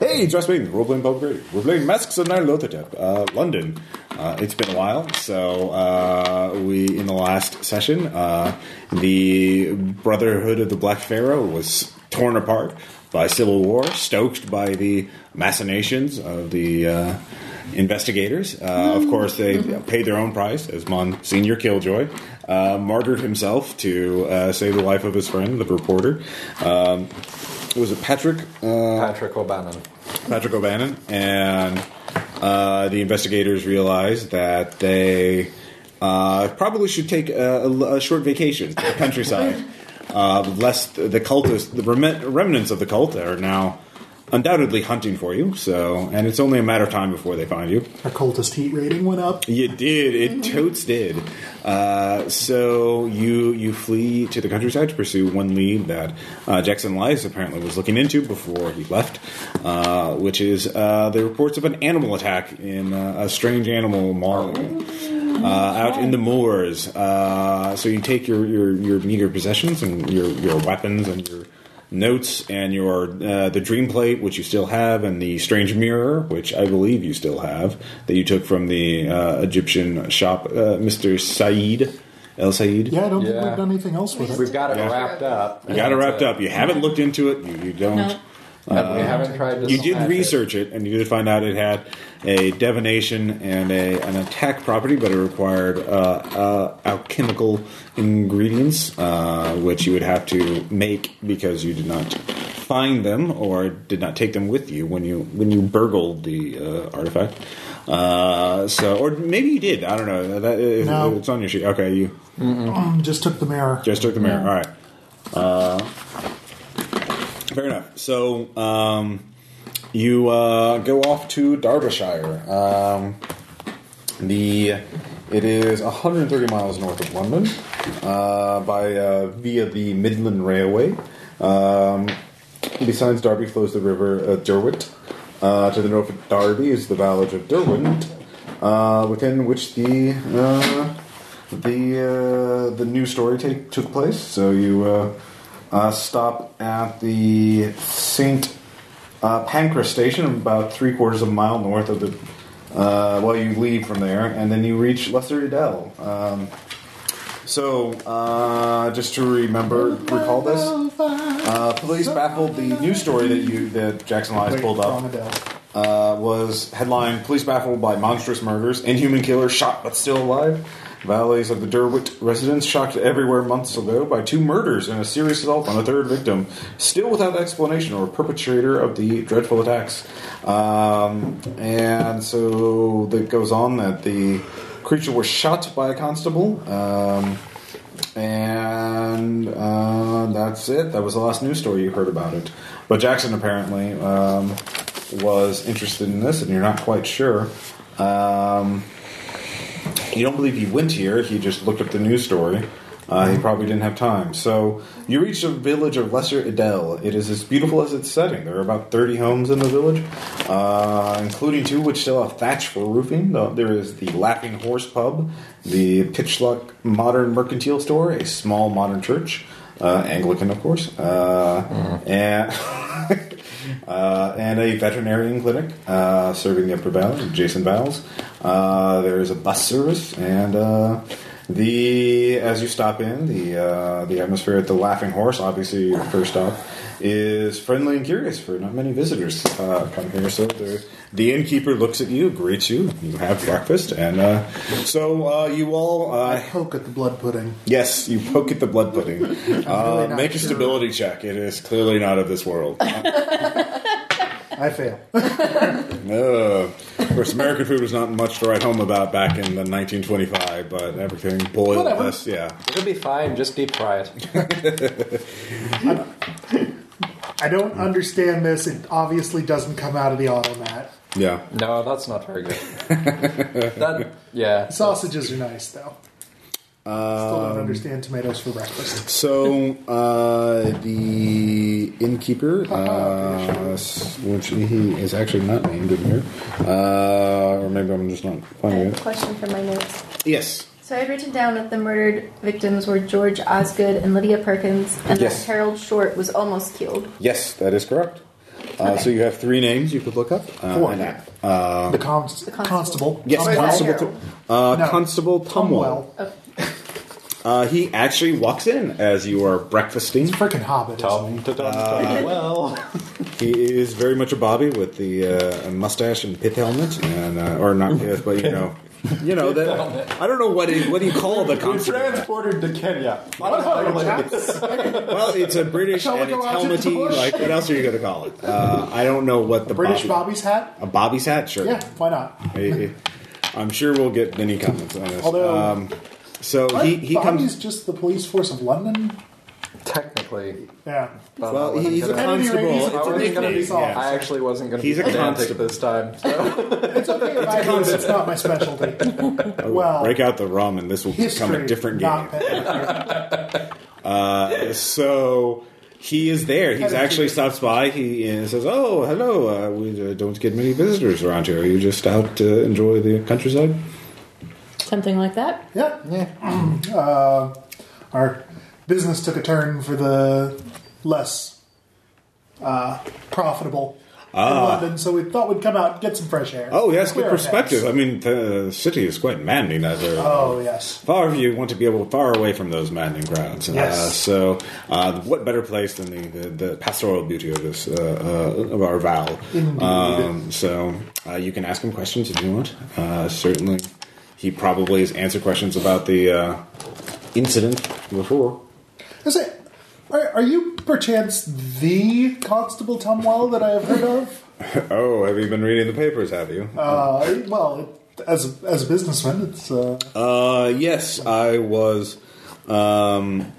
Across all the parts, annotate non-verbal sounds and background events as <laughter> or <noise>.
Hey, it's Russ Bain. We're playing Bob Grady. We're playing Masks of Nyarlathotep, uh, London. Uh, it's been a while, so uh, we in the last session, uh, the Brotherhood of the Black Pharaoh was torn apart by civil war, stoked by the machinations of the uh, investigators. Uh, of course, they paid their own price as Monsignor Killjoy uh, martyred himself to uh, save the life of his friend, the reporter. Um, was it Patrick? Uh, Patrick O'Bannon. Patrick O'Bannon, and uh, the investigators realized that they uh, probably should take a, a- a short vacation to the countryside, uh, lest the cultists, the rem- remnants of the cult, are now undoubtedly hunting for you. So, and it's only a matter of time before they find you. Our cultist heat rating went up. You did. It totes did. Uh, so you you flee to the countryside to pursue one lead that uh, Jackson Lies apparently was looking into before he left, uh, which is uh, the reports of an animal attack in uh, a strange animal mauling. Uh, out in the moors, uh, so you take your, your, your meager possessions and your, your weapons and your notes and your uh, the dream plate which you still have and the strange mirror which i believe you still have that you took from the uh, egyptian shop uh, mr saeed el saeed Yeah, I don't think Yeah. we've done anything else with We've it. got it Yeah. wrapped up. you got it wrapped up you haven't looked into it you, you don't No. And Uh, we haven't tried to Uh, you did smash it. research it. and you did find out it had a divination and a an attack property, but it required uh, uh, alchemical ingredients, uh, which you would have to make because you did not find them or did not take them with you when you when you burgled the uh, artifact. Uh, so, or maybe you did. I don't know. That, it- No. It's on your sheet. Okay, you Um, Just took the mirror. just took the mirror. All right. Uh, fair enough. So um, you uh, go off to Derbyshire. Um, the it is 130 miles north of London uh, by uh, via the Midland Railway. Um, besides Derby flows the river uh, Derwent. Uh, to the north of Derby is the village of Derwent, uh, within which the uh, the uh, the new story take, took place. So you uh, uh, stop at the Saint uh, Pancras station, about three quarters of a mile north of the. Uh, well, you leave from there, and then you reach Lesser Edel. Um, so, uh, just to remember, recall this. Uh, police baffled the news story that you that Jackson Lies Wait, pulled wrong up Adele. uh, was headline: Police baffled by monstrous murders, inhuman killer shot but still alive. Valleys of the Derwent residents shocked everywhere months ago by two murders and a serious assault on a third victim, still without explanation or perpetrator of the dreadful attacks. Um, and so it goes on that the creature was shot by a constable. Um, and uh, that's it. That was the last news story you heard about it. But Jackson apparently um, was interested in this, and you're not quite sure. Um, you don't believe he went here. He just looked up the news story. Uh, he probably didn't have time. So you reach the village of Lesser Edel. It is as beautiful as its setting. There are about 30 homes in the village, uh, including two which still have thatch for roofing. Uh, There is the Laughing Horse Pub, the Pitchlock Modern Mercantile Store, a small modern church, uh, Anglican, of course, uh, and. <laughs> uh, and a veterinarian clinic uh, serving the Upper Valley, adjacent valleys. Uh, there is a bus service, and uh, the as you stop in, the uh, the atmosphere at the Laughing Horse, obviously your first stop, is friendly and curious for not many visitors uh, come here. So the, the innkeeper looks at you, greets you, you have breakfast, and uh, so uh, you all. I Uh, poke at the blood pudding. Yes, you poke at the blood <laughs> pudding. Uh, not make a sure. stability check. It is clearly not of this world. I fail. Uh, of course, American food was not much to write home about back in the 1925, but everything boiled Whatever. us. Yeah, It'll be fine. Just deep fry it. I don't understand this. It obviously doesn't come out of the automat. yeah. No, that's not very good. <laughs> that, yeah. Sausages are nice, though. Still Um, don't understand tomatoes for breakfast. So uh, the Oh, innkeeper, uh, s- which he is actually not named in here, uh, or maybe I'm just not I finding have a it. question for my notes. Yes, So I had written down that the murdered victims were George Osgood and Lydia Perkins, and Yes. that Harold Short was almost killed. yes, that is correct. Uh, So you have three names you could look up. Uh, Four. and, the, cons- constable. constable. um, yes, Or is that Constable, Harold? Tu- uh, No. Constable Tumwell. Cromwell. Uh, he actually walks in as you are breakfasting. Freaking hobbit. <laughs> isn't Tom, ta-dum, ta-dum. well, He is very much a Bobby with the uh, mustache and pith helmet, and uh, or not pith, but you know, <laughs> you know helmet. that. I don't know what he, what do you call the we constable. transported to Kenya. Well, it's a British Shall we and go it's out into the helmety. bush? Like what else are you going to call it? Uh, I don't know what the he? British Bobby, Bobby's hat. a Bobby's hat, sure. Yeah, why not? I- I'm sure we'll get many comments on this. Although- um, so he, he Bobby's comes. just the police force of London. Technically, Yeah. Well, he- he's a At any rate, constable. he's- It's a it's a nickname. nickname. yeah. I actually wasn't going to be He's a pedantic constable. this time. So. It's okay if I do it, it's not <laughs> my specialty. well, break out the rum, and this will history. become a different game. not that- so he is there. He's actually stops by. He uh, says, "Oh, hello. Uh, we uh, don't get many visitors around here. Are you just out to enjoy the countryside?" Something like that. yeah, yeah. <clears throat> uh, our business took a turn for the less uh, profitable in London, so we thought we'd come out and get some fresh air. Ah. Oh, yes, Clear good our perspective. heads. I mean, the city is quite maddening out there. Oh, yes. Far you want to be able far away from those maddening crowds. Uh, Yes. so, uh, what better place than the, the, the pastoral beauty of this uh, uh, of our Val? Indeed. Um, so, uh, you can ask him questions if you want. Uh, certainly, he probably has answered questions about the uh, incident before. <laughs> Is it? Are, are you perchance the Constable Tumwell that I have heard of? Oh, have you been reading the papers? Have you? Uh, well, it, as a, as a businessman, it's uh, Uh, yes, I was. Um,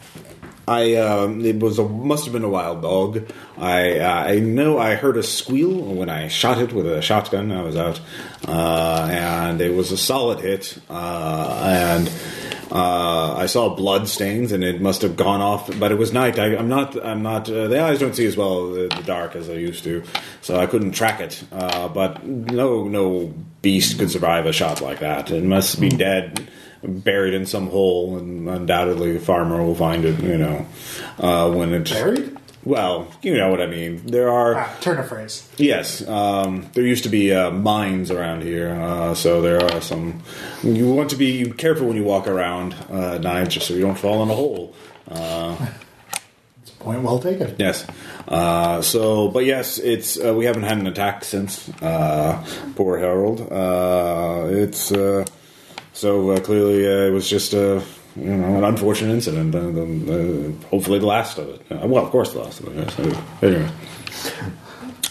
I um, it was a must have been a wild dog. I uh, I know I heard a squeal when I shot it with a shotgun. I was out, uh, and it was a solid hit. Uh, and uh, I saw blood stains, and it must have gone off. But it was night. I, I'm not. I'm not. Uh, the eyes don't see as well in the dark as I used to, so I couldn't track it. Uh, but no, no beast could survive a shot like that. It must be dead buried in some hole, and undoubtedly the farmer will find it. You know, uh, when it's buried. Well, you know what I mean. There are Ah, turn a phrase. yes, um, there used to be uh, mines around here, uh, so there are some. You want to be careful when you walk around uh, at night, just so you don't fall in a hole. Point well taken. Yes. Uh, so, but yes, it's uh, we haven't had an attack since uh, poor Harold. Uh, it's uh, so uh, clearly uh, it was just a you know an unfortunate incident. Uh, the, uh, hopefully, the last of it. Uh, well, of course, the last of it. Yes. Uh, Anyway.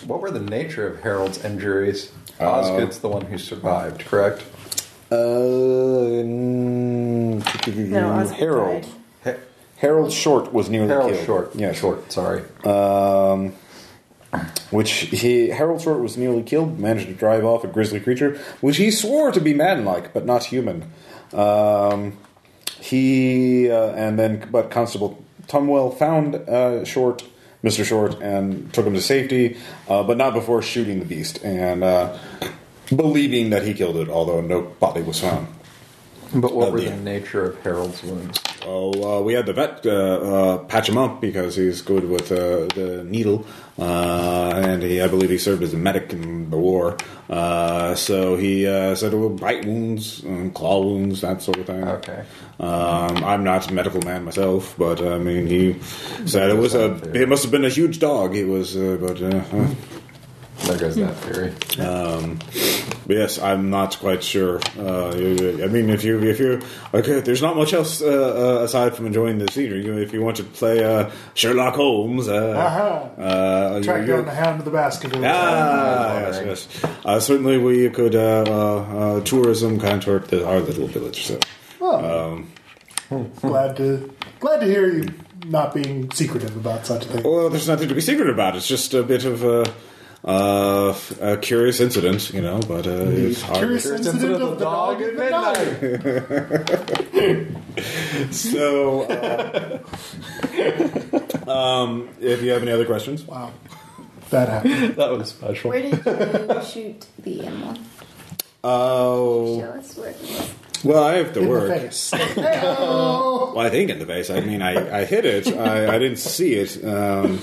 What were the nature of Harold's injuries? Uh, Osgood's the one who survived, correct? Uh, No, Oscar Harold. died. He- Harold Short was nearly Harold killed. Short. Yeah, Short. Sorry. um, which he Harold Short was nearly killed, managed to drive off a grisly creature, which he swore to be man-like but not human. Um, he uh, and then, but Constable Tumwell found uh, Short, Mister Short, and took him to safety, uh, but not before shooting the beast and uh, believing that he killed it, although no body was found. But what Oh, were yeah. the nature of Harold's wounds? Oh, uh, we had the vet uh, uh, patch him up because he's good with uh, the needle, uh, and he, I believe he served as a medic in the war. Uh, so he uh, said, "Well, bite wounds, um, claw wounds, that sort of thing." Okay. Um, I'm not a medical man myself, but I mean, he said it was a. It must have been a huge dog. It was, uh, but uh, uh, There goes that theory. Yes, I'm not quite sure. Uh, I mean, if you if you okay, there's not much else uh, uh, aside from enjoying this theater. You, if you want to play uh, Sherlock Holmes, uh, Aha. uh, Uh-huh. Track you- down the hound of the baskerville. Ah, yes, yes. Uh, certainly, we could uh, uh, uh, tourism contort the, our little village. So, Oh. glad to glad to hear you not being secretive about such things. well, there's nothing to be secret about. It's just a bit of a, uh, a curious incident, you know. But uh, it's hard. Curious incident, of, the dog at midnight. <laughs> So, uh, <laughs> um, if you have any other questions, Wow, that happened. that was special. Where did <laughs> you shoot the animal? oh, Show us where it was. well, I have to In the work. face. Well, I think in the face. I mean, I, I hit it. I, I didn't see it. Um,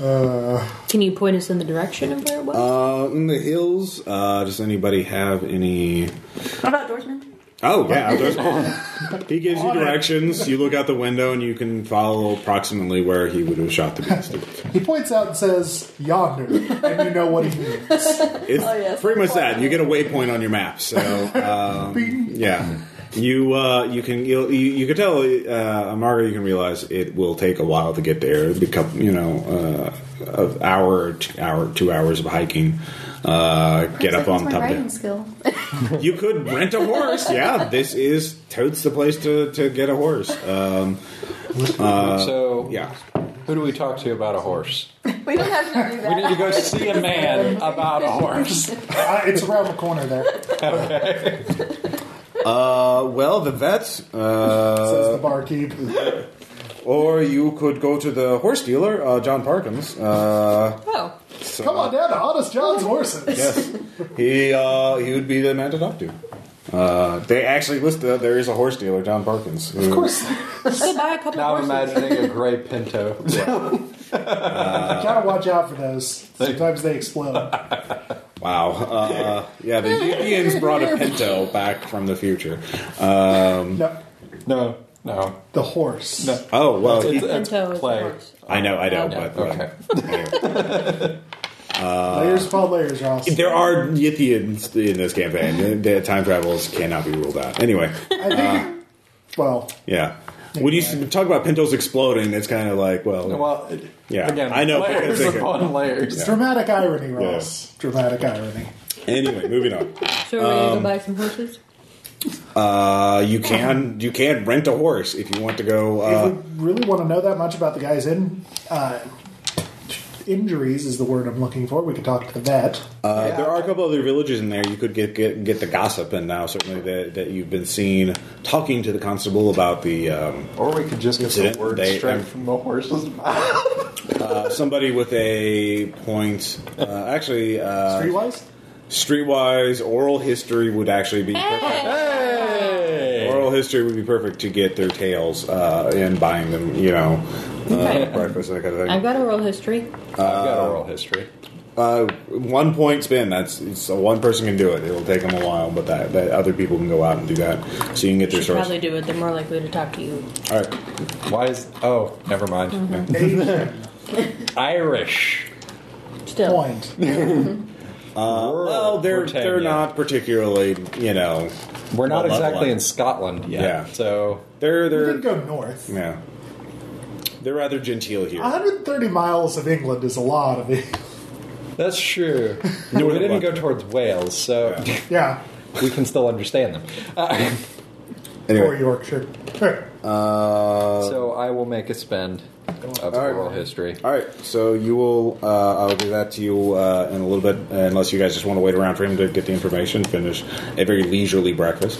Uh, Can you point us in the direction of where it was? Uh, in the hills, uh, does anybody have any? What about Doorsman? Oh yeah, there's- he gives you directions. You look out the window and you can follow approximately where he would have shot the beast. he points out and says, yonder, and you know what he means. Uh, It's Oh, yes. pretty much that. You get a waypoint on your map, <laughs> so um, yeah. You uh, you can you'll, you you can tell uh, Amara you can realize it will take a while to get there. It'll be a couple, you know, uh, an hour, or two, hour, two hours of hiking. Uh, get up on my top of writing it. skill. <laughs> You could rent a horse. Yeah, this is totes the place to, to get a horse. Um, so, Uh, yeah, who do we talk to about a <laughs> horse? we don't have to do that. We need to go see a man about a horse. <laughs> uh, it's around the corner there, says Uh, well, the vet, the <laughs> uh, barkeep. or you could go to the horse dealer, uh, John Parkins. Uh, Oh, so- Come on down to Honest John's horses. Yes, <laughs> he uh, he would be the man to talk to. Uh, they actually list uh, there is a horse dealer, John Parkins. Who, Of course, let's go buy a couple Now I'm horses. imagining a gray pinto. you gotta watch out for those. Sometimes they explode. Wow. Uh, yeah, the Europeans brought a Pinto back from the future. Um, No, No, no. the horse. No. oh well, he- It's, it's Pinto is play. a horse. I know, I know, I know. but but- layers upon layers, Ross. there are Yithians in this campaign. The time travels cannot be ruled out. Anyway, I think. well, yeah. When you s- talk about Pintos exploding, it's kind of like, well, Well, it- Yeah, again, I know, but layers it's bigger. upon layers. it's dramatic irony, Ross. Dramatic irony. anyway, moving on. So we're going to go buy some horses? Uh, you can you can rent a horse if you want to go. if Uh, we really want to know that much about the guy's in, uh, injuries, is the word I'm looking for. We could talk to the vet. Uh, There are a couple other villages in there. You could get get, get the gossip, and now certainly that, that you've been seen talking to the constable about the um, Or we could just get the Incident, word they- straight from the horse's mouth. uh, somebody with a point. Uh, actually, uh, <laughs> Streetwise? streetwise oral history would actually be perfect. Oral history would be perfect to get their tales uh, and buying them. You know, uh, Okay. breakfast that kind of I've thing. got oral history. I've got oral history. Uh, one point spin. That's it's, one person can do it. It'll take them a while, but that, that other people can go out and do that. So you can get their Should stories. probably do it. They're more likely to talk to you. All right. Why is? Oh, never mind. Mm-hmm. Irish. Still. Point. Rural Uh, Well, they're they're Britannia. not particularly, you know, We're not Well, exactly luckily. in Scotland yet. Yeah. So they're We did they're go north. yeah, they're rather genteel here. 130 miles of England is a lot of it. <laughs> that's <laughs> true. we Northern didn't go London. towards Wales, so Yeah. Yeah, we can still <laughs> understand them. Uh, or Anyway, Yorkshire. uh, all so I will make a spend of right. oral history. right. So you will. Uh, I'll do that to you uh, in a little bit, unless you guys just want to wait around for him to get the information. Finish a very leisurely breakfast.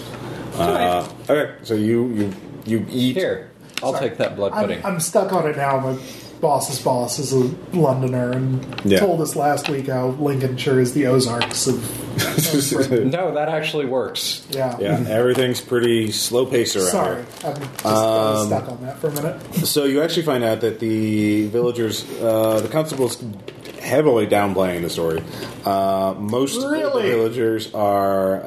Uh, okay. So you you you eat Here, I'll take that blood pudding. I'm, I'm stuck on it now. My boss's boss is a Londoner and Yeah. told us last week how Lincolnshire is the Ozarks of. <laughs> of Britain. no, that actually works. yeah. <laughs> Yeah, everything's pretty slow paced around Sorry, here. I'm just kinda stuck on that for a minute. So you actually find out that the villagers, uh, the constable's heavily downplaying the story. Uh, most of the Really? villagers are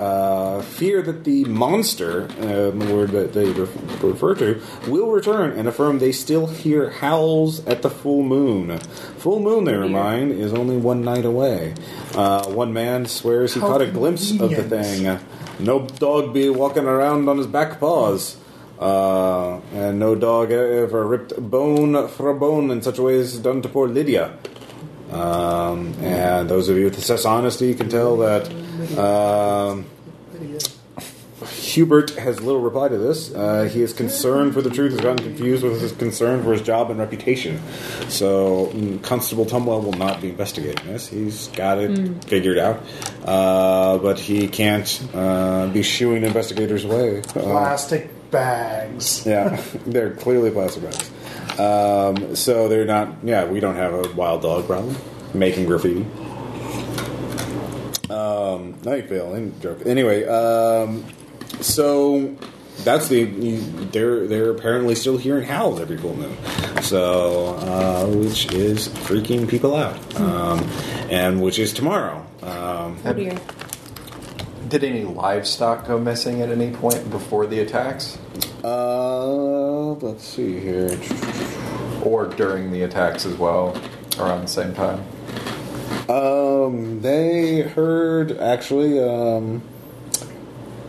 uh, fear that the monster, uh, the word that they re- refer to, will return and affirm they still hear howls at the full moon. Full moon, they remind, is only one night away. Uh, one man swears he How caught a glimpse of the convenient. thing. No dog be walking around on his back paws. Uh, and no dog ever ripped bone for bone in such a way as done to poor Lydia. Um, and those of you with assess honesty can tell that um, Hubert has little reply to this. Uh, he is concerned for the truth, has gotten confused with his concern for his job and reputation. So, mm, Constable Tumwell will not be investigating this. He's got it figured out. Uh, but he can't uh, be shooing investigators away. Uh, Plastic bags. yeah, <laughs> they're clearly plastic bags. Um, so they're not. Yeah, we don't have a wild dog problem. Making graffiti. Um, night veil and joke. Anyway, um, so that's the you, they're they're apparently still hearing howls every full moon. So, uh, which is freaking people out, um, and which is tomorrow. Um, Oh dear. Did any livestock go missing at any point before the attacks uh, let's see here. or during the attacks as well, around the same time? Um, they heard actually. Um,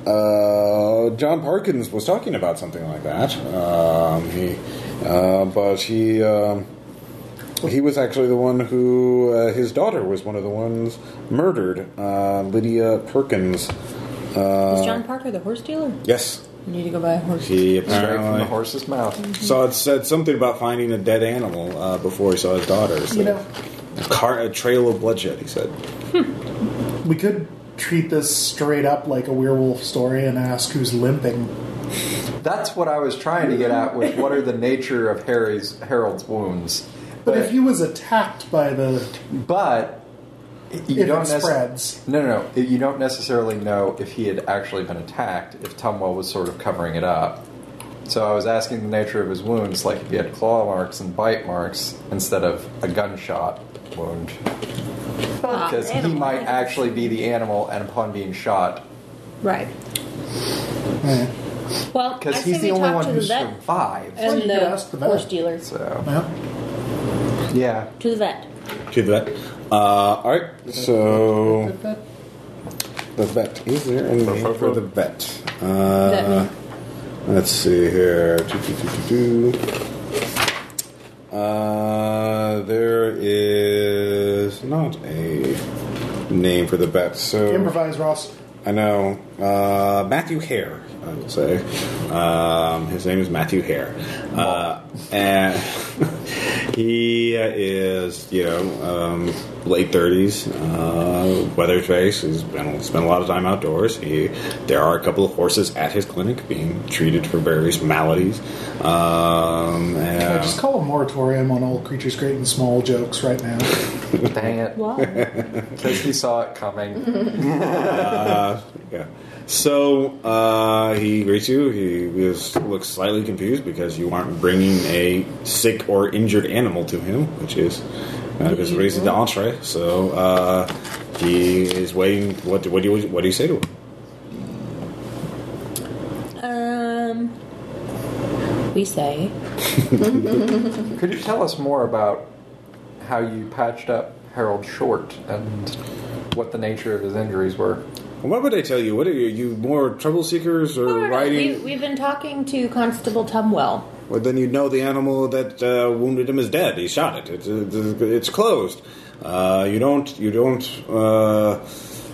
uh, John Parkins was talking about something like that. Um, he, uh, but he. Um, he was actually the one who uh, his daughter was one of the ones murdered, uh, Lydia Perkins. Is John Parker the horse dealer? Yes, You need to go buy a horse. he Straight apparently from the horse's mouth. So it said something about finding a dead animal uh, before he saw his daughter. So You know- a, car, a trail of bloodshed. He said, We could treat this straight up like a werewolf story and ask who's limping. That's what I was trying to get at with what are the nature of Harry's Harold's wounds. But if he was attacked by the but you if don't it nec- spreads, No, no, no. You don't necessarily know if he had actually been attacked, if Tumwell was sort of covering it up. So I was asking the nature of his wounds, like if he had claw marks and bite marks instead of a gunshot wound. Because he animal. might actually be the animal, and upon being shot, Right. eh. Well, I because say he's the we only talk one to who the vet Uh, survived. Well, and you could the ask the vet. horse dealer. So, well, yeah. To the vet. "To the vet." Uh, all right. So that- that- the vet is there in name for the vet. Vet Uh, me. let's see here. Do, do, do, do, do. Uh, there is not a name for the vet. So improvise, Ross. I know uh, Matthew Hare. I would say um, his name is Matthew Hare, uh, and <laughs> he uh, is you know um, late thirties, uh, weather face. He's been spent a lot of time outdoors. He there are a couple of horses at his clinic being treated for various maladies. Um, I and, just call a moratorium on all creatures great and small jokes right now. <laughs> Dang it. Wow. Because he saw it coming. Yeah. So uh, he greets you. He is, looks slightly confused because you aren't bringing a sick or injured animal to him, which is uh, because he's the entree. So uh, he is waiting. What, do- what do you what do you say to him? um. We say Could you tell us more about how you patched up Harold Short and what the nature of his injuries were? What would I tell you? What are you? You more trouble seekers or Oh, No, no, no, riding? We, we've been talking to Constable Tumwell. Well, then you know the animal that uh, wounded him is dead. He shot it. It's it's, it's closed. Uh, you don't. You don't. Uh,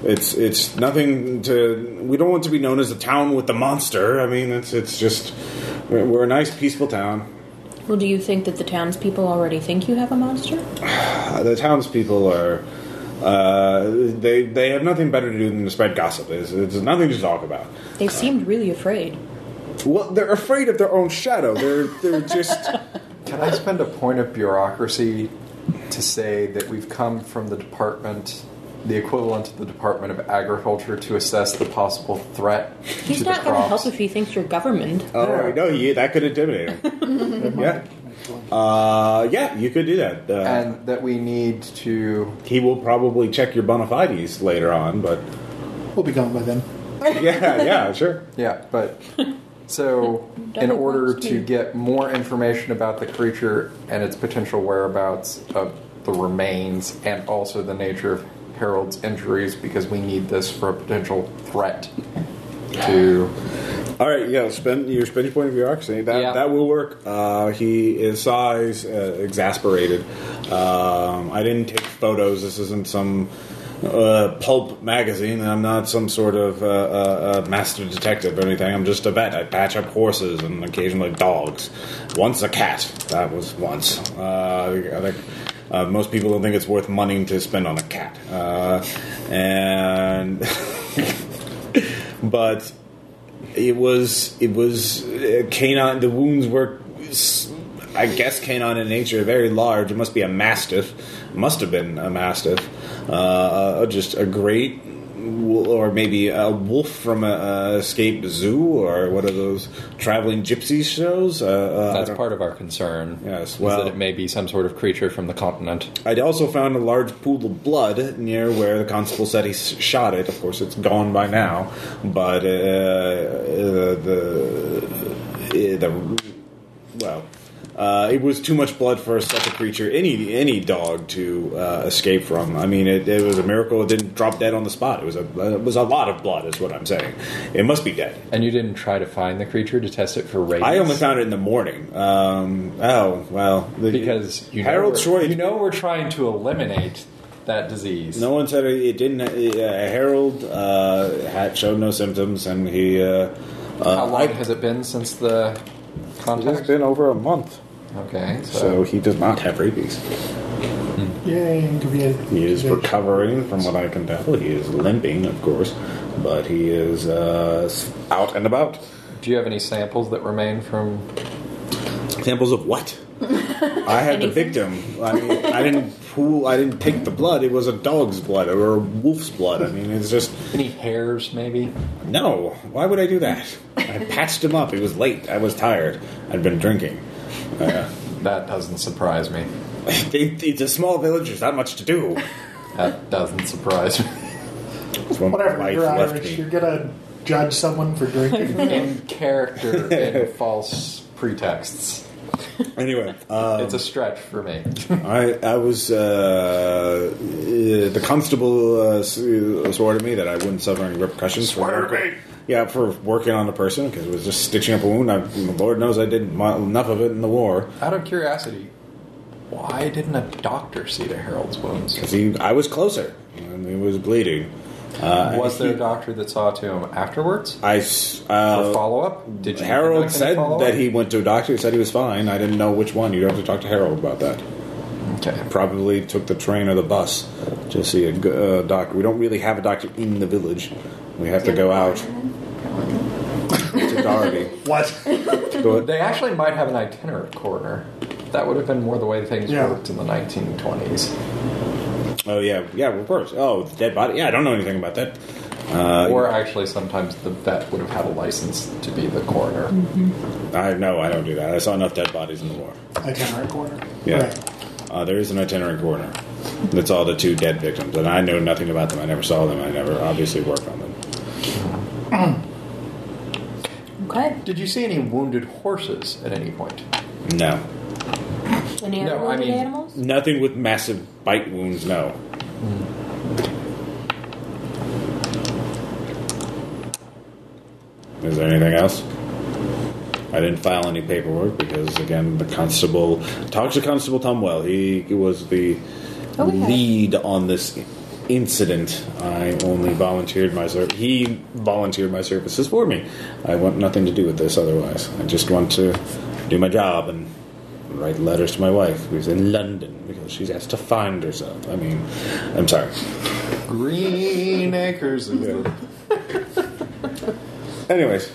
it's it's nothing to. We don't want to be known as the town with the monster. I mean, it's it's just we're we're a nice, peaceful town. Well, do you think that the townspeople already think you have a monster? Uh, the townspeople are. Uh, they they have nothing better to do than to spread gossip. It's, it's nothing to talk about. They seemed really afraid. Well, they're afraid of their own shadow. They're they're just. Can I spend a point of bureaucracy to say that we've come from the department, the equivalent of the Department of Agriculture, to assess the possible threat He's to not the going to crops? help if he thinks you're government. Oh no, you, that could intimidate him. yeah. Uh, yeah, you could do that. Uh, and that we need to. he will probably check your bona fides later on, but We'll be gone by then. yeah, yeah, sure. Yeah, but. So, in Double order box to tea. get more information about the creature and its potential whereabouts of the remains and also the nature of Harold's injuries, because we need this for a potential threat to. All right, yeah, spend your spend your point of bureaucracy. That Yeah. that will work. Uh, he is sighs uh, exasperated. Um, I didn't take photos. This isn't some uh, pulp magazine. I'm not some sort of uh, uh, uh, master detective or anything. I'm just a vet. I patch up horses and occasionally dogs. Once a cat. That was once. Uh, I think. Uh, most people don't think it's worth money to spend on a cat. Uh, and <laughs> but it was it was uh, canine. The wounds were, s- I guess, canine in nature, very large. It must be a mastiff. Must have been a mastiff. Uh, uh, just a great wo- or maybe a wolf from a, a escape zoo, or what are those traveling gypsy shows? Uh, uh, I That's don't- part of our concern. Yes, is well- that it may be some sort of creature from the continent. I'd also found a large pool of blood near where the constable said he s- shot it. Of course, it's gone by now, but uh, uh, the uh, the well, uh, it was too much blood for such a creature, any any dog, to uh, escape from. I mean, it, it was a miracle it didn't drop dead on the spot. It was a it was a lot of blood, is what I'm saying. It must be dead. And you didn't try to find the creature to test it for rabies. I only found it in the morning. Um, oh well, the, because you know Harold we're- Troy- You know we're trying to eliminate that disease. No one said it, it didn't. Uh, Harold uh, had showed no symptoms, and he. Uh, uh, How long has it been since the contact? been over a month, Okay, so, so he does not have rabies. Yay, inconvenient. He is recovering, from what I can tell. He is limping, of course, but he is uh, out and about. do you have any samples that remain from? Samples of what? I had the victim. I mean, I didn't pool. I didn't take the blood. It was a dog's blood or a wolf's blood. I mean, it's just Any hairs, maybe? No, why would I do that? I patched him up. It was late. I was tired. I'd been drinking. That doesn't surprise me. It- it's a small village. There's not much to do. That doesn't surprise me. It's when my Whatever, wife you're left Irish. me. You're gonna judge someone for <laughs> drinking. <laughs> In character and false pretexts. Anyway, uh, it's a stretch for me. I I was uh, uh, the constable uh, s- uh, swore to me that I wouldn't suffer any repercussions. Swear for to me. Yeah, for working on a person because it was just stitching up a wound. I, Lord knows I did mu enough of it in the war. <laughs> Out of curiosity, why didn't a doctor see to Harold's wounds? See, I was closer. And he was bleeding. Uh, Was there a he- doctor that saw to him afterwards I s- for uh, follow up? Did you Harold conduct any said follow-up? that he went to a doctor who said he was fine. I didn't know which one. You'd have to talk to Harold about that. Okay. Probably took the train or the bus to see a g- uh, doctor. We don't really have a doctor in the village. We have to go out to Doherty. what? But They actually might have an itinerant coroner. That would have been more the way things Yeah. worked in the 1920s. <laughs> oh yeah, yeah, of course. Oh, the dead body. Yeah, I don't know anything about that. Uh, or actually, sometimes the vet would have had a license to be the coroner. I no, I don't do that. I saw enough dead bodies in the war. Itinerant corner. Yeah. Right. Uh, there is an itinerant coroner. That's all the two dead victims, and I know nothing about them. I never saw them. I never obviously worked on them. Okay. Did you see any wounded horses at any point? No, Any No, other I wounded mean- animals? nothing with massive bite wounds. No, Is there anything else? I didn't file any paperwork because, again, the constable talked to Constable Tumwell. He was the Oh, we have. lead on this incident. I only volunteered my ser- he volunteered my services for me. I want nothing to do with this otherwise. I just want to do my job and write letters to my wife who's in London because she has to find herself. I mean, I'm sorry. Green Acres. Is the, Anyways,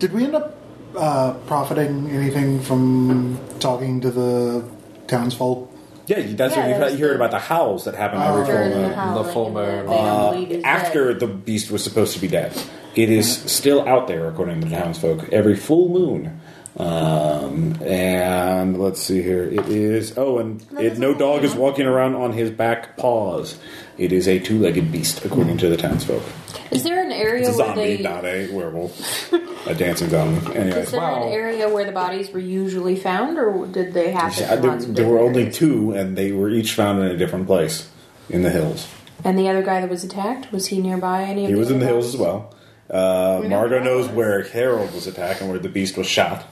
Did we end up uh, profiting anything from talking to the townsfolk? yeah, that's what Yeah, you that was heard the- Oh, about the howls that happen every uh, During full moon. the howling the full and moon. they don't Uh, believe he's after dead. the beast was supposed to be dead. It is still out there, according to the townsfolk, every full moon. Um, and let's see here. It is. Oh, and it, no dog is walking around on his back paws. It is a two legged beast, according to the townsfolk. Is there an area It's a where zombie, they? not a werewolf. a dancing zombie. Anyway. Is there Wow. an area where the bodies were usually found, or did they happen? Yeah, in there, lots of there were different only areas? two, and they were each found in a different place in the hills. And the other guy that was attacked was he nearby? Any of He was in the other hills as guys? well. Uh, We know Margot where I knows was. where Harold was attacked and where the beast was shot.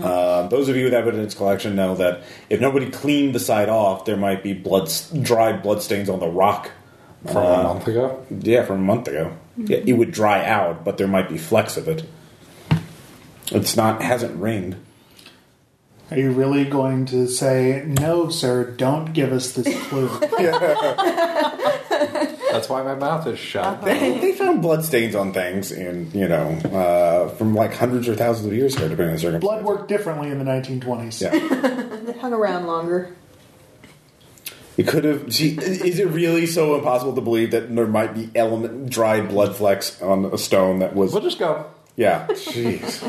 Uh, those of you with evidence collection know that if nobody cleaned the side off, there might be blood, dry blood stains on the rock. from a month ago? Yeah, from a month ago. Yeah, it would dry out, but there might be flecks of it. It's not hasn't rained. Are you really going to say, no, sir, don't give us this <laughs> clue? That's why my mouth is <laughs> shut. Uh-huh. They, they found blood stains on things, and you know, uh, from like hundreds or thousands of years ago, depending on the circumstances. Blood worked differently in the 1920s. Yeah. They hung around longer. It could have. Gee, is it really so impossible to believe that there might be element dried blood flecks on a stone that was? We'll just go. Yeah. Jeez.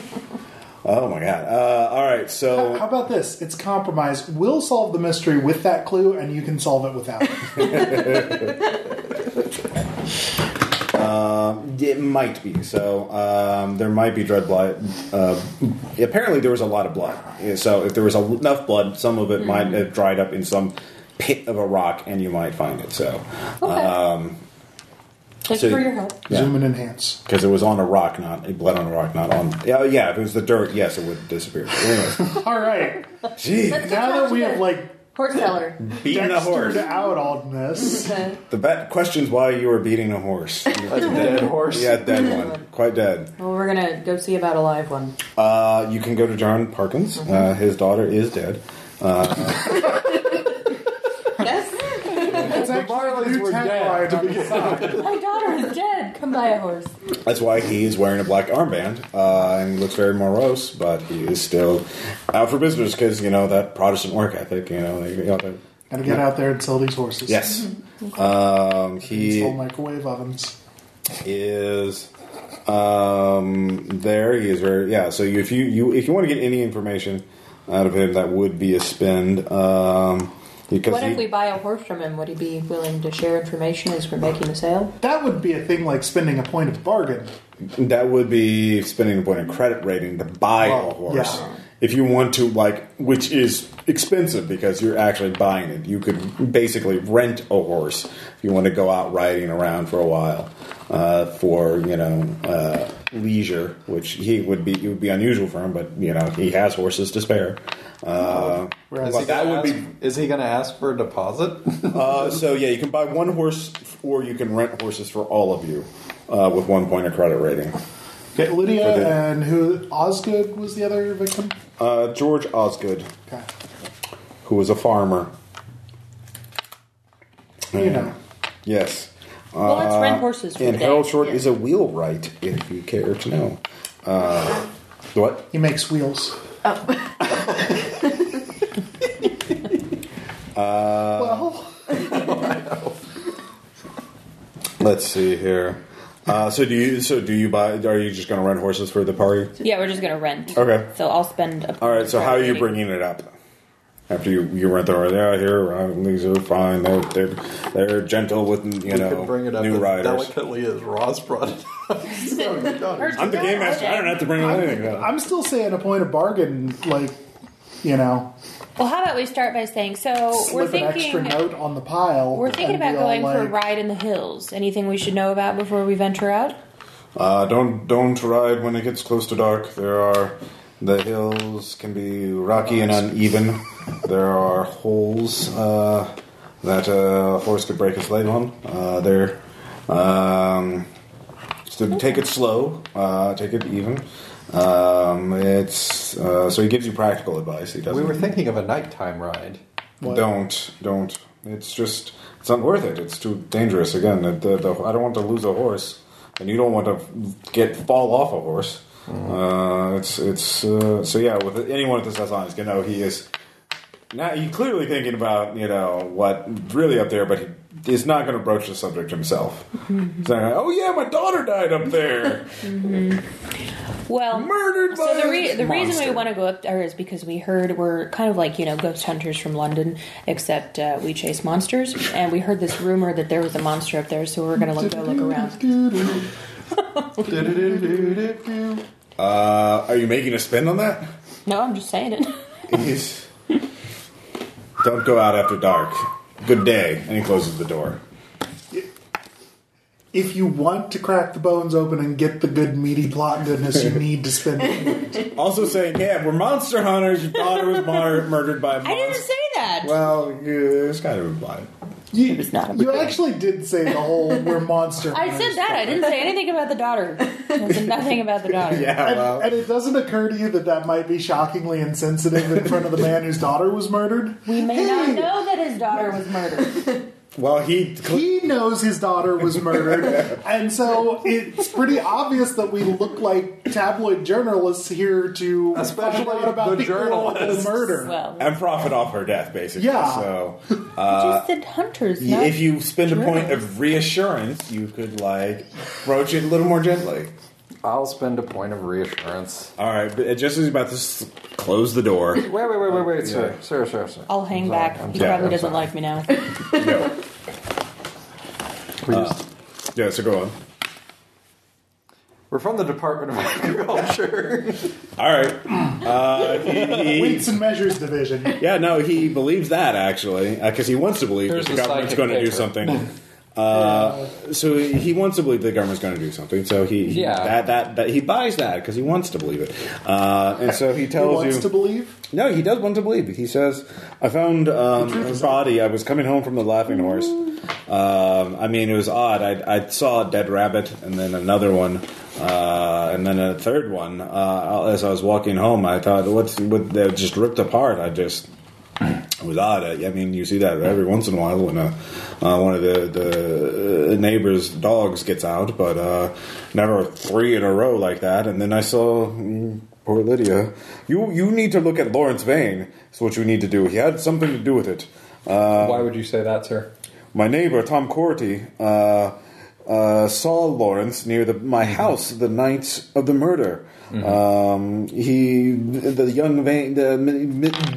oh my god. Uh, all right. So How about this? It's compromise. We'll solve the mystery with that clue, and you can solve it without. it. Um, it might be. So um, there might be dread blood. Uh, apparently, there was a lot of blood. Yeah, So if there was a- enough blood, some of it might have dried up in some pit of a rock, and you might find it. So Okay. um, Thanks so- for your help. <laughs> Yeah. Zoom and enhance. because it was on a rock, not it blood on a rock, not on. Yeah, yeah. If it was the dirt, yes, it would disappear. But anyways, All right. gee, Now that we have like <laughs> Horse cellar. beating a horse. dextered out on <laughs> this, Okay. The bet questions why you were beating a horse. That's a dead horse. yeah, dead <laughs> one, quite dead. Well, we're gonna go see about a live one. Uh, you can go to John Parkins. Mm-hmm. Uh, his daughter is dead. Yes, it's The actually Marleys new were tagline dead. on <laughs> the side. <laughs> my daughter is dead. Come buy a horse. That's why he is wearing a black armband uh, and looks very morose, but he is still out for business because you know that Protestant work ethic. You know, they, you know, Mm-hmm. they- Gotta get out there and sell these horses. yes, um, Sell he microwave ovens. is um, there. He is very yeah. So you, if you, you if you want to get any information out of him, that would be a spend. Um, because What he, if we buy a horse from him? Would he be willing to share information as we're making a sale? That would be a thing like spending a point of bargain. That would be spending a point of credit rating to buy Well, a horse. yeah. If you want to, like, which is expensive because you're actually buying it. You could basically rent a horse if you want to go out riding around for a while uh, for, you know, uh, leisure, which he would be, it would be unusual for him, but, you know, he has horses to spare. Uh, Whereas but that would be be. Is he going to ask for a deposit? uh, so yeah, you can buy one horse, or you can rent horses for all of you uh, with one point of credit rating. Okay, Lydia For the- and who Osgood was the other victim. Uh, George Osgood, Okay, who was a farmer. you know, Yes. Uh, Well, let's rent horses for and the day. Harold Short Yeah. is a wheelwright, if you care to know. Uh, what? he makes wheels. Oh. Uh, <laughs> Well, let's see here. Uh, so do you? So do you buy? Are you just going to rent horses for the party? Yeah, we're just gonna rent. Okay. So I'll spend. A All right. So how are you bringing it up? After you, you rent the horse, yeah, here uh, these are fine. They're they're, they're gentle with you You know could bring it up new as riders. delicately as Ross brought it <laughs> up. So you're done. I'm the game master. I don't have to bring anything. up. I'm still saying a point of bargain, like you know, Well, how about we start by saying so? Oh, we're slip an extra thinking. note on the pile. We're thinking and be about all going for a like, ride in the hills. Anything we should know about before we venture out? Uh, don't don't ride when it gets close to dark. There are the hills can be rocky and uneven. There are holes uh, that a horse could break his leg on. Uh, there, um, so take it slow. Uh, take it even. Um, it's uh, so he gives you practical advice. He doesn't. We were thinking of a nighttime ride. Don't, don't. It's just, it's not worth it. It's too dangerous. Again, the, the, the, I don't want to lose a horse, and you don't want to get fall off a horse. Uh, it's, it's. Uh, so yeah, with anyone at this salon is gonna know he is. Now he's clearly thinking about you know what really up there, but he is not going to broach the subject himself. He's like, oh yeah, my daughter died up there, Well, murdered by So the, a re- the reason monster." we want to go up there is because we heard we're kind of like you know ghost hunters from London, except uh, we chase monsters, and we heard this rumor that there was a monster up there, so we're gonna look, go look around. Uh, are you making a spin on that? No, I'm just saying it. Please. Don't go out after dark. Good day. And he closes the door. If you want to crack the bones open and get the good meaty plot <laughs> goodness, you need to spend. it. Also saying, yeah, we're monster hunters. Your daughter was mar- murdered by a <laughs> I didn't monster. say that. Well, yeah, it's kind of implied. You, It was not a you actually did say the whole "we're monster." I hunters. said that. I didn't say anything about the daughter. I said nothing about the daughter. Yeah, And, well. and it doesn't occur to you that that might be shockingly insensitive in front of the man whose daughter was murdered. We may not know that his daughter was murdered. Well, he He knows his daughter was murdered, and so it's pretty obvious that we look like tabloid journalists here to Especially find out about the people journalists. the murder. Well, and profit off her death, basically. Yeah. <laughs> So just said hunters. y- Not if you spend a point journalists. of reassurance, you could like broach it a little more gently. I'll spend a point of reassurance. All right, but uh, just as he's about to s- close the door, <laughs> Wait, wait, wait, wait, wait, sir, sir, sir, sir. I'll hang I'm sorry, back. I'm He sorry, probably I'm doesn't sorry. like me now. no. We just- yeah. So go on. We're from the Department of Agriculture. All right. Uh, he- he- Weights and Measures Division. yeah, no, he believes that actually because he wants to believe There's that the the government's psychic going to do picture. <laughs> something. Uh, so he wants to believe the government's going to do something. So he he- Yeah. that, that that he buys that because he wants to believe it, uh, and so he He tells wants you to believe. No, he does want to believe. He says, "I found um, a body. I was coming home from the Laughing Horse. Um, I mean, it was odd. I, I saw a dead rabbit, and then another one, uh, and then a third one. Uh, as I was walking home, I thought, what's what? They're just ripped apart. I just." It was odd. I I mean, you see that every once in a while when uh, uh, one of the, the uh, neighbor's dogs gets out, but uh, never three in a row like that. And then I saw mm, poor Lydia. You you need to look at Lawrence Vane. Is what you need to do. He had something to do with it. Why would you say that, sir? My neighbor Tom Corty uh, uh, saw Lawrence near the, my house the night of the murder. Um, he, the young, va- the,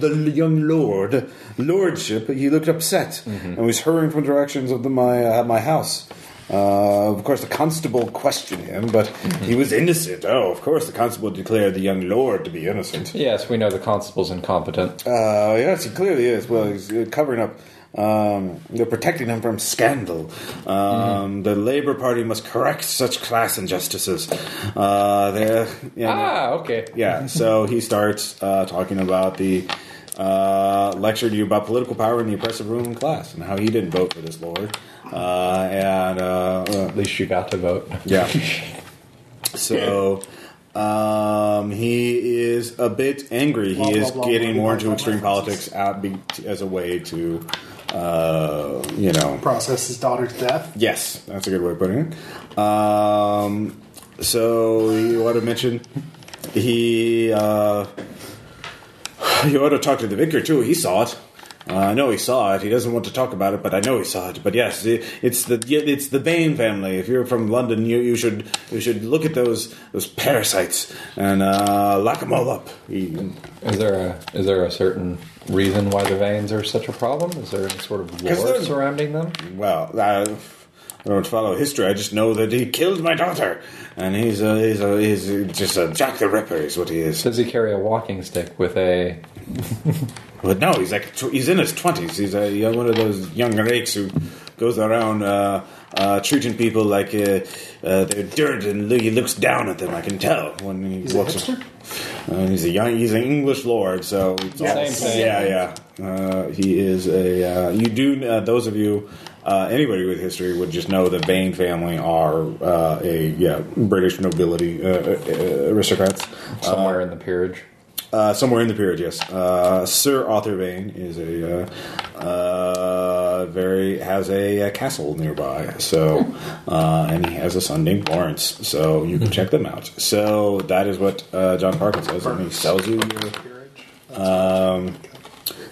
the young lord, lordship. He looked upset and was hurrying from directions of the, my uh, my house. Uh, of course, the constable questioned him, but he was innocent. Oh, of course, the constable declared the young lord to be innocent. Yes, we know the constable's incompetent. Uh, yes, he clearly is. Well, he's uh, covering up. Um, they're protecting him from scandal. Um, The Labour Party must correct such class injustices. Uh, they're, yeah, Ah, okay. yeah. So he starts uh, talking about the uh, lecture to you about political power and the oppressive ruling class and how he didn't vote for this lord. Uh, and uh, uh, At least you got to vote. yeah. <laughs> So um, he is a bit angry. Blah, he blah, is blah, getting blah, more blah, into blah, extreme blah. politics out be, as a way to, uh, you know. Process his daughter's death. Yes, that's a good way of putting it. Um, so you ought to mention he. Uh, you ought to talk to the vicar too. He saw it. Uh, I know he saw it. He doesn't want to talk about it, but I know he saw it. But yes, it, it's the yeah, it's the Bain family. If you're from London, you, you should you should look at those those parasites and uh, lock them all up. He Is there a is there a certain reason why the veins are such a problem? Is there any sort of Is there- lore surrounding them? Well, I, I don't follow history. I just know that he killed my daughter, and he's a, he's a, he's just a Jack the Ripper, is what he is. Does he carry a walking stick with a? But no, he's like tw- he's in his twenties. He's a young, one of those young rakes who goes around uh, uh, treating people like uh, uh, they're dirt, and lo- he looks down at them. I can tell when he He's a walks. hipster? Uh, he's a young, he's an English lord, so it's Same all- thing. Yeah, yeah. Uh, he is a. Uh, you do uh, those of you. Uh, anybody with history would just know the Bain family are uh, a yeah British nobility uh, uh, aristocrats. somewhere in the peerage. Uh, somewhere in the period, yes. Uh, Sir Arthur Vane is a uh, uh, very has a, uh castle nearby, so uh, and he has a son named Lawrence. So you can check them out. So that is what uh, John Parkin says, and he sells you. Your,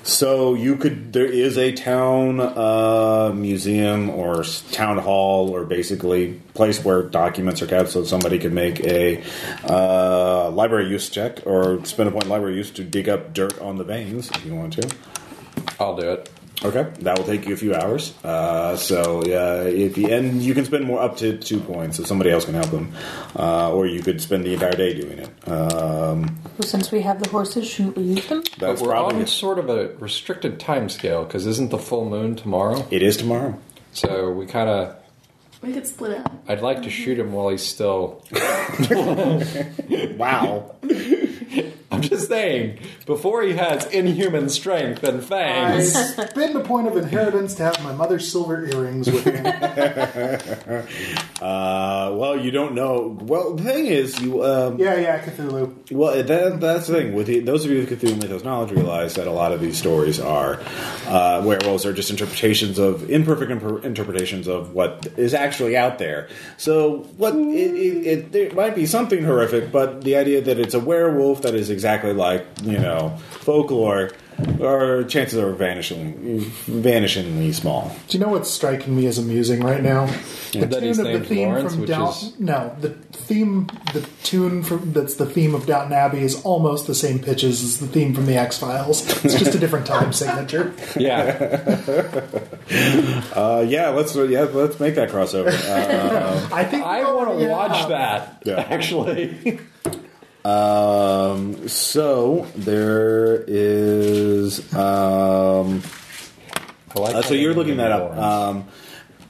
so you could. There is a town uh, museum or s- town hall or basically place where documents are kept, so somebody could make a uh, library use check or spend a point library use to dig up dirt on the veins if you want to. I'll do it. Okay, that will take you a few hours. Uh, so uh, if you, and you can spend more up to two points, so somebody else can help them, uh, or you could spend the entire day doing it. Um, Well, since we have the horses, shouldn't we use them? that's but we're probably on sort of a restricted time scale because isn't the full moon tomorrow? it is tomorrow. So we kind of. We could split up. I'd like to shoot him while he's still. Wow. <laughs> I'm just saying before he has inhuman strength and I fangs. spend a point of inheritance to have my mother's silver earrings with <laughs> me. Uh, well, you don't know. Well, the thing is, you. Um, yeah, yeah, Cthulhu. Well, that, that's the thing. With the, those of you with Cthulhu Mythos knowledge, realize that a lot of these stories are uh, werewolves are just interpretations of imperfect imper- interpretations of what is actually out there. So, what it, it, it there might be something horrific, but the idea that it's a werewolf that is exactly like you know folklore, our chances are vanishingly vanishingly small. Do you know what's striking me as amusing right now? The That he's named Lawrence, from which Downton. is- No, the theme, the tune from that's the theme of Downton Abbey is almost the same pitches as the theme from the X Files. It's just a different <laughs> time signature. Yeah, Uh, yeah, let's yeah let's make that crossover. Uh, I think I <laughs> want to yeah. watch that. Yeah. <laughs> Actually, Um, so there is. Um, I like uh, so that you're name, looking that up. Lawrence.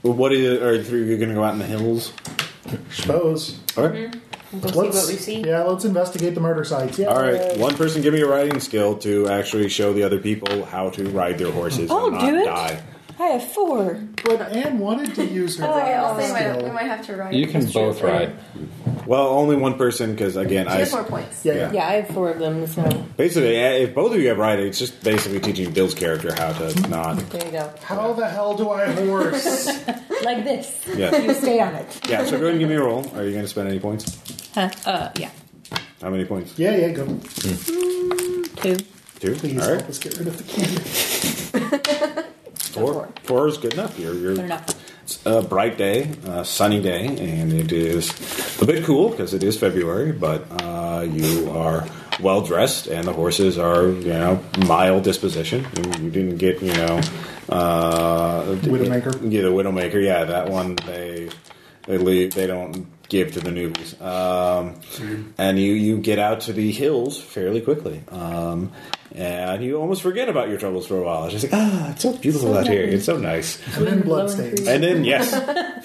Um, what is, are you going to go out in the hills? Mm-hmm. Suppose. All right. We'll see Let's- what we see. Yeah, let's investigate the murder sites. Yeah. All right. One person, give me a riding skill to actually show the other people how to ride their horses I'll and not Oh, do it. die. I have four. But Anne wanted to use her. Oh, yeah, I'll say skill. we might- we might have to write. you can That's true. both ride. Well, only one person because again, She I has more points. Yeah, Yeah. yeah. Yeah, I have four of them. So basically eh, if both of you have riding, it's just basically teaching Bill's character how to not. there you go. How the hell do I horse? <laughs> Like this. Yeah, You stay on it. yeah. So go ahead and give me a roll. Are you going to spend any points? Huh? Uh, yeah. How many points? yeah, yeah, go. Two. Two. Please All right. help us get rid of the key. Four. Four is good enough. You're, you're Good enough. It's a bright day, a sunny day, and it is a bit cool because it is February, but uh, you are well dressed and the horses are, you know, mild disposition. You, you didn't get, you know, uh, Widowmaker. Yeah, the Widowmaker. Yeah, that one they they leave. They don't give to the newbies. Um, and you you get out to the hills fairly quickly. Um, and you almost forget about your troubles for a while. It's just like, ah, it's so beautiful out here. It's so nice. And then bloodstains. And then yes,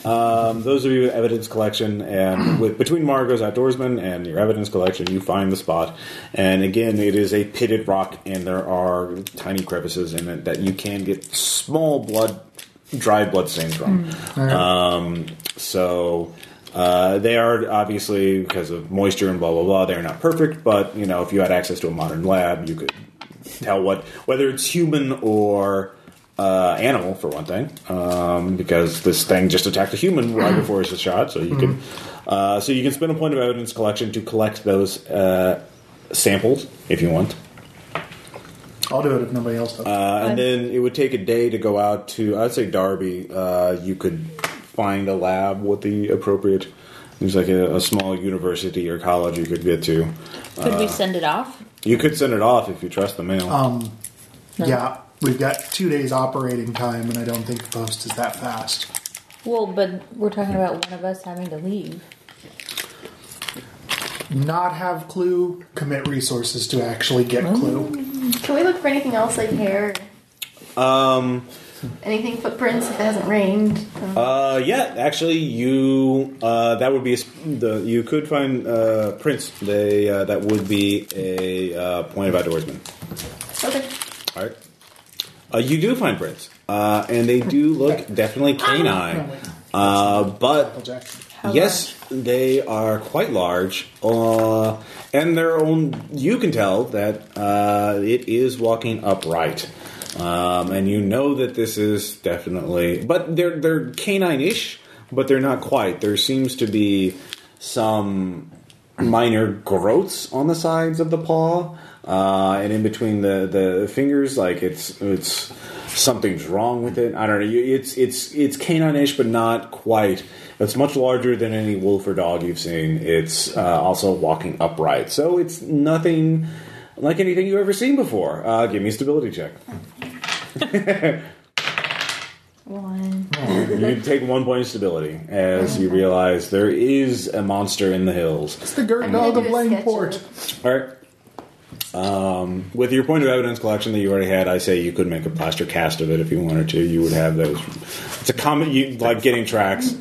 um, those of you with evidence collection and with between Margot's outdoorsman and your evidence collection, you find the spot. And again, it is a pitted rock, and there are tiny crevices in it that you can get small blood, dried blood stains from. Um, so. Uh, they are obviously because of moisture and blah blah blah. They are not perfect, but you know if you had access to a modern lab, you could tell what whether it's human or uh, animal for one thing, um, because this thing just attacked a human right before it was shot. So you can, uh, so you can spend a point of evidence collection to collect those uh, samples if you want, I'll do it if nobody else does. uh, and then it would take a day to go out to. I'd say Derby. Uh, you could find a lab with the appropriate. There's like a, a small university or college you could get to. Could we send it off? You could send it off if you trust the mail. Yeah, we've got two days operating time, and I don't think the post is that fast. Well, but we're talking about one of us having to leave. Not have clue, commit resources to actually get clue. Can we look for anything else like hair? Um. Anything footprints if it hasn't rained? Um, Uh, yeah, actually, you uh, that would be a, sp- the you could find uh, Prince. They uh, that would be a uh, point of outdoorsman. okay. All right, uh, you do find Prince, uh, and they do look definitely canine, uh, but Applejack. yes, they are quite large, uh, and their own. You can tell that uh, it is walking upright, um, and you know that this is definitely. But they're they're canine-ish, but they're not quite. There seems to be some minor growths on the sides of the paw. Uh, and in between the, the fingers, like it's it's something's wrong with it. I don't know. You- It's it's it's canine-ish, but not quite. It's much larger than any wolf or dog you've seen. It's uh, also walking upright, so it's nothing like anything you've ever seen before. Uh, give me a stability check. One. You take one point of stability as you realize there is a monster in the hills. It's the Gert I'm Dog gonna of do a sketch Langport. of All right. Um, with your point of evidence collection that you already had, I say you could make a plaster cast of it if you wanted to. You would have those. It's a common, you like getting tracks,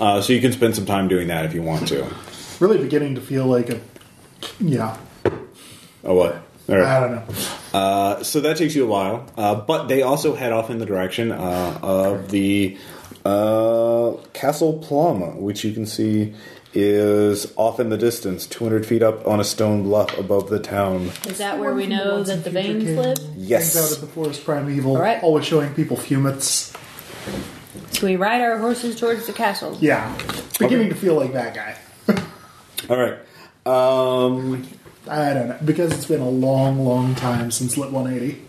uh, so you can spend some time doing that if you want to. Really beginning to feel like a. Yeah. Oh, what? All I right. don't know. Uh, so that takes you a while, uh, but they also head off in the direction uh, of the uh, Castle Plum, which you can see is off in the distance, 200 feet up on a stone bluff above the town. Is that where we know that the veins live? Yes. Things out of the forest primeval, All right. always showing people fumets. So we ride our horses towards the castle. Yeah, beginning to feel like that guy. All right. Um, I don't know because it's been a long, long time since Lit 180.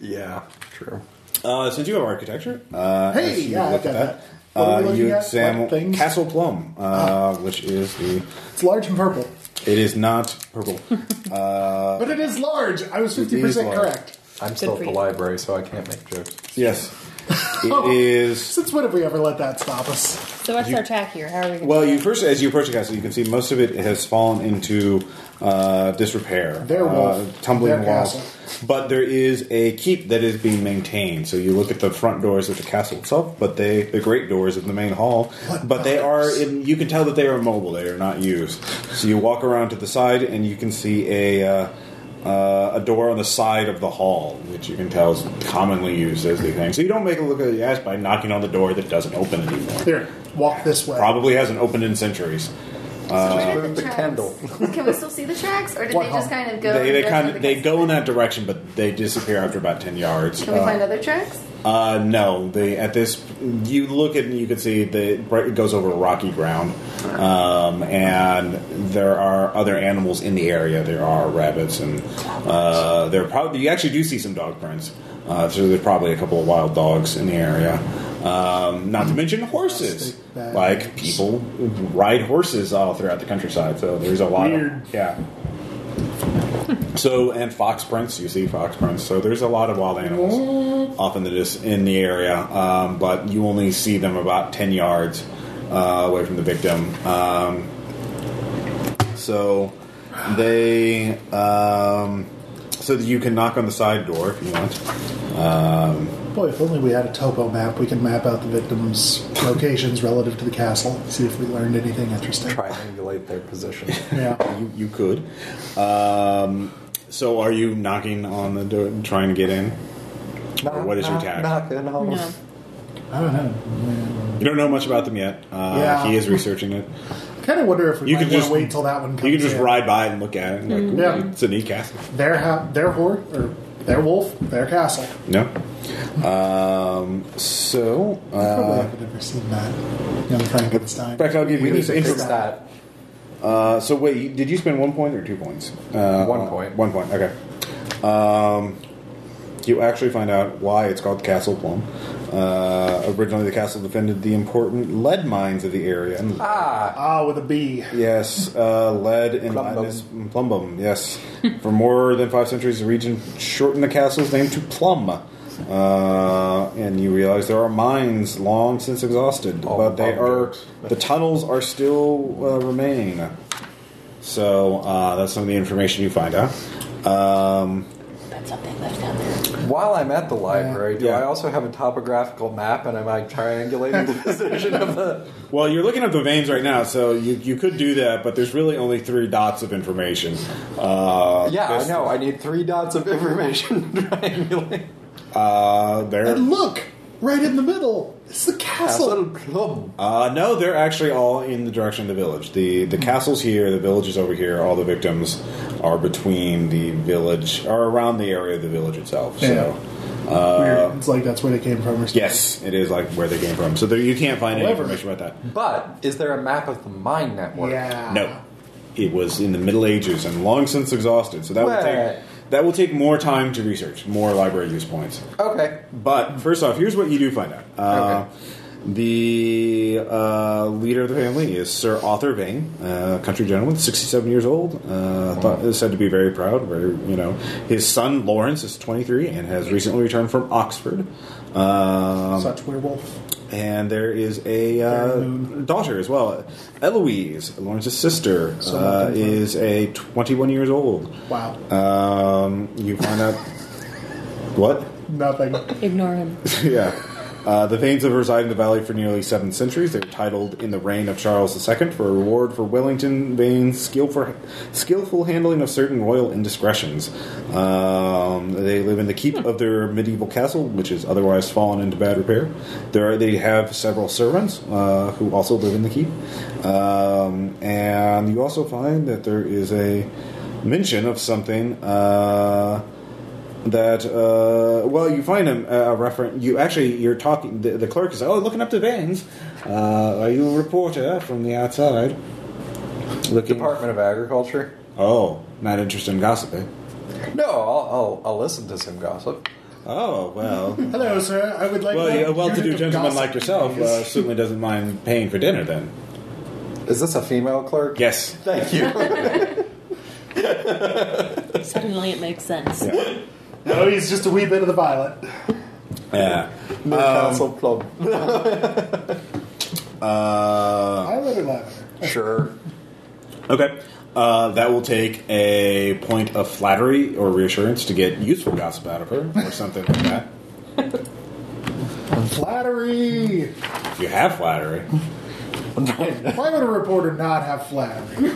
Yeah, true. uh, since you have architecture, uh, Hey, as you yeah, I've look at got that, that. What are we uh, you looking at? What examine things? Ah. Castle Plum, uh, which is the. It's large and purple, It is not <laughs> purple. but it is large. I was Uh, It is 50 percent large. correct. I'm still for at the you. library, so I can't make jokes. yes. Oh, It is Since when have we ever let that stop us? So what's our tack here? How are we going Well, you first, as you approach the castle, you can see most of it has fallen into uh, disrepair, Their uh, wolf, tumbling their walls. castle. But there is a keep that is being maintained. So you look at the front doors of the castle itself, but they the great doors of the main hall. but they are in. You can tell that they are mobile; they are not used. So you walk around to the side, and you can see a. Uh, uh, a door on the side of the hall, which you can tell is commonly used as the thing. So you don't make a look at the ass by knocking on the door that doesn't open anymore Here, walk this way. probably hasn't opened in centuries. So where Uh, did the the tracks? candle. Can we still see the tracks, or did What they just hall? kind of go? They, in the they direction kind of the they castle? go in that direction, but they disappear after about ten yards. Can we Uh, find other tracks? uh, no, they at this you look at and you can see the it goes over rocky ground, um, and there are other animals in the area. There are rabbits and uh, there are probably you actually do see some dog prints. Uh, so there's probably a couple of wild dogs in the area. Um, not to mention horses. Like people ride horses all throughout the countryside, so there's a lot of Weird. yeah. So and fox prints, you see fox prints. So there's a lot of wild animals off in the dis- in the area, um, but you only see them about ten yards uh, away from the victim. Um, so they um, so that you can knock on the side door if you want. Um, Boy, if only we had a topo map, we could map out the victims' locations relative to the castle. See if we learned anything interesting. Triangulate their position. Yeah. you, you could. Um, so are you knocking on the door, trying to get in? <laughs> Or what is your Knock, tag? knock, knock, knock. No. I don't know. You don't know much about them yet. Uh, Yeah. He is researching it. Kind of wonder if we You might could want just- to wait until that one comes. You can just in. ride by and look at it. And like, Yeah. "Ooh, It's a neat castle. their ha- their horde or their wolf, their castle. No. Um, so, Probably uh, I've never seen that young Frankenstein. in fact, I'll give We you need this. to fix info- that. Uh, so, wait, you- did you spend one point or two points? Uh, One uh, point. One point. Okay. Um, you actually find out why it's called Castle Plum. Uh, originally, the castle defended the important lead mines of the area. And Ah, Ah, with a B. Yes, uh, lead and Plumbum. Linus- plumbum. <laughs> Yes, for more than five centuries, the region shortened the castle's name to Plum, uh, and you realize there are mines long since exhausted, All but they Plum are jokes. the tunnels are still uh, remain. So uh, that's some of the information you find out. Um, But something left out there. while I'm at the library, do Yeah. I also have a topographical map and am I triangulating the position of the. <laughs> Well, you're looking up the veins right now, so you, you could do that, but there's really only three dots of information. Uh, Yeah, I this- know. I need three dots of information to triangulate. Uh, there. And look, right in the middle, it's the castle. Castle. Uh, no, they're actually all in the direction of the village. The the castle's here, the village is over here. All the victims are between the village, or around the area of the village itself. So, Weird. it's like that's where they came from. Or something. Uh, yes, it is like where they came from. So there, you can't find any However- information about But is there a map of the mine network? that. Yeah. No, it was in the Middle Ages and long since exhausted. So that will Right. take that will take more time to research, more library use points. Okay. But first off, here's what you do find out. Uh, The uh, leader of the family is Sir Arthur Vane, uh, country gentleman, 67 years old. Uh, thought, is said to be very proud. Very, you know, his son Lawrence is 23 and has recently returned from Oxford. Um, Such werewolf. and there is a uh, daughter as well, Eloise, Lawrence's sister, So uh, looking for- is a 21 years old. Wow. <laughs> Um, you find out what? Nothing. <laughs> Ignore him. yeah. Uh, the Thanes have resided in the valley for nearly seven centuries. They were titled in the reign of Charles II for a reward for Wellington Vane's skillful, skillful handling of certain royal indiscretions. Um, they live in the keep of their medieval castle, which is otherwise fallen into bad repair. There are, they have several servants uh, who also live in the keep. Um, and you also find that there is a mention of something. Uh, that uh, well you find him uh, a reference you actually you're talking the, the clerk is oh looking up the veins uh, are you a reporter from the outside looking Department of Agriculture. oh not interested in gossip eh? No, I'll, I'll, I'll listen to some gossip. oh well <laughs> Hello, sir. I would like. well that yeah, a well-to-do unit of gentleman gossip, like yourself please. uh, certainly doesn't mind paying for dinner then Is this a female clerk? yes Thank <laughs> you. Suddenly it makes sense. yeah, no, he's just a wee bit of the violet. yeah. Newcastle Plum. Uh, Violet or lavender? Sure. okay uh, that will take a point of flattery or reassurance to get useful gossip out of her or something like that Flattery. you have flattery Why would a reporter not have flattery?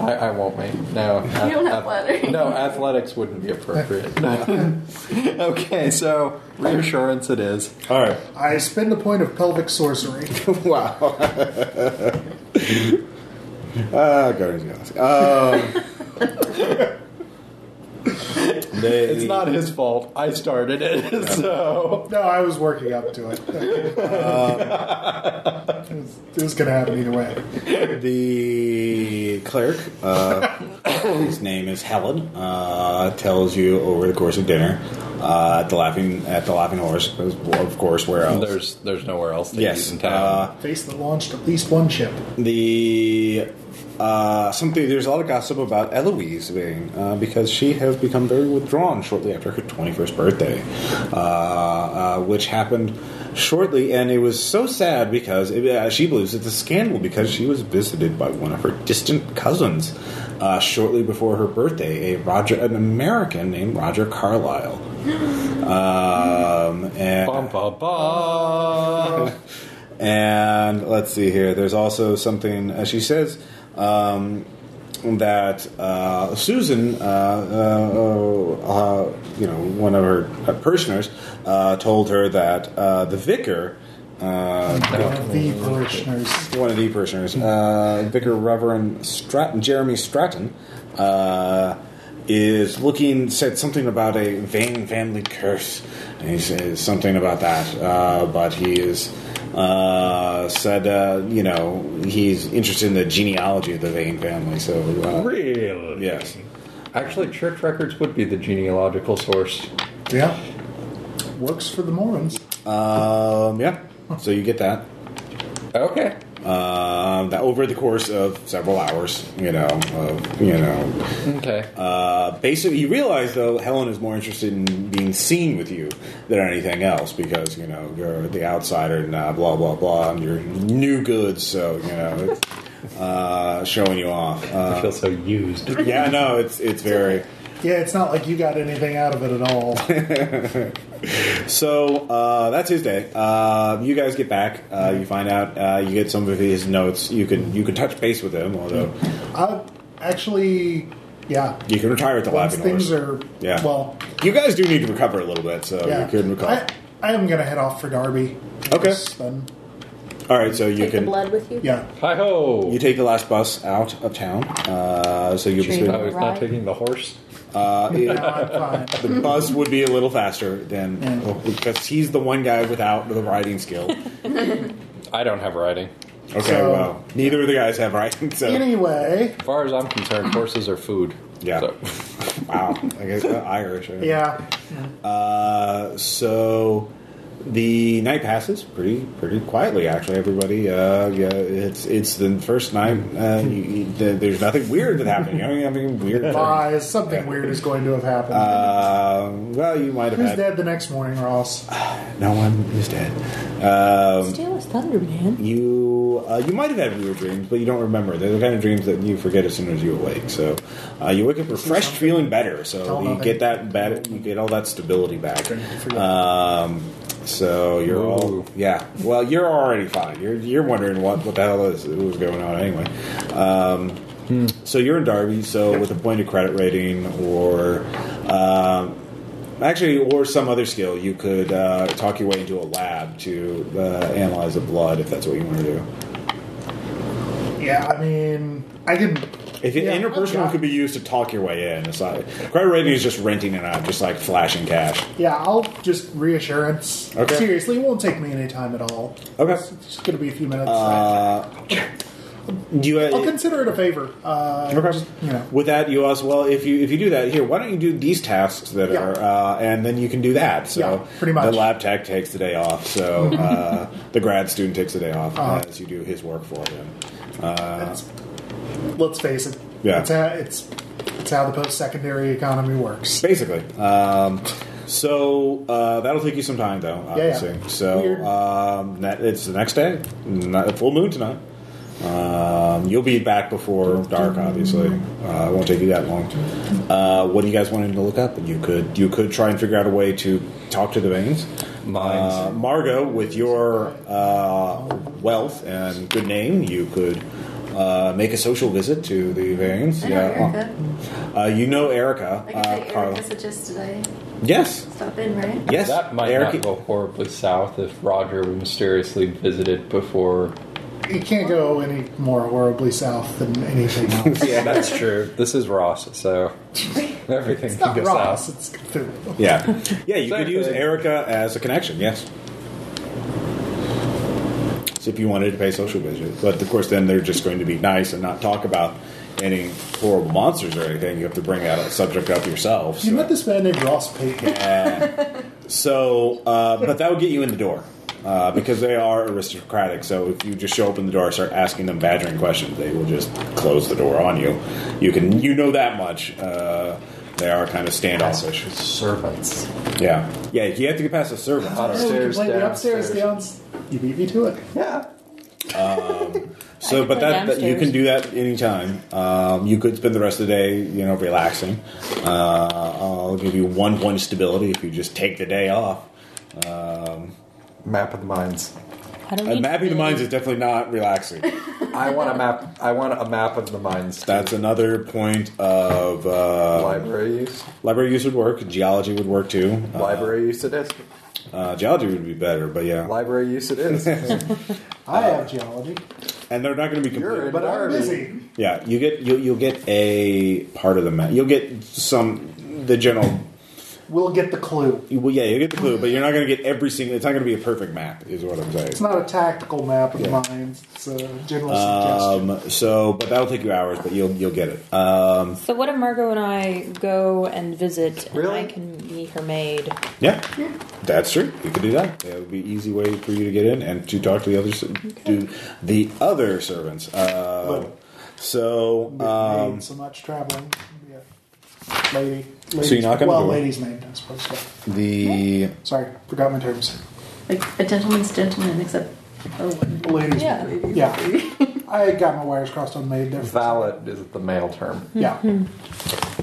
I, I won't make. No. You don't have flattery. No, athletics wouldn't be appropriate. No. <laughs> okay, so reassurance it is. all right I spend a point of pelvic sorcery. <laughs> Wow. uh, Guardians of the <laughs> Galaxy. Um, they, It's not his fault. I started it, <laughs> so. No, I was working up to it. <laughs> it Uh. was, it was going to happen either way. the clerk. <coughs> Uh, his name is Helen. Uh, tells you over the course of dinner uh, at the laughing at the laughing horse, of course. Where else? There's there's nowhere else to yes. eat in town. Uh, Face that launched at least one ship. the uh, something there's a lot of gossip about Eloise being uh, because she has become very withdrawn shortly after her 21st birthday, uh, uh, which happened shortly, and it was so sad because it, uh, she believes it's a scandal because she was visited by one of her distant cousins uh, shortly before her birthday, a Roger, an American named Roger Carlyle. Um, and, Bum, bum, bum. and let's see here. There's also something uh, she says um, that uh, Susan, uh, uh, uh, you know, one of her uh, parishioners, uh, told her that uh, the vicar. Uh, One of the parishioners. one of the parishioners, uh, Vicar Reverend Stratton, Jeremy Stratton, uh, is looking said something about a vain family curse, and he says something about that. Uh, but he is uh, said, uh, you know, he's interested in the genealogy of the vain family. So, uh, Really? yes, Actually, church records would be the genealogical source. Yeah. Works for the Mormons. um, yeah. So you get that. Okay. Um, that over the course of several hours, you know, of, you know, Okay. Uh, basically, you realize though Helen is more interested in being seen with you than anything else because you know you're the outsider and uh, blah blah blah, and you're new goods, so you know it's uh, showing you off. I Uh, feel so used. yeah, no, it's it's very Yeah, it's not like you got anything out of it at all. so. Uh, that's his day. Uh, you guys get back. Uh, you find out. Uh, you get some of his notes. You can you can touch base with him, although I Uh, actually, yeah. you can retire at the Once laughing things horse. are Yeah. well, You guys do need to recover a little bit, so yeah. you can recover. I, I am gonna head off for Derby. Okay. Yes, Then, All right, so you Take can. the blood with you. yeah. Hi ho! You take the last bus out of town, uh, so you'll be Tree. I spending, was not Right. taking the horse. uh, No, it- I'm <laughs> fine. <laughs> The bus would be a little faster than Yeah. well, because he's the one guy without the riding <laughs> skill. I don't have riding. Okay, So- well, neither of the guys have riding, so Anyway, As far as I'm concerned, horses are food. Yeah. So, <laughs> wow, I guess uh, Irish. eh? yeah. Uh, so the night passes pretty pretty quietly. Actually, everybody. Uh, yeah, it's it's the first night. Uh, you, you- there- there's nothing weird that happened. You know, nothing weird. Lies. Something weird is going to have happened. Uh, well, you might have Who's had dead the next morning, Ross? Uh, no one is dead. Um, Still was thunder, man. You uh, you might have had weird dreams, but you don't remember. They're the kind of dreams that you forget as soon as you awake. So uh, you wake up refreshed, feeling better. So Tell you nothing. get that bad, you get all that stability back. Drink and forget. Um, So you're all Ooh. yeah. Well, you're already fine. You're you're wondering what what the hell is was going on anyway. Um, Hmm. So you're in Derby. So with a point of credit rating or. Um, Actually, or some other skill, you could uh, talk your way into a lab to uh, analyze the blood if that's what you want to do. Yeah, I mean, I can. If it, Yeah. interpersonal Okay. could be used to talk your way in, it's like credit rating is just renting it out, just like flashing cash. Yeah, I'll just reassurance. Okay. Seriously, it won't take me any time at all. Okay. It's just going to be a few minutes. Uh, do you, uh, I'll consider it a favor. Uh, Okay. just, you know. With that, you also well, if you if you do that here, why don't you do these tasks that Yeah. are, uh, and then you can do that. So Yeah, pretty much. the lab tech takes the day off. <laughs> So uh, the grad student takes the day off Uh-huh. as you do his work for him. It's- Um, let's face it. Yeah. It's how, it's, it's how the post secondary economy works. Basically, um, so uh, that'll take you some time, though. Yeah, yeah. Obviously, so Weird. um, that, it's the next day, not, full moon tonight. Um, you'll be back before dark, obviously. Uh, it won't take you that long. Uh, what do you guys want him to look up? And you could you could try and figure out a way to talk to the veins. Mines. Uh, Margot, with your uh, wealth and good name, you could uh, make a social visit to the veins. I know Erica. Uh, you know Erica. I guess uh, that Carla. Erica suggested I Yes. stop in, right? Yes. That might Erica- not go horribly south if Roger mysteriously visited before. You can't go any more horribly south than <laughs> anything else. Yeah, that's <laughs> true. This is Ross, so everything it's can not go Ross, south. it's Cthulhu. Yeah. Yeah, you Same could use thing. Erica as a connection, yes. So if you wanted to pay social visit. But of course, then they're just going to be nice and not talk about any horrible monsters or anything. You have to bring that subject up yourself. You so- met this man named Ross Payton. So, uh, but that would get you in the door uh, because they are aristocratic. So if you just show up in the door, and start asking them badgering questions, they will just close the door on you. You can, you know that much. Uh, they are kind of standoffish. Servants. Yeah, yeah. You have to get past the servants. Oh, we Upstairs, can play the upstairs, downstairs. downs. You beat me to it. Yeah. So, but play that, that you downstairs. can do that anytime. Um, you could spend the rest of the day, you know, relaxing. Uh, I'll give you one point of stability if you just take the day off. Map of the mines. I don't Uh, need mapping the to- mines is definitely not relaxing. I want a map. I want a map of the mines. That's another point of uh, library use. Uh-huh. library use would work. Geology would work too. Uh, Library use it is. uh, geology would be better, but yeah. Library use it <laughs> is. I have geology, And they're not going to be You're complete. in but I'm Derby. busy. Yeah, you get you'll, you'll get a part of the map. You'll get some the general We'll get the clue. You- Well, yeah, you get the clue, but you're not going to get every single. It's not going to be a perfect map, is what I'm It's saying. not a tactical map of Yeah. mines. It's a general suggestion. Um, so, but that'll take you hours, but you'll you'll get it. Um, So what if Margot and I go and visit, and Really? I can be her maid? yeah, that's true. You could do that. That would be an easy way for you to get in and to talk to the other ser- to the other servants. Uh, But- so, We've um, made so much traveling. Yeah. Lady. ladies- So you knock on the well, door. lady's maid, I suppose. But, the sorry, forgot my terms. <laughs> Like a gentleman's gentleman, except oh, <laughs> a woman. A Lady's Yeah. maid. Yeah. I got my wires crossed on maid there. for- Valet is the male term. Yeah.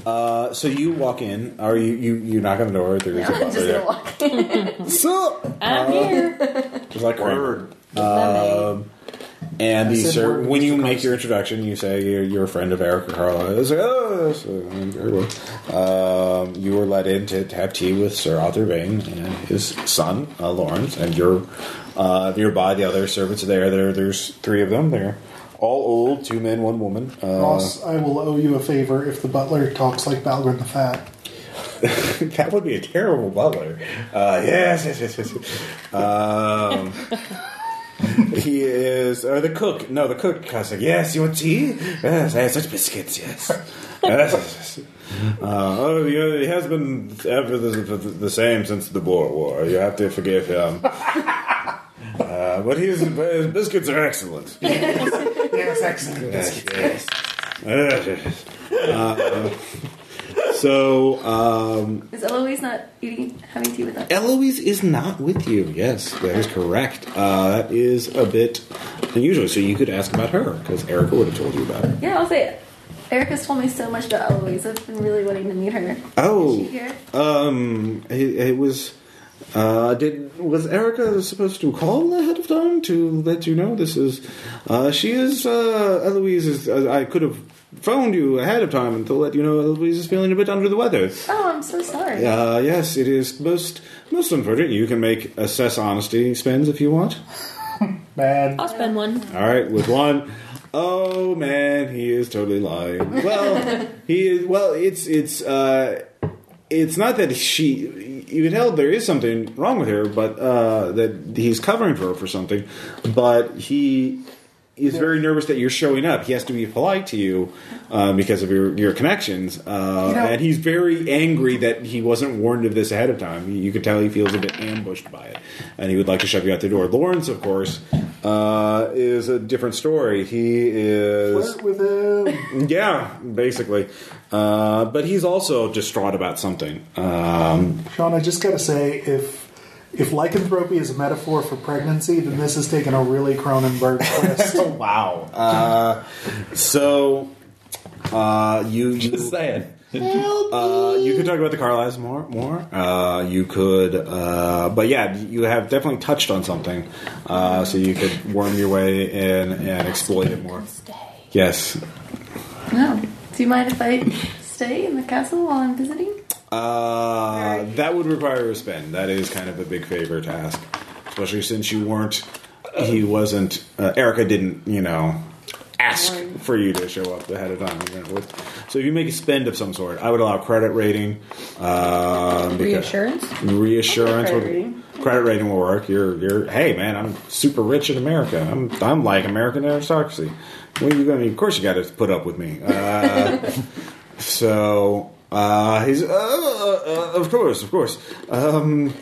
uh, so you walk in, or you you, you knock on the door. There's Yeah, I'm just gonna walk. so I'm here. just like Kramer. Word. Um, And the said sir, word, when you Mr. make your introduction, you say you're, you're a friend of Erica Carla. It's like, oh, yes, uh, very well. Um, you were let in to have tea with Sir Arthur Vane and his son, uh, Lawrence, and you're uh, nearby. The other servants are there. there. There's three of them there. All old, two men, one woman. Uh, Ross, I will owe you a favor if the butler talks like Balgrin the Fat. <laughs> that would be a terrible butler. Uh, yes, yes, yes, yes. yes. Um, he is, or the cook. No, the cook. I was like, yes, you want tea? Yes, I have such biscuits. Yes. <laughs> yes, yes, yes. Uh, oh, you- he has been ever the, the, the same since the Boer War. You have to forgive him. <laughs> Uh, but his, but his biscuits are excellent. <laughs> yes, excellent. Yes, yes. Yes, yes. Uh, so, um, Is Eloise not eating, having tea with us? Eloise is not with you. Yes, that is correct. Uh, that is a bit unusual. So you could ask about her because Erica would have told you about her. Yeah, I'll say. Erica's told me so much about Eloise. I've been really wanting to meet her. Oh, Is she here? um, it, it was. Uh, did was Erica supposed to call ahead of time to let you know this is? Uh, she is uh, Eloise is. Uh, I could have phoned you ahead of time and to let you know Eloise is feeling a bit under the weather. Oh, I'm so sorry. Uh, yes, it is most most unfortunate. You can make assess honesty spends if you want. Man, I'll spend one. All right, with one. Oh man, he is totally lying. <laughs> Well, he is. Well, it's it's uh, it's not that she. You can tell there is something wrong with her, but uh, that he's covering for her for something. But he is very nervous that you're showing up. He has to be polite to you uh, because of your your connections, uh, You know- and he's very angry that he wasn't warned of this ahead of time. You could tell he feels a bit ambushed by it, and he would like to shove you out the door. Lawrence, of course, uh, is a different story. He is, flirt with him. yeah, basically, uh, but he's also distraught about something. Um, Sean, I just gotta say, if if lycanthropy is a metaphor for pregnancy, then this has taken a really Cronenberg <laughs> twist. wow. Uh, so uh, you you. Just saying. Uh, you could talk about the Carlisles more. More. Uh, you could, uh, but yeah, you have definitely touched on something, uh, so you could worm your way in and exploit it more. Yes. No. Do you mind if I stay in the castle while <laughs> I'm visiting? Uh, that would require a spend. That is kind of a big favor to ask, especially since you weren't. He wasn't. Uh, Erica didn't. You know. Ask for you to show up ahead of time. You know, with- So if you make a spend of some sort, I would allow credit rating. Uh, because- Reassurance? reassurance Okay, would credit rating. credit rating will work. You're you're hey man, I'm super rich in America. I'm I'm like American aristocracy. What are you gonna? Of course you got to put up with me. Uh, <laughs> so uh, he's uh, uh, uh, of course of course. Um,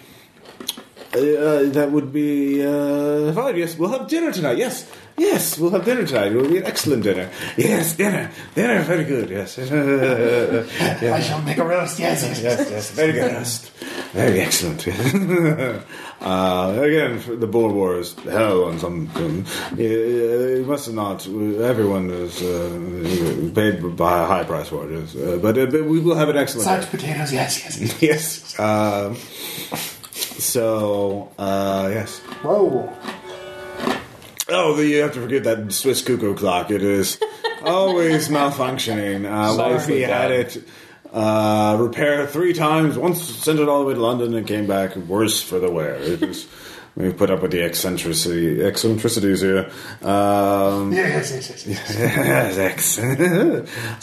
uh, that would be uh, fine. Yes, we'll have dinner tonight. Yes, yes, we'll have dinner tonight. It will be an excellent dinner. Yes, dinner, dinner, very good. Yes, <laughs> I shall make a roast. Yes, yes. yes, yes, very good. Yes. Very excellent. <laughs> uh, again, for the Boer War is hell on some. Um, you, you must not. Everyone is uh, paid by a high price for it. Yes. Uh, but, uh, but we will have an excellent. Such potatoes. Yes, yes. Yes. Um, so, uh, yes. Whoa. Oh, you have to forget that Swiss cuckoo clock. It is always malfunctioning. Uh, Sorry. wifey had it uh, repaired three times. Once sent it all the way to London and came back worse for the wear. It is, <laughs> we put up with the eccentricity, eccentricities here. <laughs> Um, <laughs> Yes, yes, yes. yes. ex.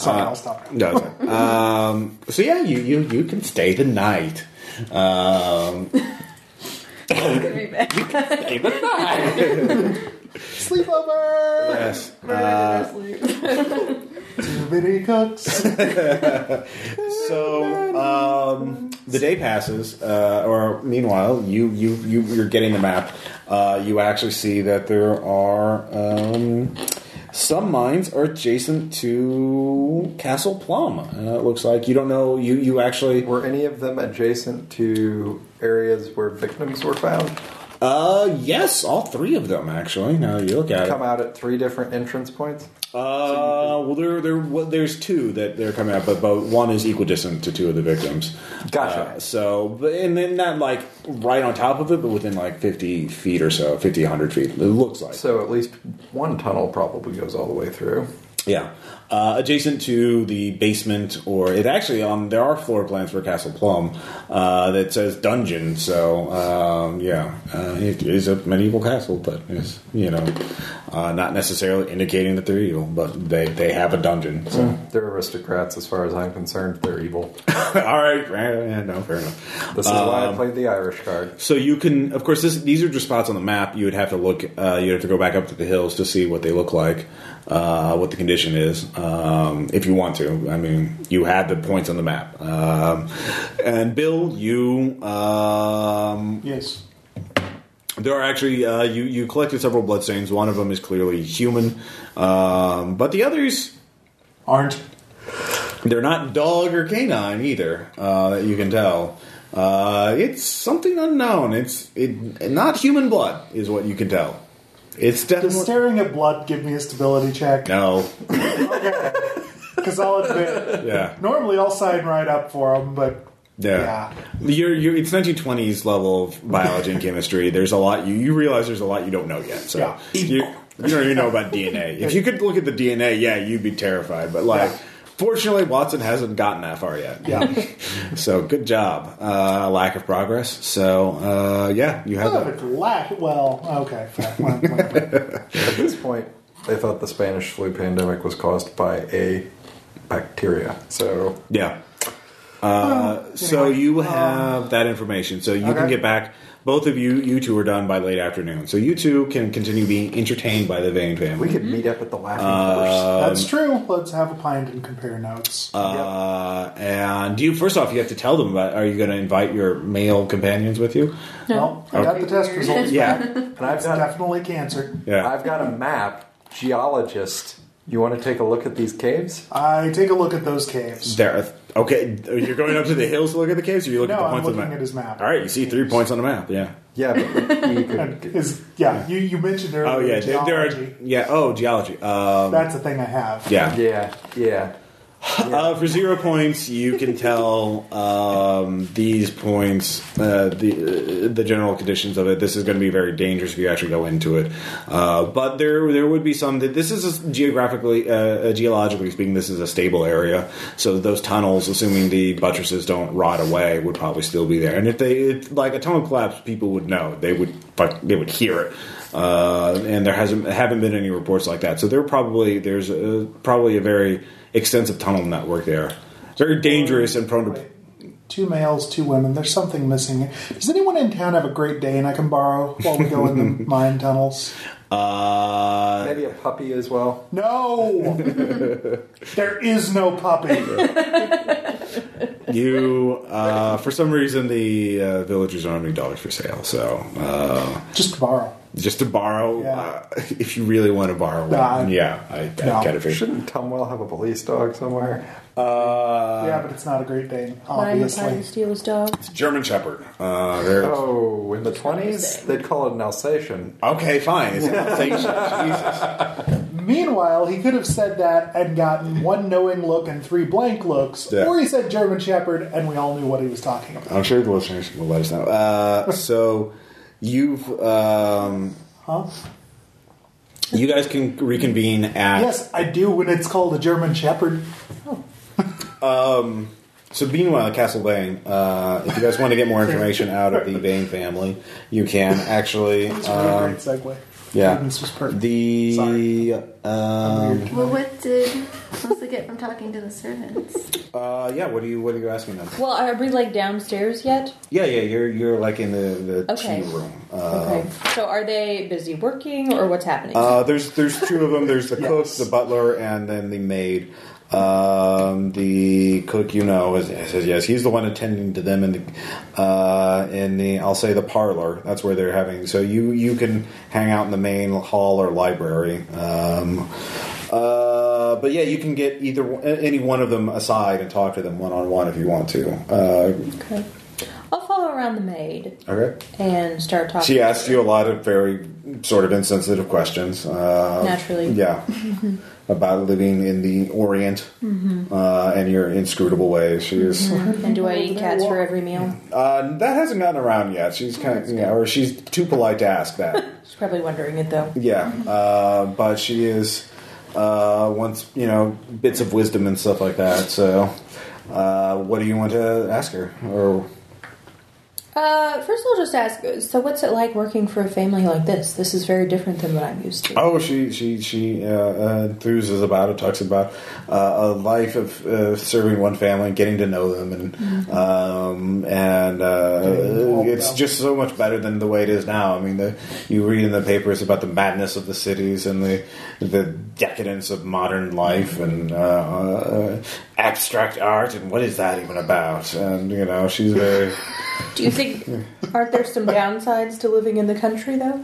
Sorry, I'll stop. No, it's all right. um, so yeah, you, you you can stay the night. Um, Could be bad. stay the night. Sleepover. yes. Too many cooks. So um, the day passes, uh, or meanwhile, you you you you're getting the map. Uh, you actually see that there are um, some mines are adjacent to Castle Plum. Uh, it looks like you don't know. You you actually Were any of them adjacent to areas where victims were found? uh yes, all three of them actually. Now that you look at Come it. out at three different entrance points? Uh, well, there there well, there's two that they're coming out, but but one is equidistant to two of the victims. Gotcha. Uh, so, but and then not like right on top of it, but within like 50 feet or so, 50, 100 feet, it looks like. So at least one tunnel probably goes all the way through. Yeah. Uh, adjacent to the basement, or it actually, um, there are floor plans for Castle Plum uh, that says dungeon, so um, yeah, uh, it is a medieval castle, but it's, you know, uh, not necessarily indicating that they're evil, but they, they have a dungeon, so. They're aristocrats, as far as I'm concerned. They're evil. <laughs> All right, yeah, yeah, no, fair enough. This is why Um, I played the Irish card. So you can, of course, this, these are just spots on the map. You would have to look. Uh, you would have to go back up to the hills to see what they look like, uh, what the condition is, um, if you want to. I mean, you have the points on the map. Um, and Bill, you um, Yes. there are actually uh, you you collected several bloodstains. One of them is clearly human, um, but the others Aren't. they're not dog or canine either. Uh, that you can tell. Uh, it's something unknown. It's it not human blood is what you can tell. It's Does definitely staring at blood give me a stability check? no. Because I'll admit, Yeah. normally I'll sign right up for them, but Yeah. You're, you're, it's 1920s level of biology and chemistry. There's a lot you, you realize there's a lot you don't know yet. So Yeah. you, you don't even know about DNA. If you could look at the DNA, yeah, you'd be terrified. But like, Yeah. fortunately, Watson hasn't gotten that far yet. <laughs> Yeah. So good job. Uh, lack of progress. So uh, yeah, you have Oh, that. it's lack. Well, okay. fair. Well, <laughs> whatever. At this point, they thought the Spanish flu pandemic was caused by a bacteria. So Yeah. Uh, so you have that information. So you can Oh, okay. get back. Both of you, you two are done by late afternoon. So you two can continue being entertained by the Vane family. we could meet up at the Laughing Horse. That's true. Let's have a pint and compare notes. Um, Uh, and you first off you have to tell them about are you going to invite your male companions with you well, I got the test results. yeah And I've It's got, definitely cancer. yeah I've got a map. Geologist, you want to take a look at these caves? I take a look at those caves. there are- okay you're going up to the hills to look at the caves or you look at No, the I'm points on the looking map at his map. all right you see three points on the map yeah Yeah, but we, we <laughs> could. Is yeah. You you mentioned earlier. oh yeah there, there are geology. yeah oh geology um, That's a thing I have. yeah Yeah, yeah. Uh, for zero points, you can tell um, these points, uh, the uh, the general conditions of it. This is going to be very dangerous if you actually go into it. Uh, but there there would be some that this is a geographically, uh, uh, geologically speaking, this is a stable area. So those tunnels, assuming the buttresses don't rot away, would probably still be there. And if they if, like a tunnel collapsed, people would know. They would fuck, they would hear it. Uh, and there hasn't haven't been any reports like that. So there probably there's a, probably a very extensive tunnel network there. Very dangerous and prone to. Wait. Two males, two women. There's something missing. Does anyone in town have a great Dane I can borrow while we go in <laughs> the mine tunnels? Uh, Maybe a puppy as well. <laughs> No, there is no puppy. you, uh, for some reason, the uh, villagers are only dollars for sale. So uh, Just borrow. just to borrow, Yeah. uh, <laughs> if you really want to borrow one, Nah. yeah, I, I No. kind of figured. Shouldn't Tumwell have a police dog somewhere? Uh, yeah, but it's not a great Dane, Lion would probably obviously. steal his dog. it's German Shepherd. Uh, very- Oh, in the 20s? They'd call it an Alsatian. Okay, <laughs> fine. It's an Alsatian. Jesus. Meanwhile, he could have said that and gotten one knowing look and three blank looks, Yeah. or he said German Shepherd, and we all knew what he was talking about. I'm sure the listeners will let us know. Uh, so you've um, Huh? you guys can reconvene at Yes, I do when it's called a German Shepherd. So meanwhile, at Castle Bane, uh, if you guys want to get <laughs> more information out of the Bane family, you can actually. It's a really Um, great segue. yeah, This was perfect. the um, Well, what did Melissa get from talking to the servants? uh, yeah. What are you What are you asking them? Well, are we like downstairs yet? Yeah, yeah. You're you're like in the the Okay. tea room. Uh, Okay. So are they busy working or what's happening? Uh, there's there's two of them. There's the cook, Yes. the butler, and then the maid. Um, the cook, you know, is, says yes. He's the one attending to them in the uh, in the I'll say the parlor. That's where they're having. So you you can hang out in the main hall or library. Um, uh, but yeah, you can get either one- any one of them aside and talk to them one on one if you want to. Uh, okay. I'll follow around the maid okay. and start talking. She to asks her. you a lot of very sort of insensitive questions. Uh, Naturally. Yeah. about living in the Orient uh, and your inscrutable ways. She is. And do I eat cats for every meal? Uh, that hasn't gotten around yet. She's kind of, yeah, or she's too polite to ask that. She's probably wondering it though. yeah. Uh, but she is, uh, wants, you know, bits of wisdom and stuff like that. So, uh, what do you want to ask her? Or. Uh, first, I'll just ask. So, what's it like working for a family like this? This is very different than what I'm used to. Oh, she she she uh, uh, enthuses about it. Talks about uh, a life of uh, serving one family, and getting to know them, and Mm-hmm. um, and uh, involved, it's yeah. just so much better than the way it is now. I mean, the, you read in the papers about the madness of the cities and the the decadence of modern life and uh, uh, abstract art, and what is that even about? And you know, she's <sighs> very. Do you think? Aren't there some downsides to living in the country though?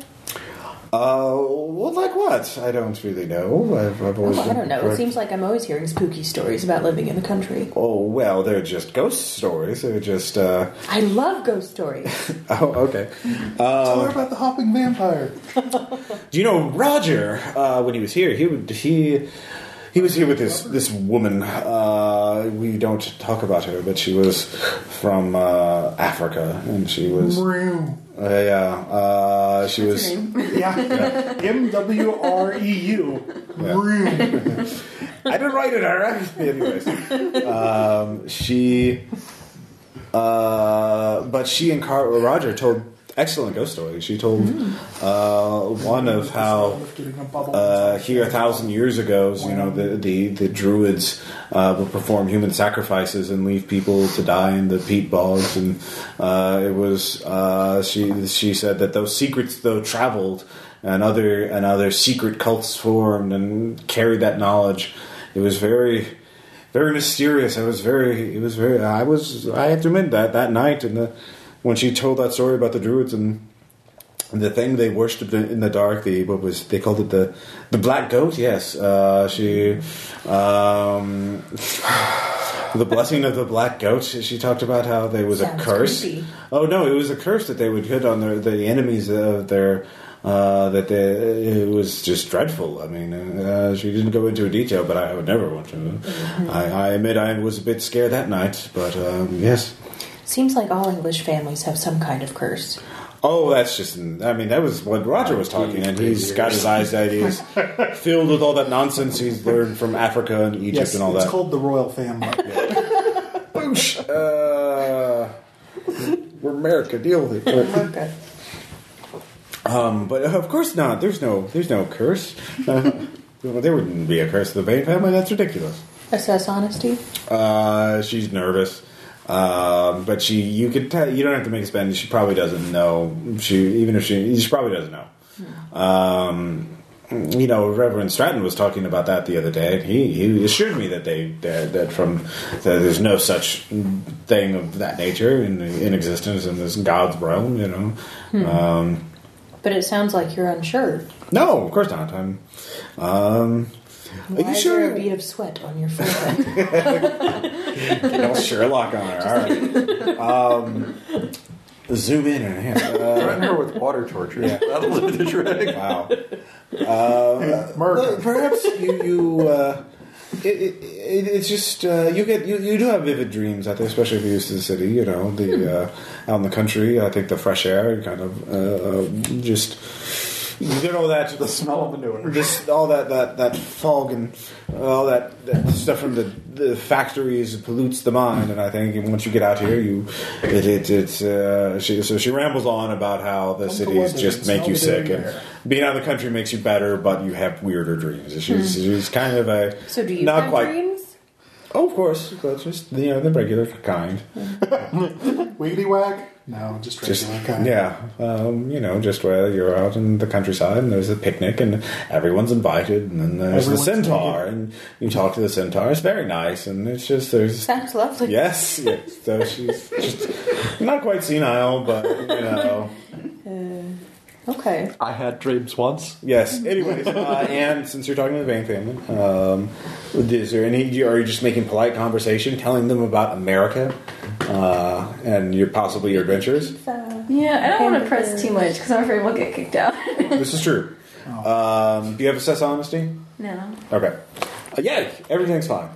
Uh, well, like what? I don't really know. I've, I've always Oh, I been don't know. It very- seems like I'm always hearing spooky stories about living in the country. Oh well, they're just ghost stories. They're just uh, <laughs> I love ghost stories. oh okay. uh, Tell her about the hopping vampire. Do you know Roger? Uh, when he was here, he would he He was here with this this woman. Uh, we don't talk about her, but she was from uh, Africa, and she was uh, Mreu. yeah. Uh, she was. Yeah. M W R E U. Mreu. I didn't write it, Ira. Anyways, um, she, uh, but she and Car- Roger told excellent ghost stories. She told uh, one of how Getting a bubble. uh, here a thousand years ago, you know, the the, the druids uh, would perform human sacrifices and leave people to die in the peat bogs, and uh, it was uh, she she said that those secrets though traveled, and other and other secret cults formed and carried that knowledge. It was very. Very mysterious. I was very. It was very. I was. I had to admit that that night, and the, when she told that story about the druids and and the thing they worshipped in in the dark, the what was they called it the the black goat? Yes, uh, she um, <sighs> the blessing of the black goat. She, she talked about how there was Sounds a curse. creepy. Oh no, it was a curse that they would hit on their the enemies of their. Uh, that they, it was just dreadful. I mean, uh, she didn't go into detail, but I would never want to. I, I admit I was a bit scared that night, but um, yes. Seems like all English families have some kind of curse. Oh, that's just. I mean, that was what Roger was talking, and he's got his eyes that <laughs> he's filled with all that nonsense he's learned from Africa and Egypt yes, and all it's that. called the royal family. Boosh. Uh, we're America. Deal with <laughs> it. Okay. Um, but of course not. There's no. There's no curse. <laughs> Uh, there wouldn't be a curse to the Vane family. That's ridiculous. Assess honesty. Uh, she's nervous, um, but she you could tell you don't have to make a spend. She probably doesn't know. She even if she she probably doesn't know. Um, you know, Reverend Stratton was talking about that the other day. He he assured me that they that, that from that there's no such thing of that nature in in existence in this God's realm. You know. Um, But it sounds like you're unsure. no, of course not. I'm. Um, are Why you is sure? there a bead of sweat on your <laughs> forehead? Get all Sherlock on her. All right. Um, zoom in and yeah, uh, Threaten her with water torture. Yeah. <laughs> That'll do the trick. wow. Well, Murder. perhaps you you. Uh, it, it, it, it's just uh, you get you, you do have vivid dreams out there, especially if you're used to the city. You know the uh, out in the country. I think the fresh air kind of uh, uh, just you get all that The smell of manure. this all that, that, that fog and all that, that stuff from the, the factories pollutes the mind and I think once you get out here you it, it it's uh, she, so she rambles on about how the to cities London just and make you smell the sick and air. being out of the country makes you better but you have weirder dreams she's, she's kind of a Hmm. So do you not have quite dreams? oh of course but just you know the regular kind Wiggity wag. No, just just regular kind. yeah, um, you know, just where you're out in the countryside and there's a picnic and everyone's invited, and then there's Everyone's the centaur, and you talk to the centaur. It's very nice, and it's just there's Sounds lovely. <laughs> yes, yes. So she's just not quite senile, but you know, Okay. I had dreams once. yes. <laughs> Anyways, uh, and since you're talking to the Vane family, um, is there any? Are you just making polite conversation, telling them about America uh, and your possibly your adventures? Yeah, I don't want to press too much because I'm afraid we'll get kicked out. This is true. Oh. Um, do you have assess honesty? <laughs> no. Okay. Uh, yeah, everything's <laughs> fine.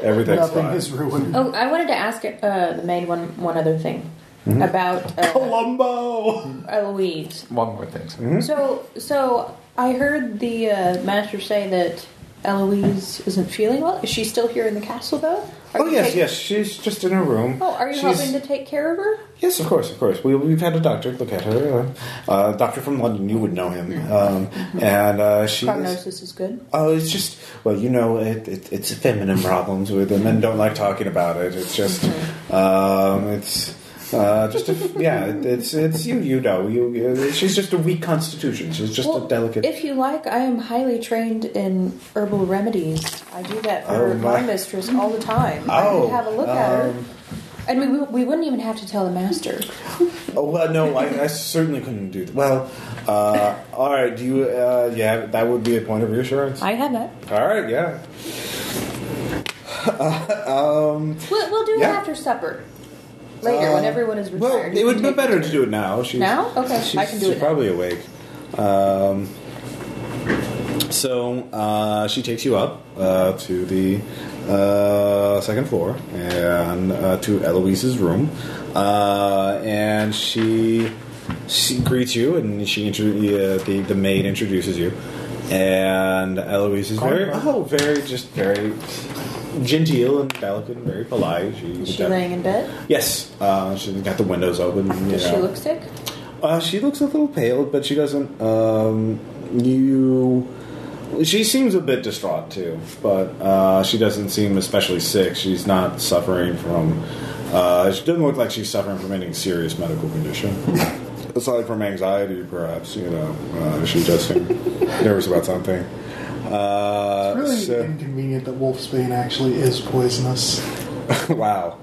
Everything's Nothing fine. is ruined. Oh, I wanted to ask uh, the maid one one other thing Mm-hmm. about Oh, uh, Columbo. Eloise. One more thing. sorry. So, so I heard the uh, master say that Eloise isn't feeling well. Is she still here in the castle, though? Are Oh you yes, taking- yes. She's just in her room. Oh, are you She's- helping to take care of her? Yes, of course, of course. We, we've had a doctor look at her. Uh, uh, a doctor from London. You would know Mm. him. Um, and uh, she. Is, Prognosis is good. oh, it's just well, you know, it, it, it's feminine problems. Where the men don't like talking about it. It's just, um, it's. Uh, just a, yeah, it, it's it's you you know you. Uh, she's just a weak constitution. She's just Well, a delicate. If you like, I am highly trained in herbal remedies. I do that for Oh, my. my mistress all the time. I Oh, could have a look at her. And we, we, we wouldn't even have to tell the master. Oh well, no, I, I certainly couldn't do that. Well, uh, all right. Do you? Uh, yeah, that would be a point of reassurance. I have that. all right, yeah. We'll, we'll do Yeah. it after supper. Later, when Uh, everyone is retired. Well, you it would can be take- better to do it now. She's, Now? Okay, I she's- can do she's it now. Probably awake. Um, So uh, she takes you up uh, to the uh, second floor and uh, to Eloise's room, uh, and she she greets you, and she intro- uh, the the maid introduces you, and Eloise is very oh very just very genteel and delicate and very polite. She, Is she laying in bed? Yes, uh, she's got the windows open. you Does she know. look sick? Uh, she looks a little pale, but she doesn't. Um, you. She seems a bit distraught too, but uh, she doesn't seem especially sick. She's not suffering from. Uh, she doesn't look like she's suffering from any serious medical condition. Aside from anxiety, perhaps you know, uh, she does seem nervous about something. Oh, Uh, Really so- inconvenient that wolfsbane actually is poisonous. <laughs> wow.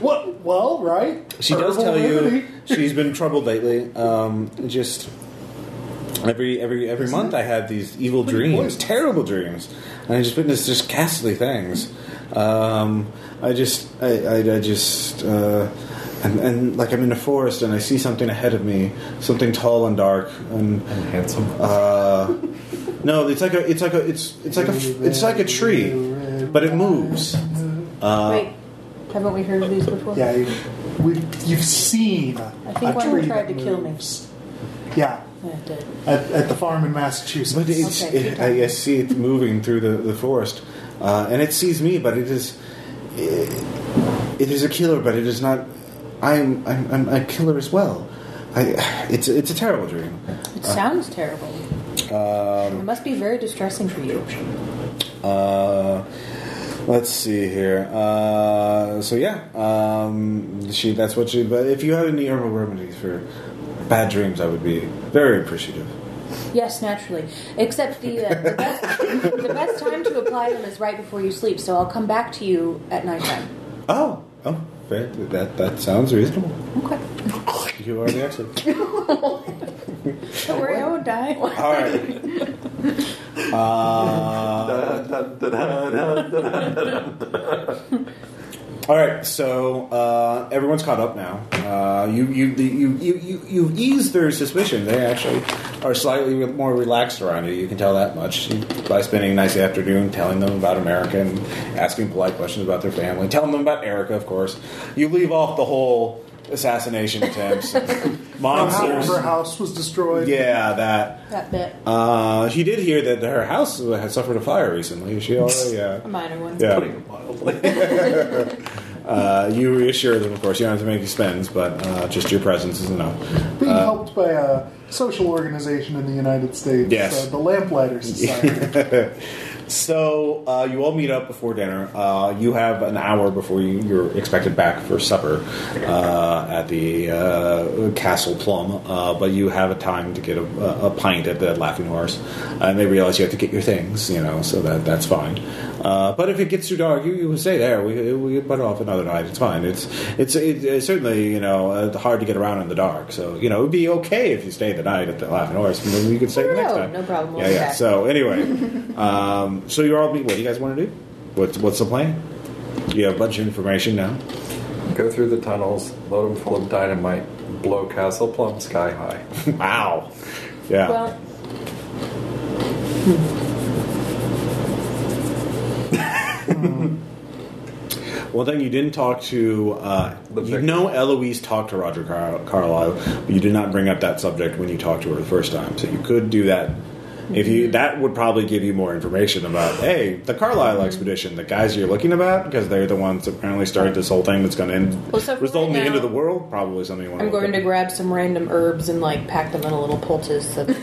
What? Well, right? She does Herbal tell you remedy. she's been troubled lately. Um, just every every every month, I have these evil dreams, terrible dreams, and I just witness just ghastly things. Um, I just I, I, I just uh, and, and like I'm in a forest and I see something ahead of me, something tall and dark, and Handsome. uh, no, it's like a it's like a it's it's like a it's like a tree, but it moves. Uh, Wait, haven't we heard of these before? Yeah, you, we, you've seen. I think one tried to kill me. me. Yeah, Yeah, it did. at, at the farm in Massachusetts. But it's, Okay, it, I, I see it moving through the, the forest, uh, and it sees me. But it is, eh, it, it is a killer. But it is not. I'm I'm, I'm a killer as well. I, it's it's a terrible dream. Um, It sounds terrible. it must be very distressing for you. Uh, let's see here. Uh, so yeah, um, she that's what she. But if you have any herbal remedies for bad dreams, I would be very appreciative. Yes, naturally. Except the, uh, the, best, the best time to apply them is right before you sleep, so I'll come back to you at nighttime. Oh oh, fair- that that sounds reasonable. Okay. You are the expert. Don't worry, I won't die. All right. Uh, <laughs> all right. So uh, everyone's caught up now. Uh, you, you you you you you ease their suspicion. They actually are slightly more relaxed around you. You can tell that much by spending a nice afternoon telling them about America and asking polite questions about their family, telling them about Erica, of course. You leave off the whole assassination attempts, Her house, monsters. her house was destroyed. Yeah, that. That bit. Uh, she did hear that her house had suffered a fire recently. She already, <laughs> yeah. A minor one. yeah. Putting it mildly. <laughs> Uh, you reassure them, of course. You don't have to make spends, but uh, just your presence is enough. Being Uh, helped by a social organization in the United States, Yes. uh, <laughs> the Lamplighter Society. So uh, you all meet up before dinner. Uh, you have an hour before you, you're expected back for supper uh, at the uh, Castle Plum, uh, but you have a time to get a, a pint at the Laughing Horse, and they realize you have to get your things, you know, so that that's fine. Uh, but if it gets too dark, you, you can stay there. We we can put it off another night. It's fine. It's it's it, it's certainly you know uh, hard to get around in the dark. So you know it'd be okay if you stayed the night at the Laughing Horse. Maybe you could stay the next No, time. no problem. We'll yeah, be yeah. back. So so anyway, <laughs> um, so you're all meet. What do you guys want to do? What's what's the plan? You have a bunch of information now. <laughs> Go through the tunnels, load them full of dynamite, blow Castle Plum sky <laughs> high. Wow. Yeah. Well, One thing you didn't talk to, uh, The you victim. know, Eloise talked to Roger Car- Carlisle, but you did not bring up that subject when you talked to her the first time. So you could do that. If Mm-hmm. you that would probably give you more information about hey the Mm-hmm. Carlisle expedition the guys you're looking about because they're the ones that apparently started this whole thing that's going to end Well, so for result in right the end of now- the world probably something you want I'm look going to up. grab some random herbs and like pack them in a little poultice and <laughs>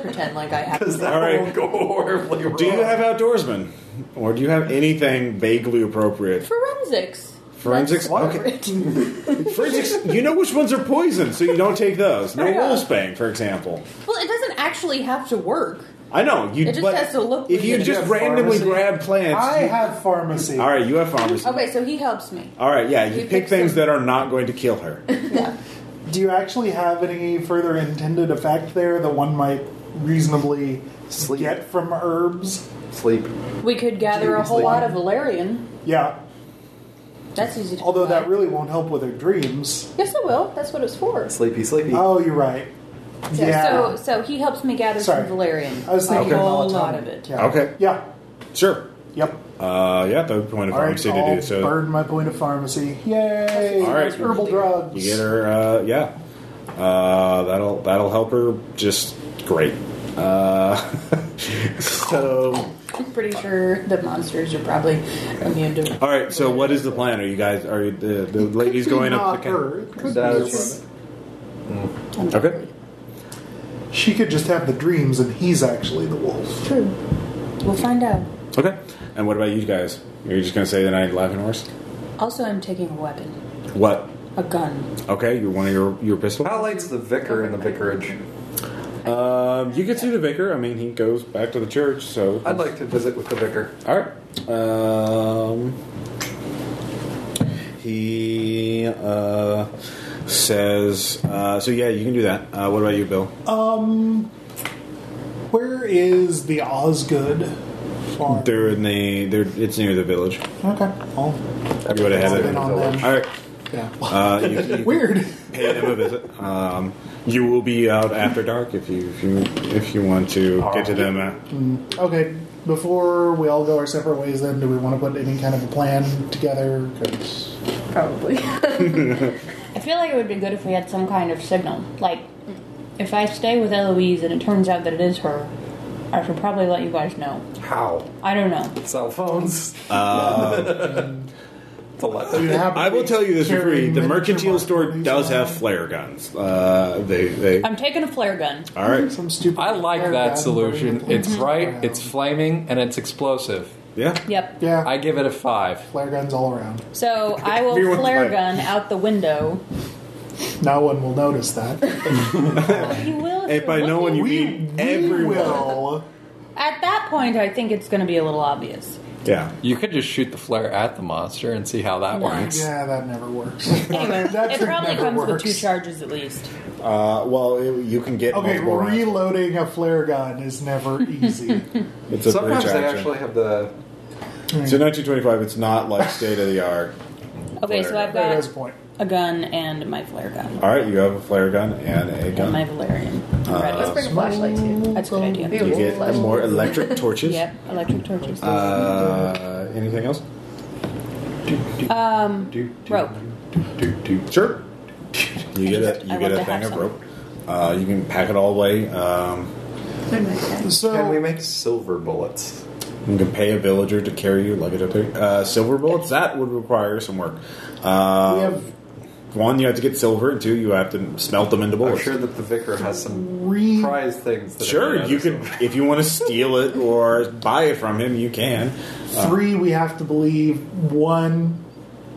pretend like I have. Because that All right. won't go horribly wrong. Do you have outdoorsmen? Or do you have anything vaguely appropriate? Forensics. Forensics? Okay. Forensics, you know which ones are poison, so you don't take those. No Yeah. wolfsbane, for example. Well, it doesn't actually have to work. I know. You, It just but has to look If you legit. just You have randomly pharmacy? grab plants. <laughs> I have pharmacy. all right, you have pharmacy. Okay, so he helps me. All right, yeah, you You pick pick things some- that are not going to kill <laughs> her. Yeah. Do you actually have any further intended effect there that one might reasonably Sleep. get from herbs? Sleep. We could gather a whole lot of valerian. Yeah. That's easy to Although find. that really won't help with her dreams. Yes, it will. That's what it's for. Sleepy, sleepy. Oh, you're right. So, Yeah. so, so he helps me gather Sorry. some Valerian. I was thinking a whole melatonin. lot of it. Yeah. Okay. Yeah. Sure. Yep. Uh, yeah, the point of All right. pharmacy to I'll do so. burn my point of pharmacy. Yay! All right. Herbal drugs. You get her, uh, yeah. Uh, that'll that'll help her just great. Uh, <laughs> so, I'm pretty sure the monsters are probably immune to it. all right. So, what is the plan? Are you guys? Are you, the the ladies going Not up? the ca- her. It could be That's- her. Okay. She could just have the dreams, and he's actually the wolf. True. We'll find out. Okay. And what about you guys? Are you just gonna say the night laughing horse? Also, I'm taking a weapon, What? a gun. Okay, you're one of your your pistol. How late's the vicar in the vicarage? Um, you can see the vicar. I mean, he goes back to the church. So, I'd like to visit with the vicar. All right. Um, he uh, says, uh, "So yeah, you can do that." Uh, what about you, Bill? Where is the Osgood farm? They're in the. They're. It's near the village. Okay. Well, You would have I've had been it. on them. All right. Yeah. Uh, you, you Weird. pay them a visit. Um, you will be out after dark if you if you if you want to get to them. uh, Okay. Before we all go our separate ways, then, do we want to put any kind of a plan together? 'Cause- Probably. I feel like it would be good if we had some kind of signal. Like, if I stay with Eloise and it turns out that it is her, I should probably let you guys know. How? I don't know. Cell phones. Um, <laughs> Do you Tele- happen I to will be tell you this for free: carrying the miniature mercantile mark store on these does have ones? flare guns. Uh, they they. I'm taking a flare gun. All right. some stupid. I like flare gun that solution. <laughs> burning It's things bright, around. it's flaming, and it's explosive. Yeah. Yep. yeah. I give it a five. flare guns all around. So <laughs> I will Everyone's flare like- gun out the window. No one will notice that. You will. If by you're no one looking. you we mean we everyone. will. At that point, I think it's going to be a <laughs> little obvious. Yeah. You could just shoot the flare at the monster and see how that works. Yeah, that never works. <laughs> Anyway, That it trick probably never comes with works. two charges at least. Uh, well, it, you can get Okay, multiple rounds. reloading a flare gun is <laughs> never easy. It's a Sometimes bridge they action. actually have the. So 1925, it's not like state of the art. Okay, so Flare I've That is a got point. a gun and my flare gun All right, you have a flare gun and a and my gun. Valerian. Let's Ready. bring a flashlight too. That's a good idea. You get Little more flashlight. electric torches. Yep, electric torches. Uh, anything else? um, Do, do, rope. Do, do. Sure. <laughs> You get a just- I you want get a to thing have of some. rope. Uh, you can pack it all away. Um, Can we So make silver bullets? you can pay a villager to carry you like a uh, silver bullets. That would require some work. Uh, we um, have one, you have to get silver, and two, you have to smelt them into I'm bullets. sure that the vicar has some three. prize things. That Sure, everyone you has. could if you want to steal it or buy it from him, you can. Three, we have to believe one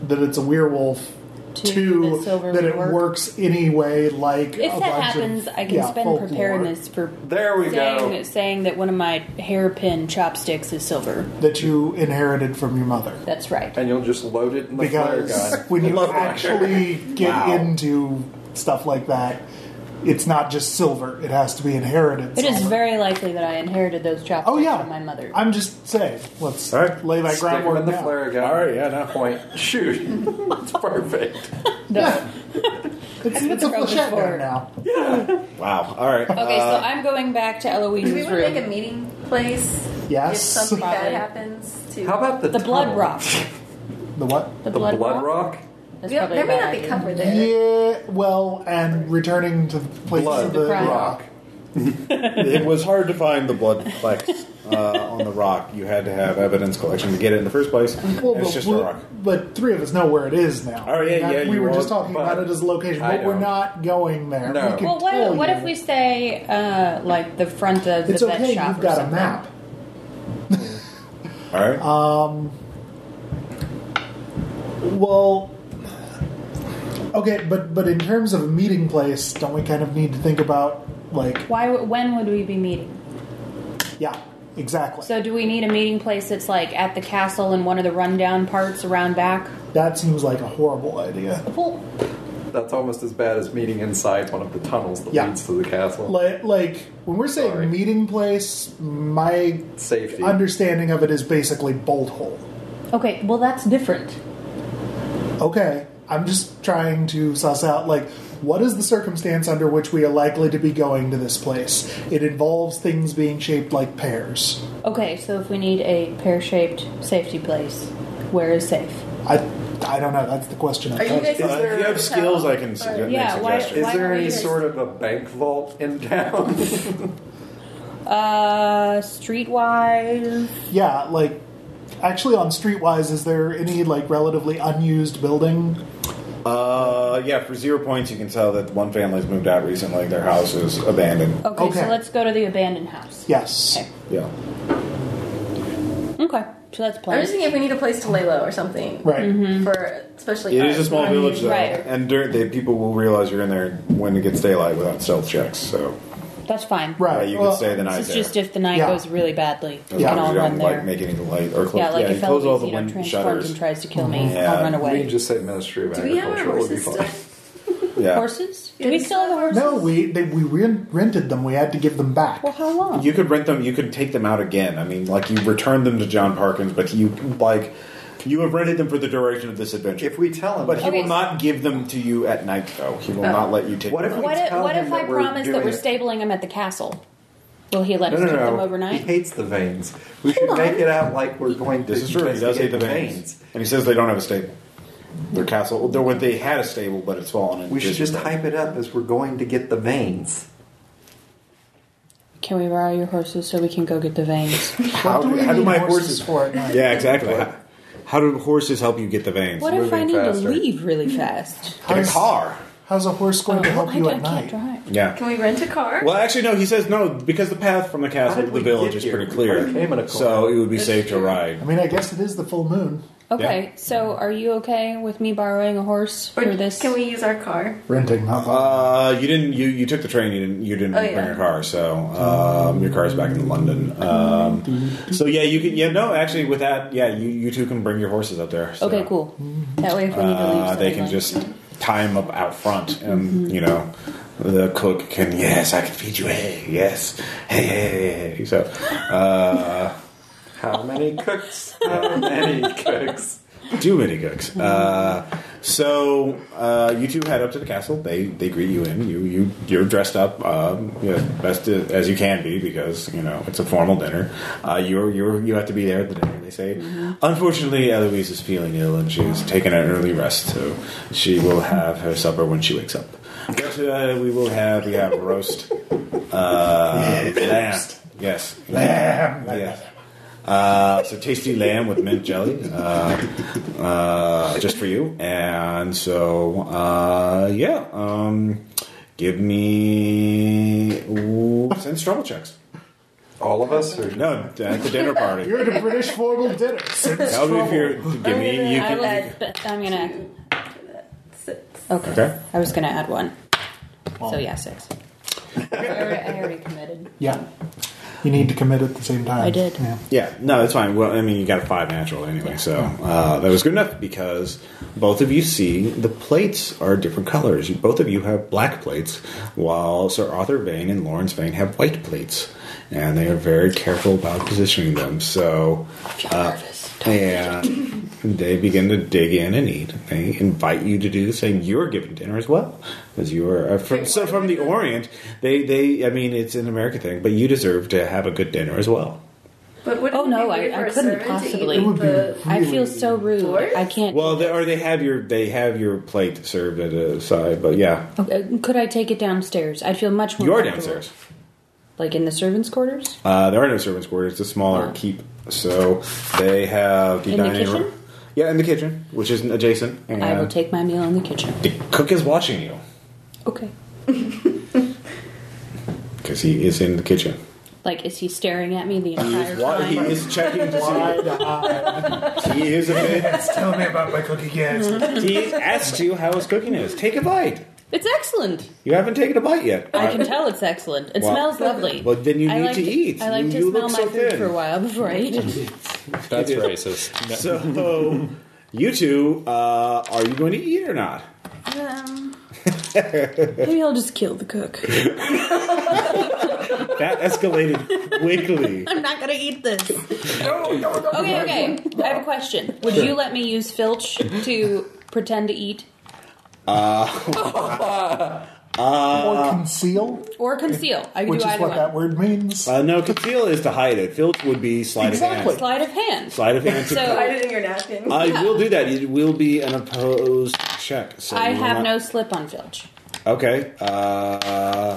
that it's a werewolf. Two, Two, that silver that would it work. works anyway. Like If a that bunch of- happens, I can yeah, spend folklore. preparedness for There we saying, go. saying that one of my hairpin chopsticks is silver. that you inherited from your mother. That's right. And you'll just load it in the flare Because gun. when you Love that. actually get Wow. into stuff like that, it's not just silver; it has to be inherited. It is silver. very likely that I inherited those chopsticks Oh yeah, from my mother. I'm just saying. Let's All right. lay that Stick 'em groundwork in the now. flare gun. All right, yeah, no. Point. Shoot. <laughs> That's perfect. <laughs> Yeah. it's been it's a thrown flechette gun before. now. Wow. All right. Uh, Okay, so uh, I'm going back to Eloise's Do we want to room. make a meeting place if Yes. something bad Probably. happens? To How about the the blood tunnel? rock. The what? The, The blood, rock? That's We don't- there probably a may bad not be idea. cover there. Yeah. Well, and returning to the place Blood of the crime. rock. it was hard to find the blood flex uh, on the rock. You had to have evidence collection to get it in the first place. Well, it's but, just we- a rock. but three of us know where it is now. Oh, yeah, That- yeah, We you were all- just talking but about it as a location, I but we're don't. not going there. No. We can <laughs> Well, what, tell if- what you. if we say uh, like the front Oh, of the It's vet okay. shop? You've or got a something? map. All right. Well, okay, but but in terms of a meeting place, don't we kind of need to think about like Why? would- When would we be meeting? yeah, exactly. So do we need a meeting place that's like at the castle in one of the rundown parts around back? that seems like a horrible idea. Well, That's almost as bad as meeting inside one of the tunnels that Yeah. leads to the castle. Like like when we're saying Sorry. meeting place, my Safety. understanding of it is basically bolt hole. okay. Well, that's different. Okay, I'm just trying to suss out like What is the circumstance under which we are likely to be going to this place? It involves things being shaped like pears. Okay, so if we need a pear-shaped safety place, where is safe? I, I don't know. That's the question. Are I you posed. guys Uh, if you have skills, I can su- make Yeah, why- suggestions. Is Why there don't any we just- sort of a bank vault in town? Uh, streetwise. Yeah, like actually on Streetwise, is there any like relatively unused building? Uh, yeah, for zero points, you can tell that one family's moved out recently. Their house is abandoned. Okay, Okay. so let's go to the abandoned house. Yes. Okay. Yeah. Okay, so that's I'm plan. just thinking if we need a place to lay low or something. Right. For especially. It is a art. small village, though, right. and dur- the people will realize you're in there when it gets daylight without stealth checks. So That's fine. uh, Right. you well, can stay the night This is there. just if the night Yeah. goes really badly, as we Yeah. long can as all you don't run there. like make any light or close. yeah, like you if close all Eloise, the you know, wind transforms shutters. and tries to kill me, Yeah. I'll run we can away. just say Ministry of Do we have Agriculture our will be horses fine. Yeah. Horses? Do we still have the horses? No, we they, we re- rented them. We had to give them back. Well, how long? You could rent them. You could take them out again. I mean, like you returned them to John Parkins, but you like you have rented them for the duration of this adventure. If we tell him, but he that- Okay. Oh. will not give them to you at night, though. He will not let you take. What them if out. we what if, tell what him if that I we're promise that doing we're it- stabling him at the castle? Will he let no, us no, keep no. them He overnight? hates the veins. We should make it out like we're going to. This is true. He does hate the veins, and he says they don't have a stable. Their castle, well, they- they had a stable, but it's fallen. We should just hype it up as we're going to get the veins. Can we borrow your horses so we can go get <laughs> the veins? How, What do we how do need my horses horses? for at night? Yeah, exactly. How, how do horses help you get the veins? what if I Moving need faster. to leave really fast? Get a How's- car. How's a horse going to Well, help Oh, I, you I at can't night? drive. Yeah. Can we rent a car? Well, actually, no. He says no because the path from the castle to did the we village get is here? pretty We came in a clear, car. so it would be That's safe to true. ride. I mean, I guess it is the full moon. Okay, so are you okay with me borrowing a horse Or for this? Can we use our car? Renting, huh? Uh, you didn't. You, you took the train. You didn't. You didn't Oh, bring yeah. your car, so um, your car's back in London. Um, so yeah, you can. Yeah, no, actually, with that, yeah, you, you two can bring your horses up there. so, Okay, cool. That way, if we need to leave, Uh, they something can like- just tie him up out front, and Mm-hmm. you know, the cook can. Yes, I can feed you. Hey, yes, hey, hey, hey, hey. So, uh, How many cooks? <laughs> How many cooks? too many cooks. Uh, so uh, you two head up to the castle. They they greet you in. You you you're dressed up um, you know, best as you can be because you know it's a formal dinner. Uh, you're you're you have to be there at the dinner. They say, unfortunately, Eloise is feeling ill and she's taken an early rest, so she will have her supper when she wakes up. But, uh, we will have we have roast. Uh, lamb. Yes. Lamb. Yes. Uh, so tasty lamb with mint jelly, uh, uh, just for you. And so, uh, yeah, um, give me ooh, sense trouble checks. All of us? Or No, at the dinner party. <laughs> You're at a British formal dinner. <laughs> Since Tell me if you're. Give me. You I can. was, but I'm gonna. Six. Okay. Okay. I was gonna add one. So yeah, <laughs> six. I already, I already committed. yeah, you need to commit at the same time. I did. Yeah. Yeah, no, it's fine. Well, I mean, you got a five natural anyway, so uh, that was good enough because both of you see the plates are different colors. You, both of you have black plates, while Sir Arthur Vane and Lawrence Vane have white plates, and they are very careful about positioning them. So, uh, and they begin to dig in and eat. They invite you to do the same. You're given dinner as well, because you are uh, from, so from the Orient. They, they, I mean, it's an American thing, but you deserve to have a good dinner as well. But wouldn't Oh, it be no, I- weird for I a couldn't servant to eat possibly. It would be the- I feel so rude. Dwarf? I can't. Well, they, or they have your they have your plate served at a side, but yeah, Okay, uh, could I take it downstairs? I'd feel much more. you're comfortable. downstairs. Like in the servants' quarters. Uh, there are no servants' quarters; it's a smaller Oh. keep. So they have the In the dining kitchen? room. Yeah, in the kitchen, which is adjacent. And I will take my meal in the kitchen. The cook is watching you Okay. because he is in the kitchen. Like, is he staring at me the He entire is, wa- he time? is checking to Wide-eyed. see. He is a bit. Tell me about my cookie yes. He asks you how his cooking is. Take a bite. It's excellent. You haven't taken a bite yet. I can tell it's excellent. It Wow. smells lovely. But then you I need like to eat. I like You- to you smell look my so food thin. for a while before I eat it. That's racist. No. <laughs> So, you two, uh, are you going to eat or not? Um, Maybe I'll just kill the cook. That escalated quickly. <laughs> I'm not gonna eat <laughs> this. Okay, okay. I have a question. Would you let me use Filch to pretend to eat? Uh, or conceal, Or conceal. I can which do is either what one. that word means. Uh, no, conceal is to hide it. Filch would be sleight Exactly. of hand. Sleight of hand. Sleight of hand. to- So- Hide Oh, it in your napkin. I will do that. It will be an opposed check. So I you will have no not- slip on Filch. Okay. Uh,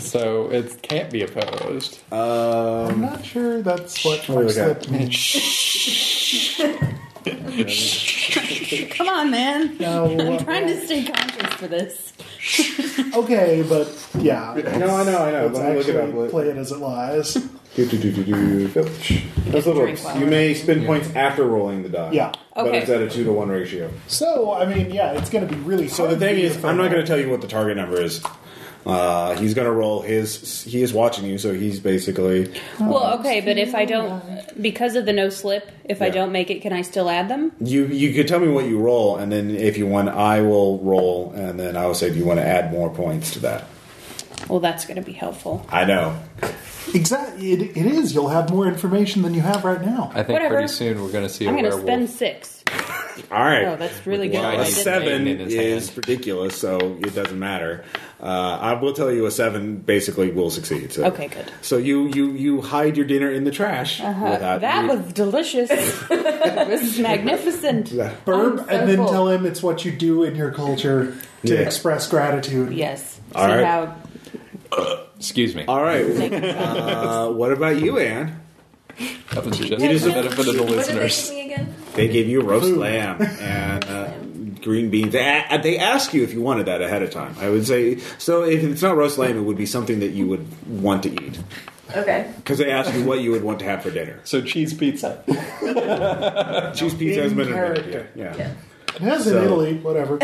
So it can't be opposed. I'm not sure that's what What do we first got? slip means. Come on, man. No, <laughs> I'm trying to stay conscious for this. okay, but yeah. no, I know, I know. Let's Let me look it actually up. Let- play it as it lies. Do, do, do, do, do. Filch. That's Drink little. You while we're- may spend points after rolling the die. Yeah. But Okay. it's at a two to one ratio. So I mean, yeah, it's going to be really. So the thing is, I'm not going to tell you what the target number is. Uh, he's going to roll his. He is watching you, so he's basically. Well, okay, but if I don't, because of the no slip, if I Yeah. don't make it, can I still add them? You you could tell me what you roll, and then if you want, I will roll, and then I will say, do you want to add more points to that? Well, that's going to be helpful. I know. Exactly, it, it is. You'll have more information than you have right now. I think Whatever. pretty soon we're going to see I'm a going to werewolf. spend six. All right. Oh, that's really good. Wow, a I didn't- that's seven in his is hand. ridiculous, so it doesn't matter. Uh, I will tell you, a seven basically will succeed. So. Okay, good. So you you you hide your dinner in the trash. Uh, without- that was delicious. <laughs> it was magnificent. Burp, I'm so and then full. tell him it's what you do in your culture to Yeah. express gratitude. Yes. All See right. how Excuse me. all right. Uh, what about you, Anne? That was just It is for a- the benefit of the What did they listeners. give me again? They gave you roast lamb and uh, green beans. They, a- they ask you if you wanted that ahead of time. I would say so. If it's not roast lamb, it would be something that you would want to eat Okay. because they ask you what you would want to have for dinner. So cheese pizza. Cheese pizza has In been invented. character. yeah. Yeah. And as So- in Italy, <laughs> whatever.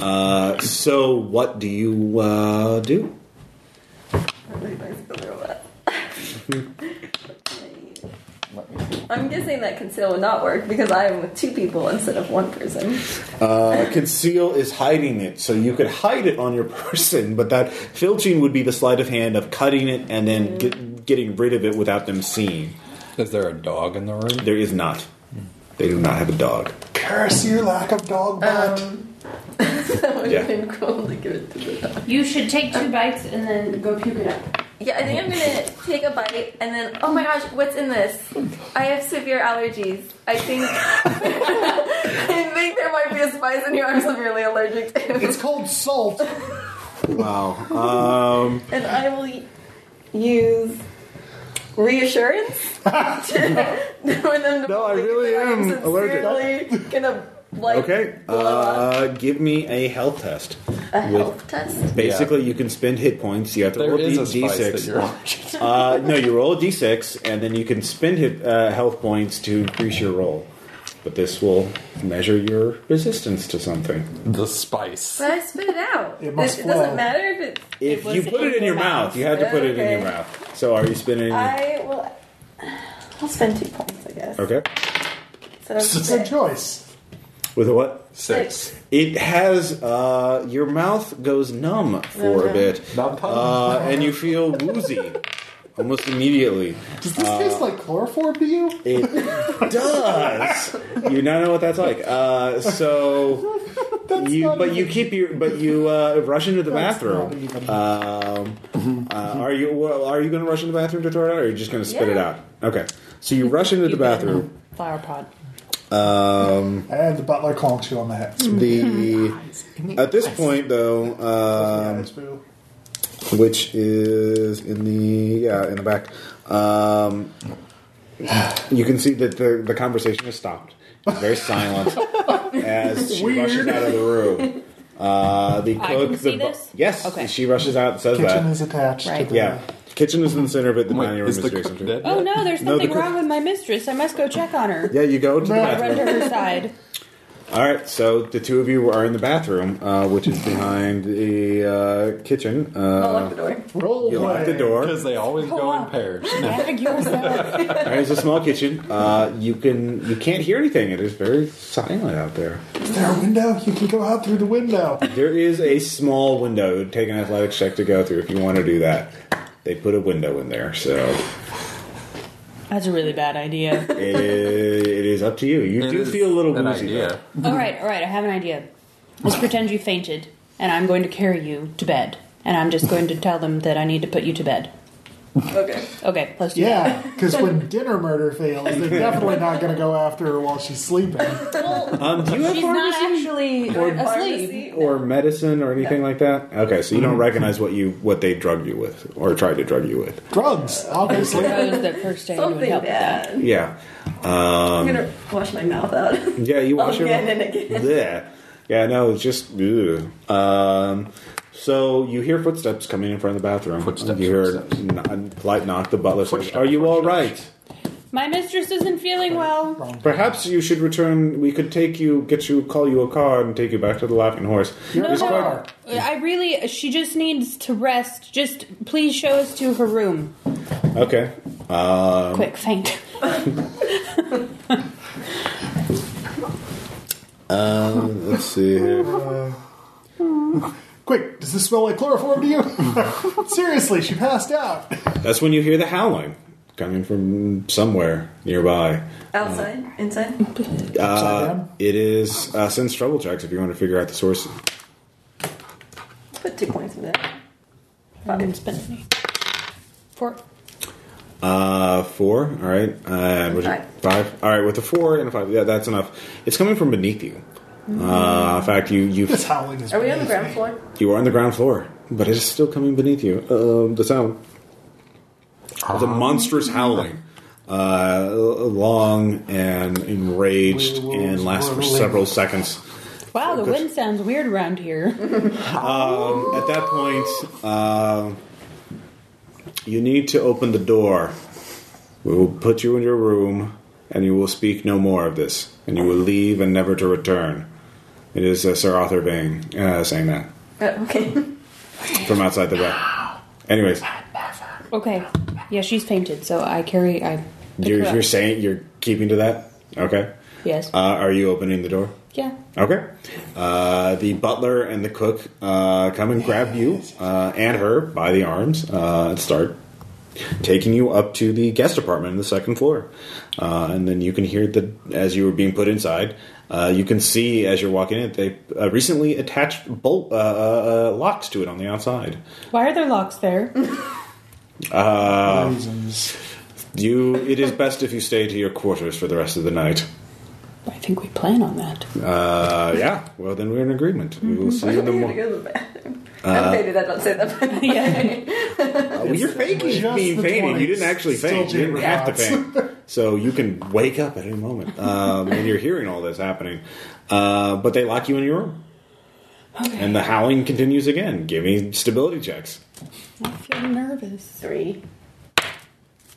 Uh, so what do you uh, do? I'm guessing that conceal would not work because I am with two people instead of one person. <laughs> Uh, conceal is hiding it, so you could hide it on your <laughs> person, but that filching would be the sleight of hand of cutting it and Mm. then get, getting rid of it without them seeing. Is there a dog in the room? There is not. They do not have a dog. Curse your lack of dog Uh, butt. That would Yeah. have been cool to give it to the dog. you should take two bites and then go puke it up. Yeah, I think I'm gonna take a bite and then, oh my gosh, what's in this? I have severe allergies. I think <laughs> I think there might be a spice in here I'm severely allergic to. it's called salt. Wow. Um, And I will y- use reassurance <laughs> to, for them to No, I believe really that am allergic. sincerely gonna like okay. blow up Uh, give me a health test. a health test. Basically, you can spend hit points. You have to There roll is d- a spice that d6. <laughs> you're allergic to. Uh, no, you roll a d6, and then you can spend hit, uh, health points to increase your roll. But this will measure your resistance to something. The spice. But I spit it out. It must it, doesn't flow. matter if it's. If It you was put it in your mouth, you have to put it in your Okay. mouth. So are you spinning? I will. I'll spend two points, I guess. okay. So It's a choice. With a what? Six. It has uh, your mouth goes numb for a bit, Numb. uh, and you feel <laughs> woozy almost immediately. Does this taste like chloroform to you? <laughs> It does. You now know what that's like. Uh, <laughs> so you, not but even- you keep your, but you uh, rush into the That's bathroom. not even- Um, uh, are you well, are you going to rush into the bathroom to throw it out, or are you just going to spit it Yeah. out? Okay, so you <laughs> rush into the bathroom. Flower pod. Um, And the butler clonks you on the head. the at this point though, um, which is in the yeah in the back. Um, you can see that the, the conversation has stopped. It's very silent as she rushes out of the room. Uh, the I cook, can see the, this? yes, Okay. she rushes out and says Kitchen that. is attached to Right. the. yeah, kitchen is in the center of it. The dining room is is the adjacent cook to it. dead? Oh yet? no, there's No, the something cook- wrong with my mistress. I must go check on her. Yeah, you go to the I run bathroom. to <laughs> her side. All right, so the two of you are in the bathroom, uh, which is behind the uh, kitchen. <laughs> I'll Uh, lock the door. Roll you lock the play. door. Because they always go in pairs. Bag yourself. All right, it's a small kitchen. Uh, you can you can't hear anything. It is very silent out there. Is there a window? You can go out through the window. There is a small window. It would take an athletics check to go through if you want to do that. They put a window in there, so That's a really bad idea. it, it is up to you. You do feel a little An woozy. idea. All right, all right. I have an idea. Let's pretend you fainted, and I'm going to carry you to bed. And I'm just going to tell them that I need to put you to bed. Okay. Okay, let's do that. Yeah, because when <laughs> dinner murder fails, they're definitely not going to go after her while she's sleeping. <laughs> <laughs> Well, do you have she's not actually asleep. or medicine or anything like that? Okay, so you don't recognize what you what they drug you with or tried to drug you with. Drugs, obviously. Suppose that first aid would Something help with that. bad. Yeah, Um, I'm gonna wash my mouth out. yeah. You wash your Again <laughs> and again. Yeah, yeah. No, it's just. Ugh. Um, so you hear footsteps coming in front of the bathroom. Footsteps, You hear footsteps. kn- polite knock. The butler says, Footsteps, "Are you all footsteps. right? My mistress isn't feeling well. Perhaps you should return. We could take you, get you, call you a car, and take you back to the Laughing Horse. It's no. quite- I really, she just needs to rest. Just please show us to her room. Okay. Um, Quick, faint. uh, let's see here. Quick, does this smell like chloroform to you? <laughs> Seriously, she passed out. That's when you hear the howling coming from somewhere nearby. Outside, inside. Upside Uh, down? it is uh, send struggle checks if you want to figure out the source. Put two points in there. I Mm-hmm. didn't spend any. Four. Uh, four. All right. Uh, what'd you- Five. Five. All right. With a four and a five, yeah, that's enough. It's coming from beneath you. Uh, in fact, you <laughs> you This howling is. Are we on the crazy. ground floor? you are on the ground floor, but it is still coming beneath you. Um, the sound, the monstrous howling, uh, long and enraged, Werewolves and lasts for roiling. several seconds. Wow, the wind sounds weird around <laughs> here. Um, at that point, uh, you need to open the door. We will put you in your room, and you will speak no more of this, and you will leave and never to return. It is uh, Sir Arthur Vane uh, saying that Uh, <laughs> okay. from outside the back. Anyways, Okay. Yeah, she's fainted, so I carry. I. pick you're, her up. you're saying you're keeping to that. Okay. Yes. Uh, are you opening the door? yeah. Okay. Uh, the butler and the cook uh, come and grab you uh, and her by the arms uh, and start taking you up to the guest apartment in the second floor. Uh, and then you can hear the as you were being put inside. Uh, you can see as you're walking in, they uh, recently attached bolt uh, uh, uh, locks to it on the outside. Why are there locks there? Reasons. Uh, You, it is best if you stay to your quarters for the rest of the night. I think we plan <laughs> on that. Uh, yeah. Well, then we're in agreement. We will see you in the I'm Mm-hmm. gonna morning. go to the bathroom. I'm faded. I don't say <laughs> that. yeah. Uh, Well, you're faking Just being the fainting. You 20s. didn't actually Still faint. You didn't Jim have to Ross. <laughs> faint. So you can wake up at any moment um, when you're hearing all this happening. Uh, but they lock you in your room. Okay. And the howling continues again. Give me stability checks. I feel nervous. Three.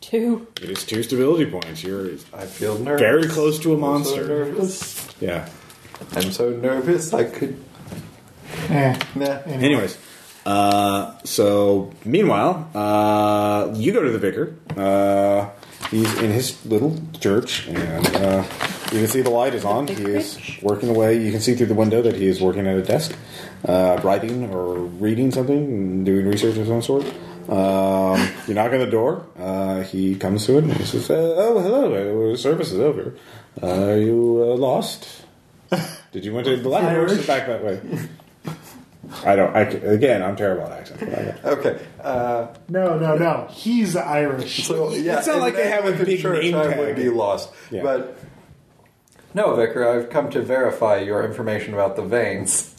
Two. It is two stability points. You're I feel nervous. very close to a I'm so monster. nervous. Yeah. I'm so nervous. I could. Eh. Nah. Anyways, uh, so meanwhile, uh, you go to the vicar. Uh, he's in his little church, and uh, you can see the light is on. He is working away. You can see through the window that he is working at a desk, uh, writing or reading something, doing research of some sort. Um, you knock on the door. Uh, he comes to it and he says, uh, "Oh, hello. uh, Service is over. Uh, are you uh, lost? Did you want to the left or is it back that way?" I don't. I, again, I'm terrible at accents. Okay. Uh, No, no, no. He's Irish. <laughs> so yeah, It's not in like they that have a Lutheran big church, name I tag. would be lost. Yeah. But no, Vicar, I've come to verify your information about the veins.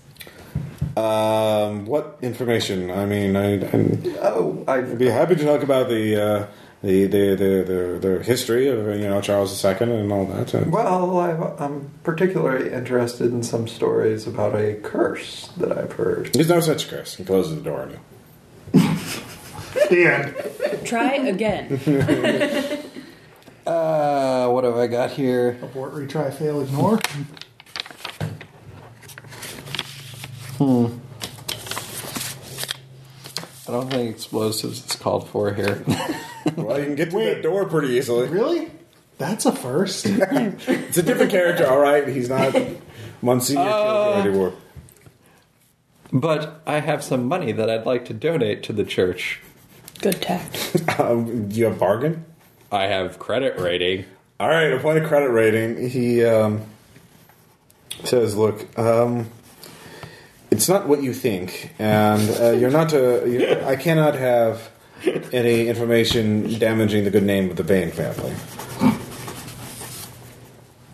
Um, what information? I mean, I, I'd Oh, I be happy to talk about the uh, the, the, the the the history of you know Charles II and all that. Uh, well, I, I'm particularly interested in some stories about a curse that I've heard. There's no such curse. He closes the door on you. The end. <laughs> Try again. Uh, what have I got here? Abort, retry, fail, ignore. I don't think explosives is called for here. <laughs> Well, you can get to Wait. that door pretty easily. Really? That's a first. It's a different character, all right. He's not Monsignor Killjoy anymore. but I have some money that I'd like to donate to the church. Good tact. Um, you have bargain. I have credit rating. All right, a point of credit rating. He um, says, "Look, um, It's not what you think, and uh, you're not to. You, I cannot have any information damaging the good name of the Bain family.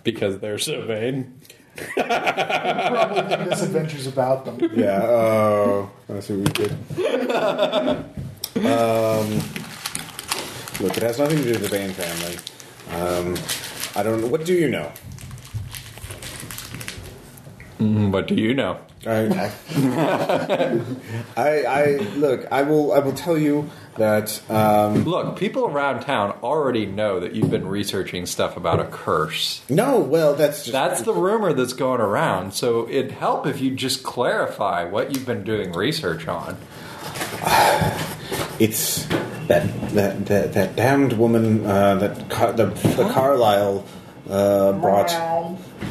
because they're so vain. Probably the misadventures about them. Yeah. Uh, let's see what we did. Um, look, it has nothing to do with the Bain family. Um, I don't. know. What do you know? Mm, What do you know? I, I, I look. I will. I will tell you that. Um, Look, people around town already know that you've been researching stuff about a curse. no. Well, that's just That's the rumor that's going around. So it'd help if you just clarify what you've been doing research on. It's that that that, that damned woman uh, that Car- the, the Carlisle uh, brought.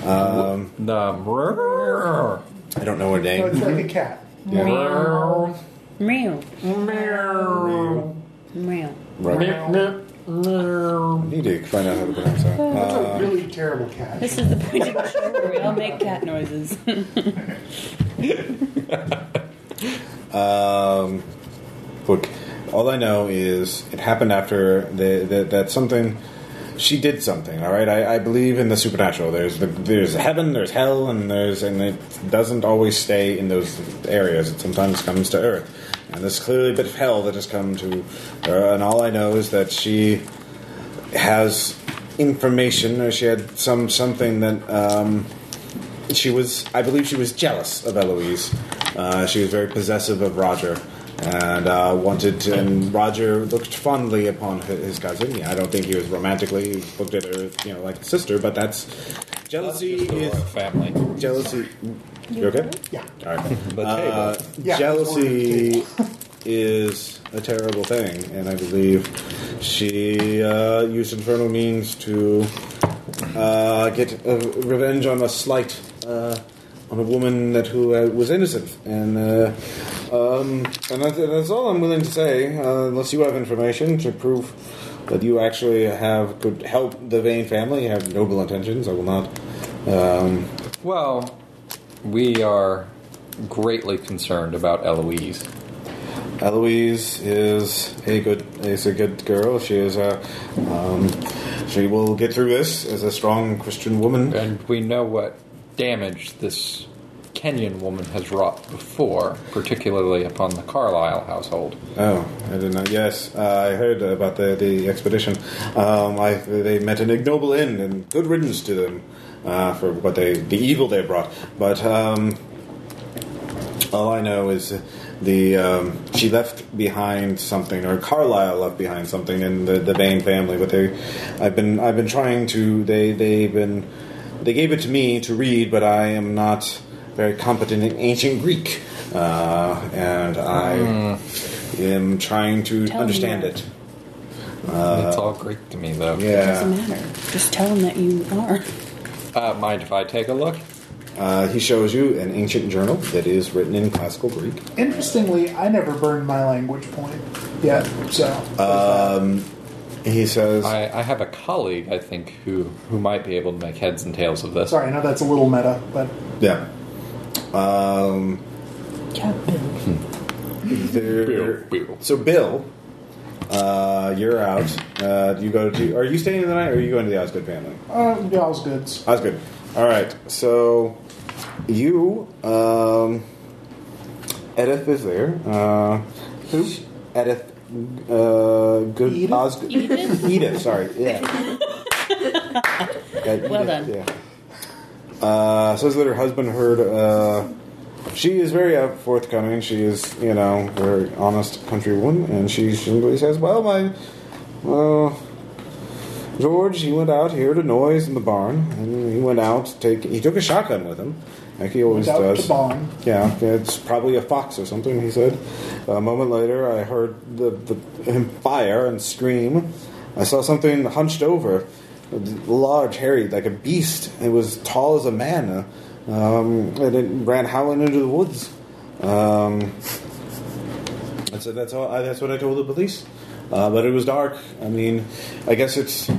Um, The rumor. I don't know her No, it's name. like a cat. Meow. Meow. Meow. Right. I need to find out how to pronounce that. Uh, It's a really terrible cat. This is the point of the show where we all make cat noises. Um, look, all I know is it happened after the, the, that something. She did something. All right, I, I believe in the supernatural. There's the, there's heaven, there's hell, and there's and it doesn't always stay in those areas. It sometimes comes to earth, and there's clearly a bit of hell that has come to. Uh, and all I know is that she has information, or she had some something that. Um, she was i believe she was jealous of eloise uh, she was very possessive of roger and uh, wanted to, and roger looked fondly upon hi- his cousin yeah, i don't think he was romantically he looked at her you know like a sister but that's jealousy is family. jealousy you okay Yeah. all right The uh, table. Yeah, jealousy is a terrible thing, and I believe she uh, used infernal means to uh, get uh, revenge on a slight uh, on a woman that who uh, was innocent. And uh, um, and that's, that's all I'm willing to say, uh, unless you have information to prove that you actually have could help the Vane family. You have noble intentions. I will not. Um, Well, we are greatly concerned about Eloise. Eloise is a good is a good girl. She is a um, she will get through this as a strong Christian woman. And we know what damage this Kenyan woman has wrought before, particularly upon the Carlisle household. Oh, I did not. Yes, uh, I heard about the the expedition. Um, I, they met an ignoble end, and good riddance to them uh, for what they the evil they brought. But um, all I know is the um, she left behind something, or Carlisle left behind something in the the Bain family. But they, I've been I've been trying to they they've been they gave it to me to read, but I am not very competent in ancient Greek, uh, and I am trying to Hmm. Tell me understand that. it. Uh, it's all Greek to me, though. Yeah, Doesn't matter. Just tell them that you are. Uh, mind if I take a look? uh, he shows you an ancient journal that is written in classical Greek. Interestingly, I never burned my language point yet, so. He says, I, I have a colleague, I think, who, who might be able to make heads and tails of this. Sorry, I know that's a little meta, but "Yeah." Um, Hmm. Captain. There- Bill, Bill. So Bill, uh, you're out. Uh, you go to. Are you staying the night, or are you going to the Osgood family? uh, yeah, all's goods. Osgood. All right. So you, um, Edith is there. Uh, Who? Edith. Uh, good. Edith? Osgood. Edith? Edith. Sorry. <laughs> Yeah. Yeah, Well Edith, done. Yeah. Uh, says that her husband heard. Uh, she is very uh, forthcoming. She is, you know, very honest countrywoman, and she simply says, "Well, my, well, George, he went out, he heard a noise in the barn, and he went out. to Take he took a shotgun with him, like he always Without does. the barn. Yeah, it's probably a fox or something. He said. A moment later, I heard the, the him fire and scream. I saw something hunched over, large, hairy, like a beast. It was tall as a man, uh, um, and it ran howling into the woods. Um, that's that's all. I, that's what I told the police. Uh, but it was dark. I mean, I guess it's.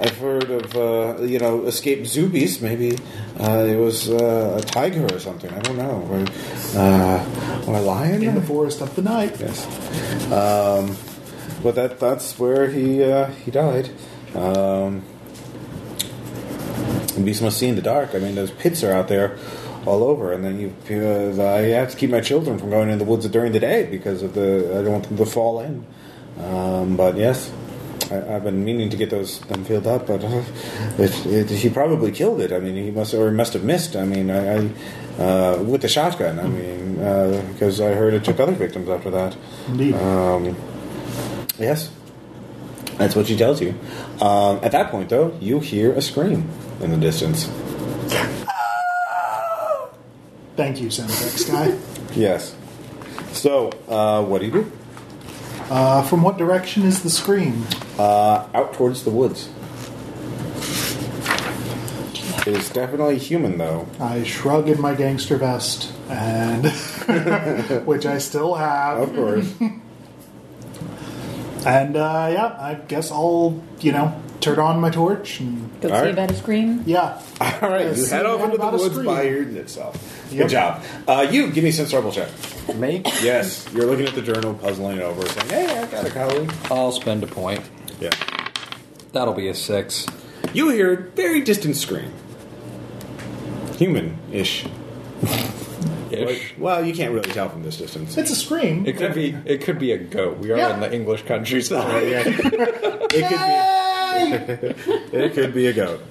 I've heard of uh, you know escaped zoobies. Maybe uh, it was uh, a tiger or something. I don't know. Or, uh, or a lion. in the forest of the night. Yes. Um, but that that's where he uh, he died. Um, and be must see in the dark. I mean, those pits are out there all over, and then you uh, I have to keep my children from going in the woods during the day because of the I don't want them to fall in. Um, but yes. I, I've been meaning to get those them filled up, but uh, it, it, he probably killed it. I mean, he must or he must have missed. I mean, I, I uh, with the shotgun. I mean, because I heard it took other victims after that. Indeed. Um, yes, that's what she tells you. Um, at that point, though, you hear a scream in the distance. Thank you, sound <laughs> effects guy. Yes. So, uh, what do you do? Uh, from what direction is the scream? Uh, out towards the woods. It is definitely human, though. I shrug in my gangster vest, and <laughs> which I still have, Of <laughs> course. and uh, yeah, I guess I'll you know turn on my torch and Go All see right. about a scream. yeah. All right, you Yes, head off into the about a woods scream. by your itself. Good Yep. job. Uh, you give me some trouble check. Make. Yes, you're looking at the journal, puzzling it over, saying, "Hey, I got a colleague." I'll spend a point. Yeah. That'll be a six. You hear a very distant scream. Human ish. Ish. Well, you can't really tell from this distance. It's a scream. It could be. It could be a goat. We are Yeah. in the English countryside. It could be. it could be a <laughs> goat.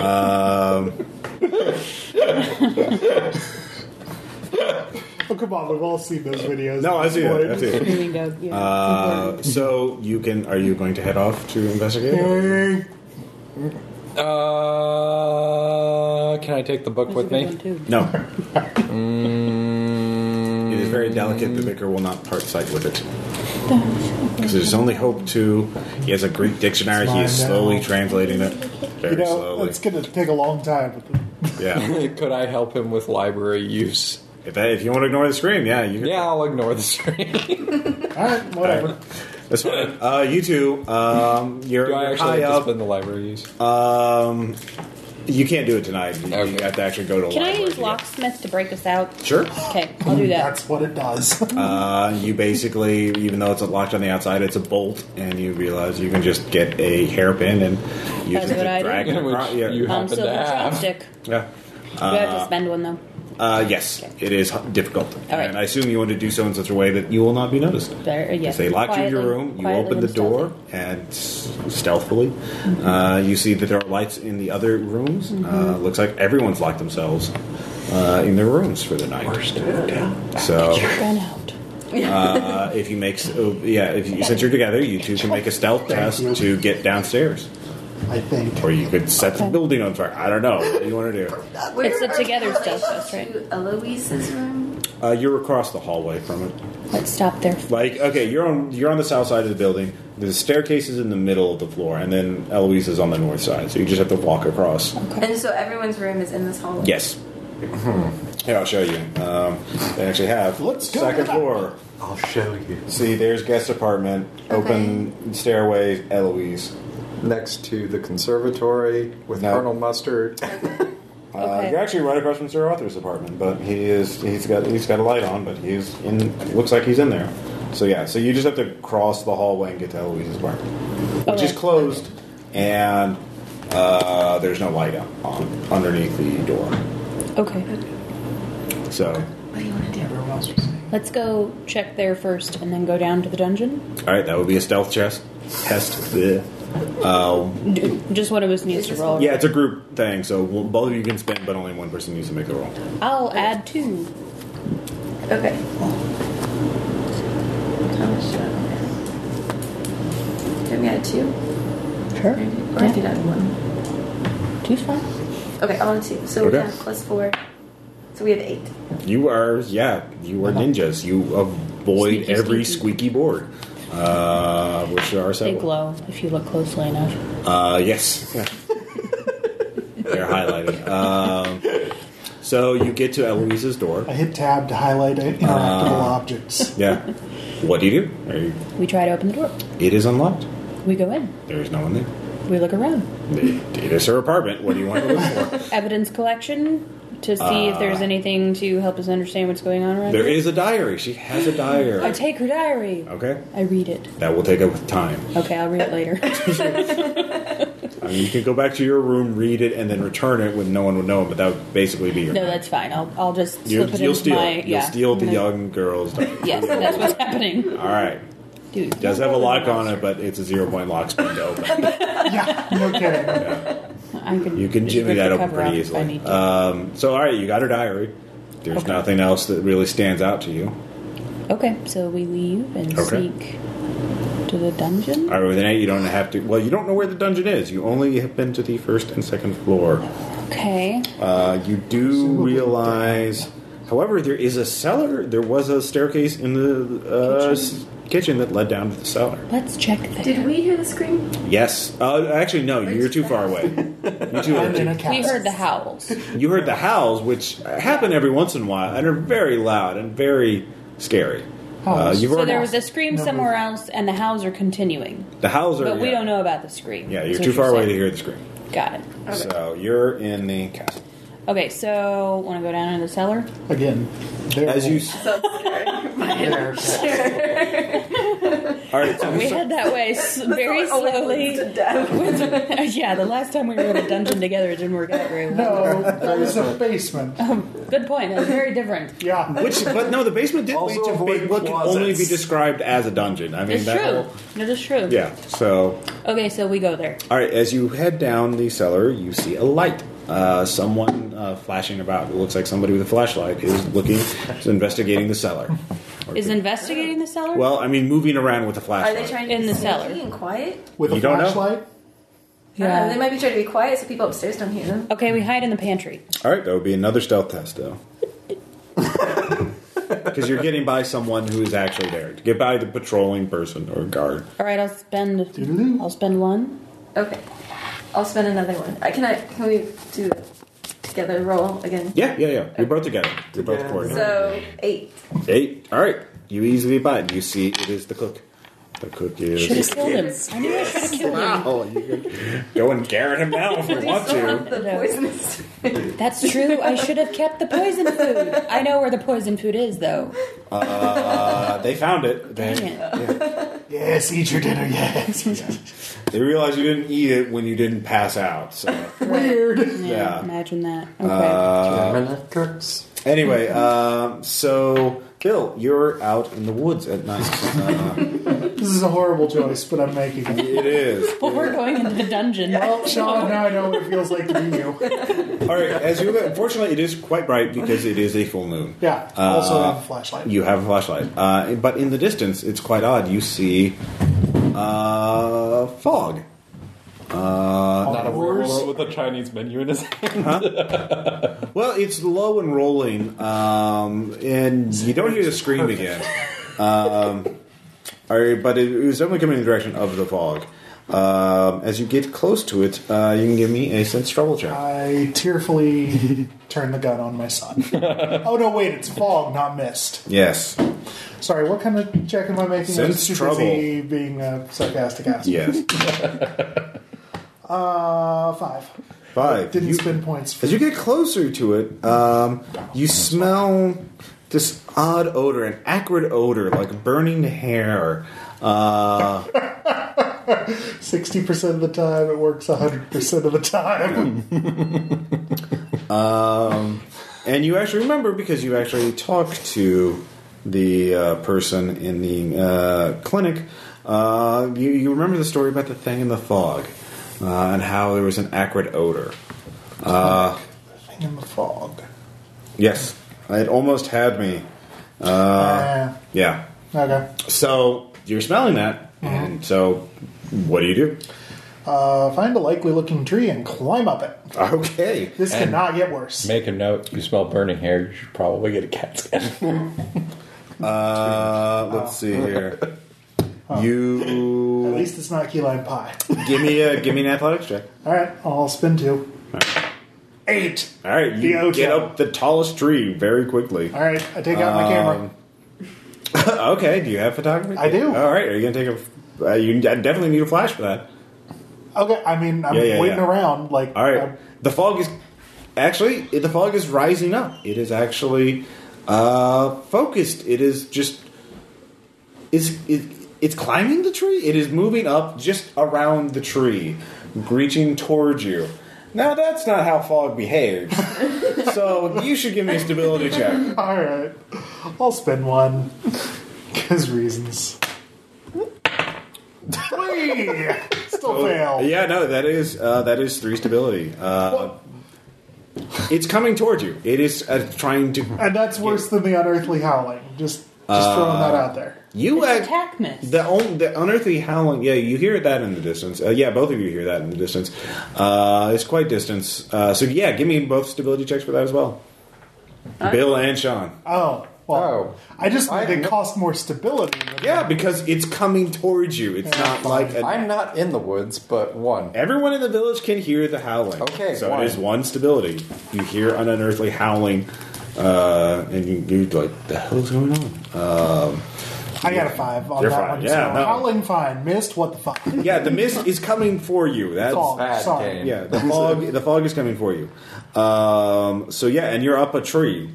Um, Oh come on, we've all seen those videos. Uh, no, I see it. I see it. Screaming dog. Yeah. Uh, so you can? Are you going to head off to investigate? Uh, can I take the book That's a with me? good one, too. No. Mm. It is very delicate. The vicar will not part sight with it. Because his only hope to. He has a Greek dictionary. He is It's mine now. slowly translating it. Very You know, slowly. it's gonna take a long time. With the, Yeah. <laughs> Could I help him with library use? If, that, if you want to ignore the scream, yeah, you can. Yeah, I'll ignore the screen. all right, whatever. That's fine. Uh, you two, um, you're, Do <laughs> I you're actually high have to up. spend the library use? um, you can't do it tonight. You, you Okay. have to actually go to. a Can I library use to get- locksmith to break us out? Sure. Okay, I'll do that. That's what it does. <laughs> Uh, you basically, even though it's locked on the outside, it's a bolt, and you realize you can just get a hairpin and use it That's to what I drag did. it across. Which Yeah. you- Um, Happen to silver have. chopstick. yeah. Do I have to spend one though? Uh, yes, it is h- difficult, All right. and I assume you want to do so in such a way that you will not be noticed. There, yeah. If they lock you in Quietly- your room, you quietly open the and door, and s- stealthily, uh, you see that there are lights in the other rooms. Mm-hmm. Uh, looks like everyone's locked themselves uh, in their rooms for the night. So, stealthily. Run out. uh, if you make, s- oh, yeah, if you, since you're together, you two can make a stealth test you. to get downstairs, I think. or you could set the building on fire. I don't know. What do you want to do? Where It's the are together we stuff, that's to Eloise's room. Uh, you're across the hallway from it. Let's stop there. Like, okay, you're on you're on the south side of the building. The staircase is in the middle of the floor, and then Eloise is on the north side. So you just have to walk across. And so everyone's room is in this hallway. Yes. Here, I'll show you. Um, they actually have Hmm. Let's go. second floor. I'll show you. See, there's guest apartment, open stairway, Eloise. Next to the conservatory with No. Colonel Mustard. Uh, Okay. You're actually right across from Sir Arthur's apartment, but he is he's got he's got a light on, but he's in looks like he's in there. So yeah, so you just have to cross the hallway and get to Eloise's apartment, which is Okay. closed, and uh, there's no light on, on underneath the door. Okay, So What do you want to do? Everyone else was saying. let's go check there first, and then go down to the dungeon. all right, that would be a stealth chest test. Bleh. D- Just one of us needs to roll. Yeah, it's a group thing, so one- both of you can spin, but only one person needs to make the roll. I'll add two. Okay. How much do I have? Can we add two? Sure. Or I could add one. Two's fine. Okay, I want two. So Okay. we have plus four. So we have eight. You are, yeah, you are ninjas. You avoid Sneaky, every sneaky. squeaky board, uh, which there are They several. glow if you look closely enough. Uh, yes. <laughs> They're highlighted. Um, so you get to Eloise's door. Ah. I hit tab to highlight interactable objects. Yeah. What do you do? Are you- We try to open the door. It is unlocked. We go in. There is no one there. We look around. It it is her apartment. What do you want to look for? Evidence collection to see if there's anything to help us understand what's going on around Uh. There here. is a diary. She has a I diary. take her diary. Okay, I read it. that will take up with time. Okay, I'll read it later. <laughs> I mean, you can go back to your room, read it, and then return it when no one would know. But that would basically be your. No, that's fine. I'll, I'll just you, slip it you'll into steal. my. it. yeah. You'll steal the uh, No. young girl's. diary. Yes, that's what's <laughs> happening. All right. Dude, Does have a lock on it, but it's a zero point lock spin to open. <laughs> Yeah, no kidding. <laughs> I can. You can just jimmy rip that the open cover pretty off if I easily. need to. Um, so, all right, you got her diary. There's Okay. nothing else that really stands out to you. okay, so we leave and Okay. sneak to the dungeon. All right, with an eight, you don't have to. Well, you don't know where the dungeon is. You only have been to the first and second floor. Okay. Uh, you do realize, however, there is a cellar. There was a staircase in the uh, s- kitchen that led down to the cellar. Let's check there. Did we hear the scream? Yes. Uh, actually, no. You're too far <laughs> away. You two are I'm in too a We castle. heard the howls. You heard the howls, which happen every once in a while, and are very loud and very scary. Uh, Howls. you've So already, there was a scream No somewhere else, and the howls are continuing. the howls are. But we yeah. don't know about the scream. Yeah, is you're what too far away to saying. hear the scream. Got it. So you're in the castle. Okay, so want to go down in the cellar? Again, there As you, was- s- So scary. there- <laughs> all right. So We head that <laughs> way s- very Oh, slowly. To death. <laughs> yeah, the last time we were in a dungeon together, it didn't work out very well. No, <laughs> that was a basement. Good point. That was very different. Yeah. Which, but no, the basement did Also lead to avoid ba- what can only be closets. described as a dungeon. I mean, It's that true. whole- It is true. yeah. So, Okay, so we go there. all right. As you head down the cellar, you see a light. Uh, someone uh, flashing about. It looks like somebody with a flashlight is looking, is investigating the cellar. Or Is could- investigating the cellar? well, I mean, moving around with a Are flashlight. they trying to In be the sneaky cellar. and quiet? With You a don't know. flashlight. I don't know, yeah. they might be trying to be quiet so people upstairs don't hear them. Okay, we hide in the pantry. All right, that would be another stealth test, though. <laughs> Because you're getting by someone who is actually there. To get by the patrolling person or guard. All right, I'll spend. Doodaloo. I'll spend one. Okay. I'll spend another one. I can I can we do the together roll again? Yeah, yeah, yeah. You're both together. You're both coordinated. So eight. Eight. All right. You easily find. You see, it is the cook. The cook <laughs> Should have is. killed him. I knew I should have killed him. Wow. You can go and garrot him now if you want to. The No. poisonous <laughs> That's true. I should <laughs> have kept the poison food. I know where the poison food is, though. Uh, they found it. Dang They, it. Yes, eat your dinner. Yes. they realized you didn't eat it when you didn't pass out. So, <laughs> <laughs> Weird. Yeah. Imagine that. Okay. uh, Dominatrix. anyway, um, so Bill, you're out in the woods at night. Uh, This is a horrible choice, but I'm making it. it is. well, we're going into the dungeon. <laughs> Well, Sean, now I know what it feels like to be you. All right. As you, unfortunately, it is quite bright because it is a full moon. <laughs> Yeah. Also, Uh, have a flashlight. You have a flashlight, uh, but in the distance, it's quite odd. You see uh, fog. Uh, Not a Wars? warlord with a Chinese menu in his hand. well, it's low and rolling, um, and you don't hear the scream again. Um, all right, but it, it was definitely coming in the direction of the fog. Um, as you get close to it, uh, you can give me a sense trouble check. I <laughs> tearfully turn the gun on <laughs> my son. oh no, wait, it's fog, not mist. Yes, Sorry, what kind of check am I making? I Sense was too trouble. busy being a sarcastic ass. yes. <laughs> Uh, five. Five. Didn't You- spend points. For As you get closer to it, um, you smell this odd odor, an acrid odor, like burning hair. Uh, Sixty percent of the time, it works. hundred percent of the time. and you actually remember because you actually talked to the uh, person in the uh, clinic. Uh, you, you remember the story about the thing in the fog uh, and how there was an acrid odor. Hmm. Thing in the fog. Yes, it almost had me. Uh, Yeah. okay. So you're smelling that, and so what do you do? <laughs> Uh, find a likely looking tree and climb up it. Okay. This cannot get worse. Make a note. You smell burning hair. You should probably get a cat scan. Uh, let's see <laughs> here. At You least it's not key lime pie. <laughs> give me a give me an athletics check. All right, I'll spin two. Eight. All right, The you Ocho. <laughs> get up the tallest tree very quickly. All right, I take out my camera. okay, do you have photography? I do. All right, are you going to take a. Uh, you I definitely need a flash for that. Okay, I mean, I'm Yeah, yeah, waiting yeah. around. Like, All right. I'm- the fog is actually the fog is rising up. It is actually uh, focused. It is just is it, it's climbing the tree. It is moving up just around the tree, reaching towards you. Now that's not how fog behaves. so you should give me a stability check. all right. I'll spend one because reasons. Three. Still fail. Oh, Yeah, no, that is uh, that is three stability. Uh, it's coming towards you. It is uh, trying to. And that's worse than the unearthly howling. Just, just throwing Uh, that out there. You It's act- attack miss. The on, the unearthly howling, yeah, you hear that in the distance. Uh, yeah, both of you hear that in the distance. Uh, it's quite distance. Uh, so yeah, give me both stability checks for that as well. Bill and Sean. Oh, well, Oh. I just I made it kn- cost more stability. Yeah, because it's coming towards you. It's not like a, I'm not in the woods, but one. everyone in the village can hear the howling. Okay, so one. it is one stability. You hear an unearthly howling, uh, and you, you're like, "The hell's going on?" I got a five on You're that fine. one. Yeah, so no. howling fine, missed. What the fuck? <laughs> Yeah, the mist is coming for you. That's Fog. Bad Sorry. game. Yeah, the fog. the fog is coming for you. Um, so yeah, and you're up a tree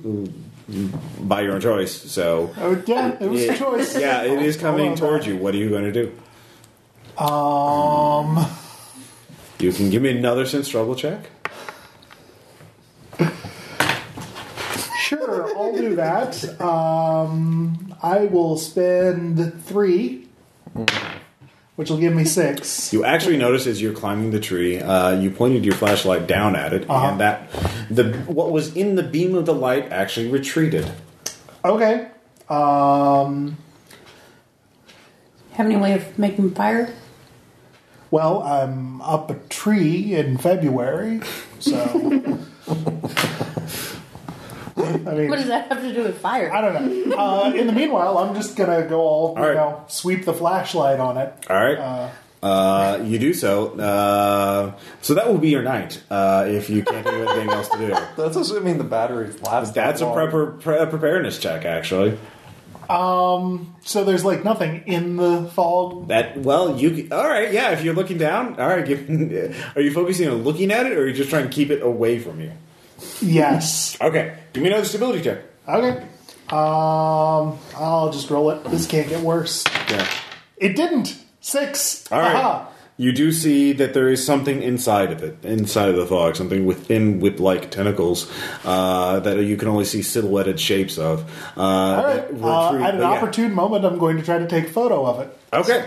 by your own choice. So Oh, yeah, it was a choice. yeah, it is coming on, towards man. you. What are you going to do? Um, You can give me another sense trouble check. sure, I'll do that. Um, I will spend three, which will give me six. You actually notice as you're climbing the tree, uh, you pointed your flashlight down at it, Uh-huh. and that the what was in the beam of the light actually retreated. Okay. Um, Have any way of making fire? well, I'm up a tree in February, so. I mean, What does that have to do with fire? I don't know. Uh, in the meanwhile, I'm just gonna go all, All you right. know, sweep the flashlight on it. All right. Uh, you do so. Uh, so that will be your night uh, if you can't do anything else to do. That's assuming the batteries last. that That's a long. proper pre- preparedness check, actually. So there's like nothing in the fog. That well, you all right? Yeah, if you're looking down, all right. Give, <laughs> are you focusing on looking at it, or are you just trying to keep it away from you? Yes. Okay, give me another stability check. Okay. Um, I'll just roll it. This can't get worse. Yeah. It didn't. Six. All right. Aha. You do see that there is something inside of it, inside of the fog, something within whip-like tentacles uh, that you can only see silhouetted shapes of. Uh, All right. Uh, at an opportune moment, I'm going to try to take photo of it. Okay.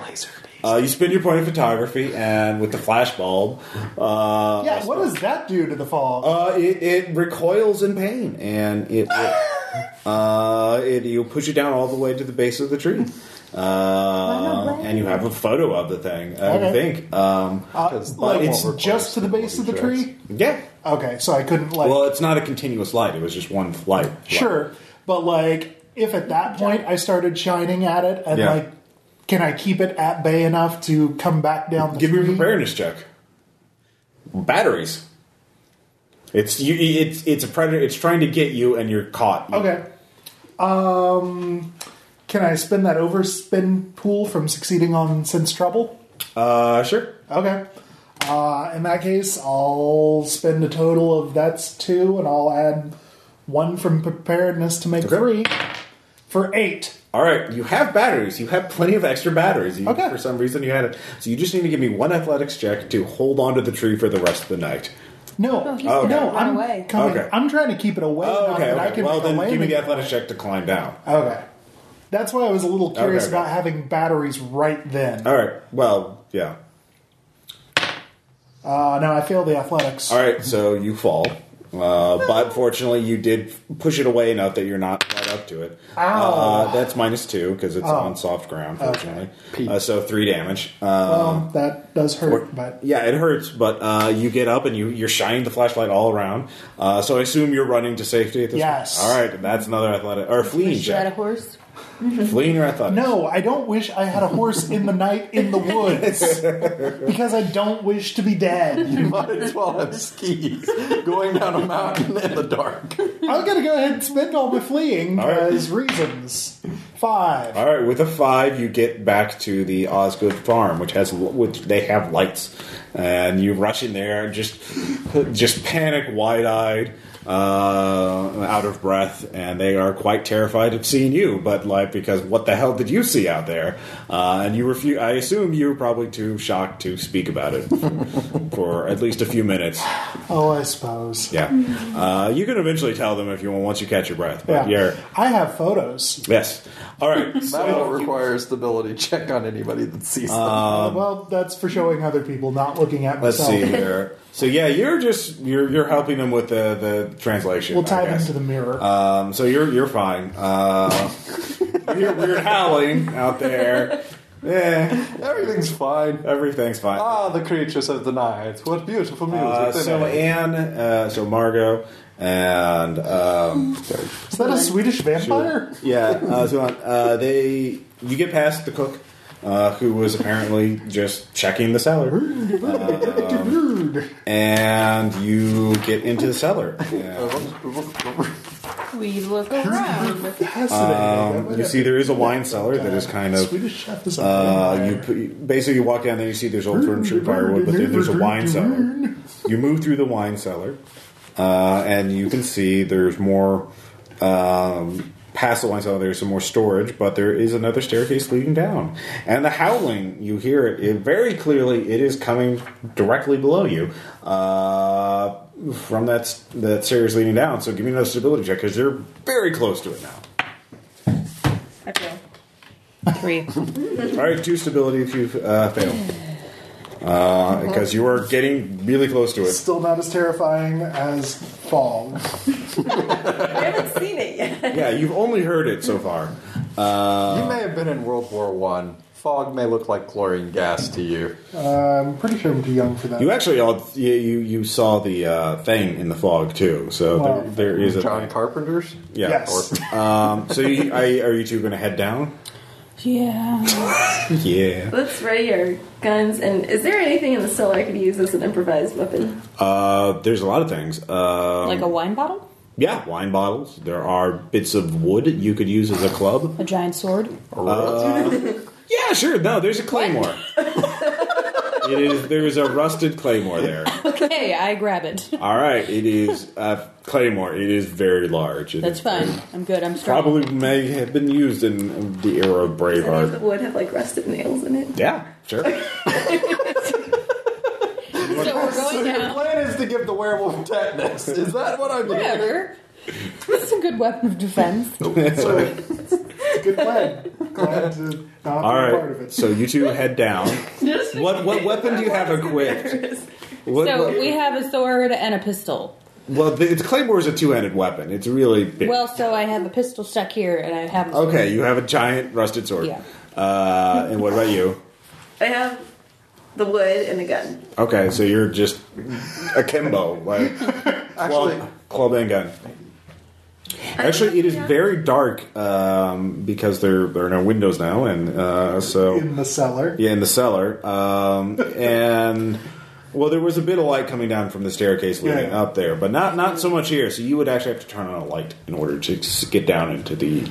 Uh, you spend your point of photography, and with the flash bulb, uh, Yeah. What does that do to the fog? Uh, it, it recoils in pain, and it, <laughs> it, uh, it you push it down all the way to the base of the tree, uh, and you have a photo of the thing. I Okay. think, um, Because Uh, like that it's won't replace just to the base of the objects. tree. yeah. Okay, so I couldn't like. Well, it's not a continuous light; it was just one light. Sure, but like if at that point I started shining at it and Yeah. like, can I keep it at bay enough to come back down the Give me tree? a preparedness check. Batteries. It's you, it's it's a predator. It's trying to get you, and you're caught. Okay. Um, can I spin that overspin pool from succeeding on sense trouble? Uh, sure. Okay. Uh, in that case, I'll spend a total of that's two, and I'll add one from preparedness to make Okay. three for eight. All right, you have batteries. You have plenty of extra batteries. You, Okay. For some reason, you had it. So you just need to give me one athletics check to hold onto the tree for the rest of the night. No, he's Oh, okay. no, gonna run I'm away. coming. Okay. I'm trying to keep it away. Oh, now okay. that I okay. can Well, make a then landing. give me the athletics check to climb down. Okay. That's why I was a little curious Okay, okay. about having batteries right then. All right. Well, yeah. Uh, now I failed the athletics. All right. So you fall, uh, but fortunately, you did push it away enough that you're not right up to it. Ow. Oh. Uh, that's minus two because it's on soft ground. Fortunately, uh, so three damage. Uh, Well, Um, that does hurt, but Yeah, it hurts, but uh, you get up and you, you're shining the flashlight all around. Uh, so I assume you're running to safety at this Yes. point. All right, that's another athletic. Or fleeing Is that a check. horse? Fleeing your athletics. No, I don't wish I had a horse in the night in <laughs> the woods because I don't wish to be dead. You might as well have skis going down a mountain in the dark. I'm gonna go ahead and spend all my fleeing All right. as reasons. Five. All right, with a five, you get back to the Osgood farm, which has which they have lights, and you rush in there, just just panic, wide eyed, uh, out of breath, and they are quite terrified of seeing you. But like, because what the hell did you see out there? Uh, and you refuse. I assume you were probably too shocked to speak about it <laughs> for at least a few minutes. Oh, I suppose. Yeah, uh, you can eventually tell them if you want once you catch your breath. But you're I have photos. yes. All right, That will require a stability check on anybody that sees them. Uh, well, that's for showing other people, not looking at Um, Let's myself. see here. So yeah, you're just you're you're helping them with the the translation. We'll I tie guess. them to the mirror. Um, so you're you're fine. Uh, <laughs> you're, you're howling out there. Yeah, Everything's fine. everything's fine. Ah, the creatures of the night. What beautiful music. Uh, they so make. Anne, uh, so Margot, and um, Is that a Swedish vampire? yeah, <laughs> uh, so uh, they you get past the cook, uh, who was apparently just checking the cellar, Um, Dude. and you get into the <laughs> cellar. Yeah. We look around. Fascinating. Um, you see, there is a wine cellar that is kind of. Swedish chef is a Uh, you vampire. put, you- basically you walk down there, you see there's old furniture, firewood, but then there's a wine cellar. You move through the wine cellar, uh, and you can see there's more. Um, past the wine cellar, there's some more storage, but there is another staircase leading down. And the howling, you hear it, it very clearly. It is coming directly below you uh, from that s- that stairs leading down. So give me another stability check because you're very close to it now. I feel. Three. All right, two stability if you uh, fail. Uh, because you are getting really close to <laughs> it. Still not as terrifying as Fall. I haven't seen it yet. Yeah, you've only heard it so far. you may have been in World War One. Fog may look like chlorine gas to you. I'm Um, pretty sure I'm too young for that. You actually all you you, you saw the uh, thing in the fog too. So Wow. there, there is a John Carpenter's? yeah. Yes. Um, so you, I, are you two going to head down? Yeah. Yeah. Let's ready our guns. And is there anything in the cellar I could use as an improvised weapon? Uh, there's a lot of things. Uh, Like a wine bottle? yeah, wine bottles. There are bits of wood you could use as a club. A giant sword? Yeah, sure. No, there's a claymore. it is. There is a rusted claymore there. Okay, I grab it. <laughs> All right, it is uh, Claymore. It is very large. It is That's fine. very- I'm good. I'm strong. Probably may have been used in the era of Does any of the Braveheart. wood have like rusted nails in it? Yeah, sure. So <laughs> we're going down. plan is to give the werewolf tetanus. Is that <laughs> what I'm Whatever. It's a good weapon of defense. <laughs> Good plan. Glad to not All be a part of right. it. So you two head down. What what weapon do you <laughs> have equipped? What, So what- we have a sword and a pistol. well, the, it's Claymore is a two-handed weapon. It's really big. Well, so I have a pistol stuck here, and I have. okay, you have a giant rusted sword. Yeah. Uh, and what about you? I have the wood and a gun. Okay, so you're just akimbo, <laughs> like Actually- club, club and gun. Actually, it is uh, very dark um, because there there are no windows now, and uh, so In the cellar. yeah, in the cellar. <laughs> Um, and well, there was a bit of light coming down from the staircase leading Yeah. up there, but not not so much here. So you would actually have to turn on a light in order to s- get down into the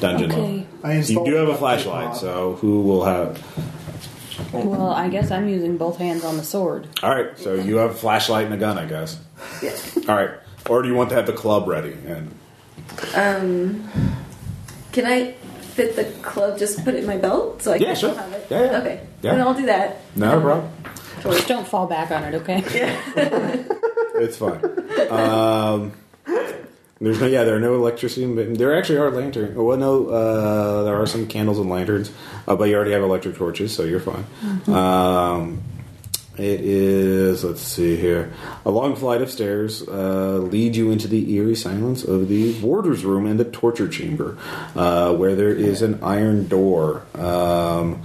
dungeon. Okay. level. I You installed do have a that flashlight, mod. so who will have? Well, I guess I'm using both hands on the sword. All right, so you have a flashlight and a gun, I guess. All right, or do you want to have the club ready? And Um, can I fit the club? Just put it in my belt so I Yeah, can sure. have it. Yeah, yeah. Okay. Yeah. Then I'll do that. no, bro, Just don't fall back on it, okay? it's fine. Um, there's no, yeah, there are no electricity. But there actually are lanterns. Well, no, uh, there are some candles and lanterns, uh, but you already have electric torches, so you're fine. Um, it is. Let's see here. A long flight of stairs uh, lead you into the eerie silence of the warder's room and the torture chamber, uh, where there is an iron door um,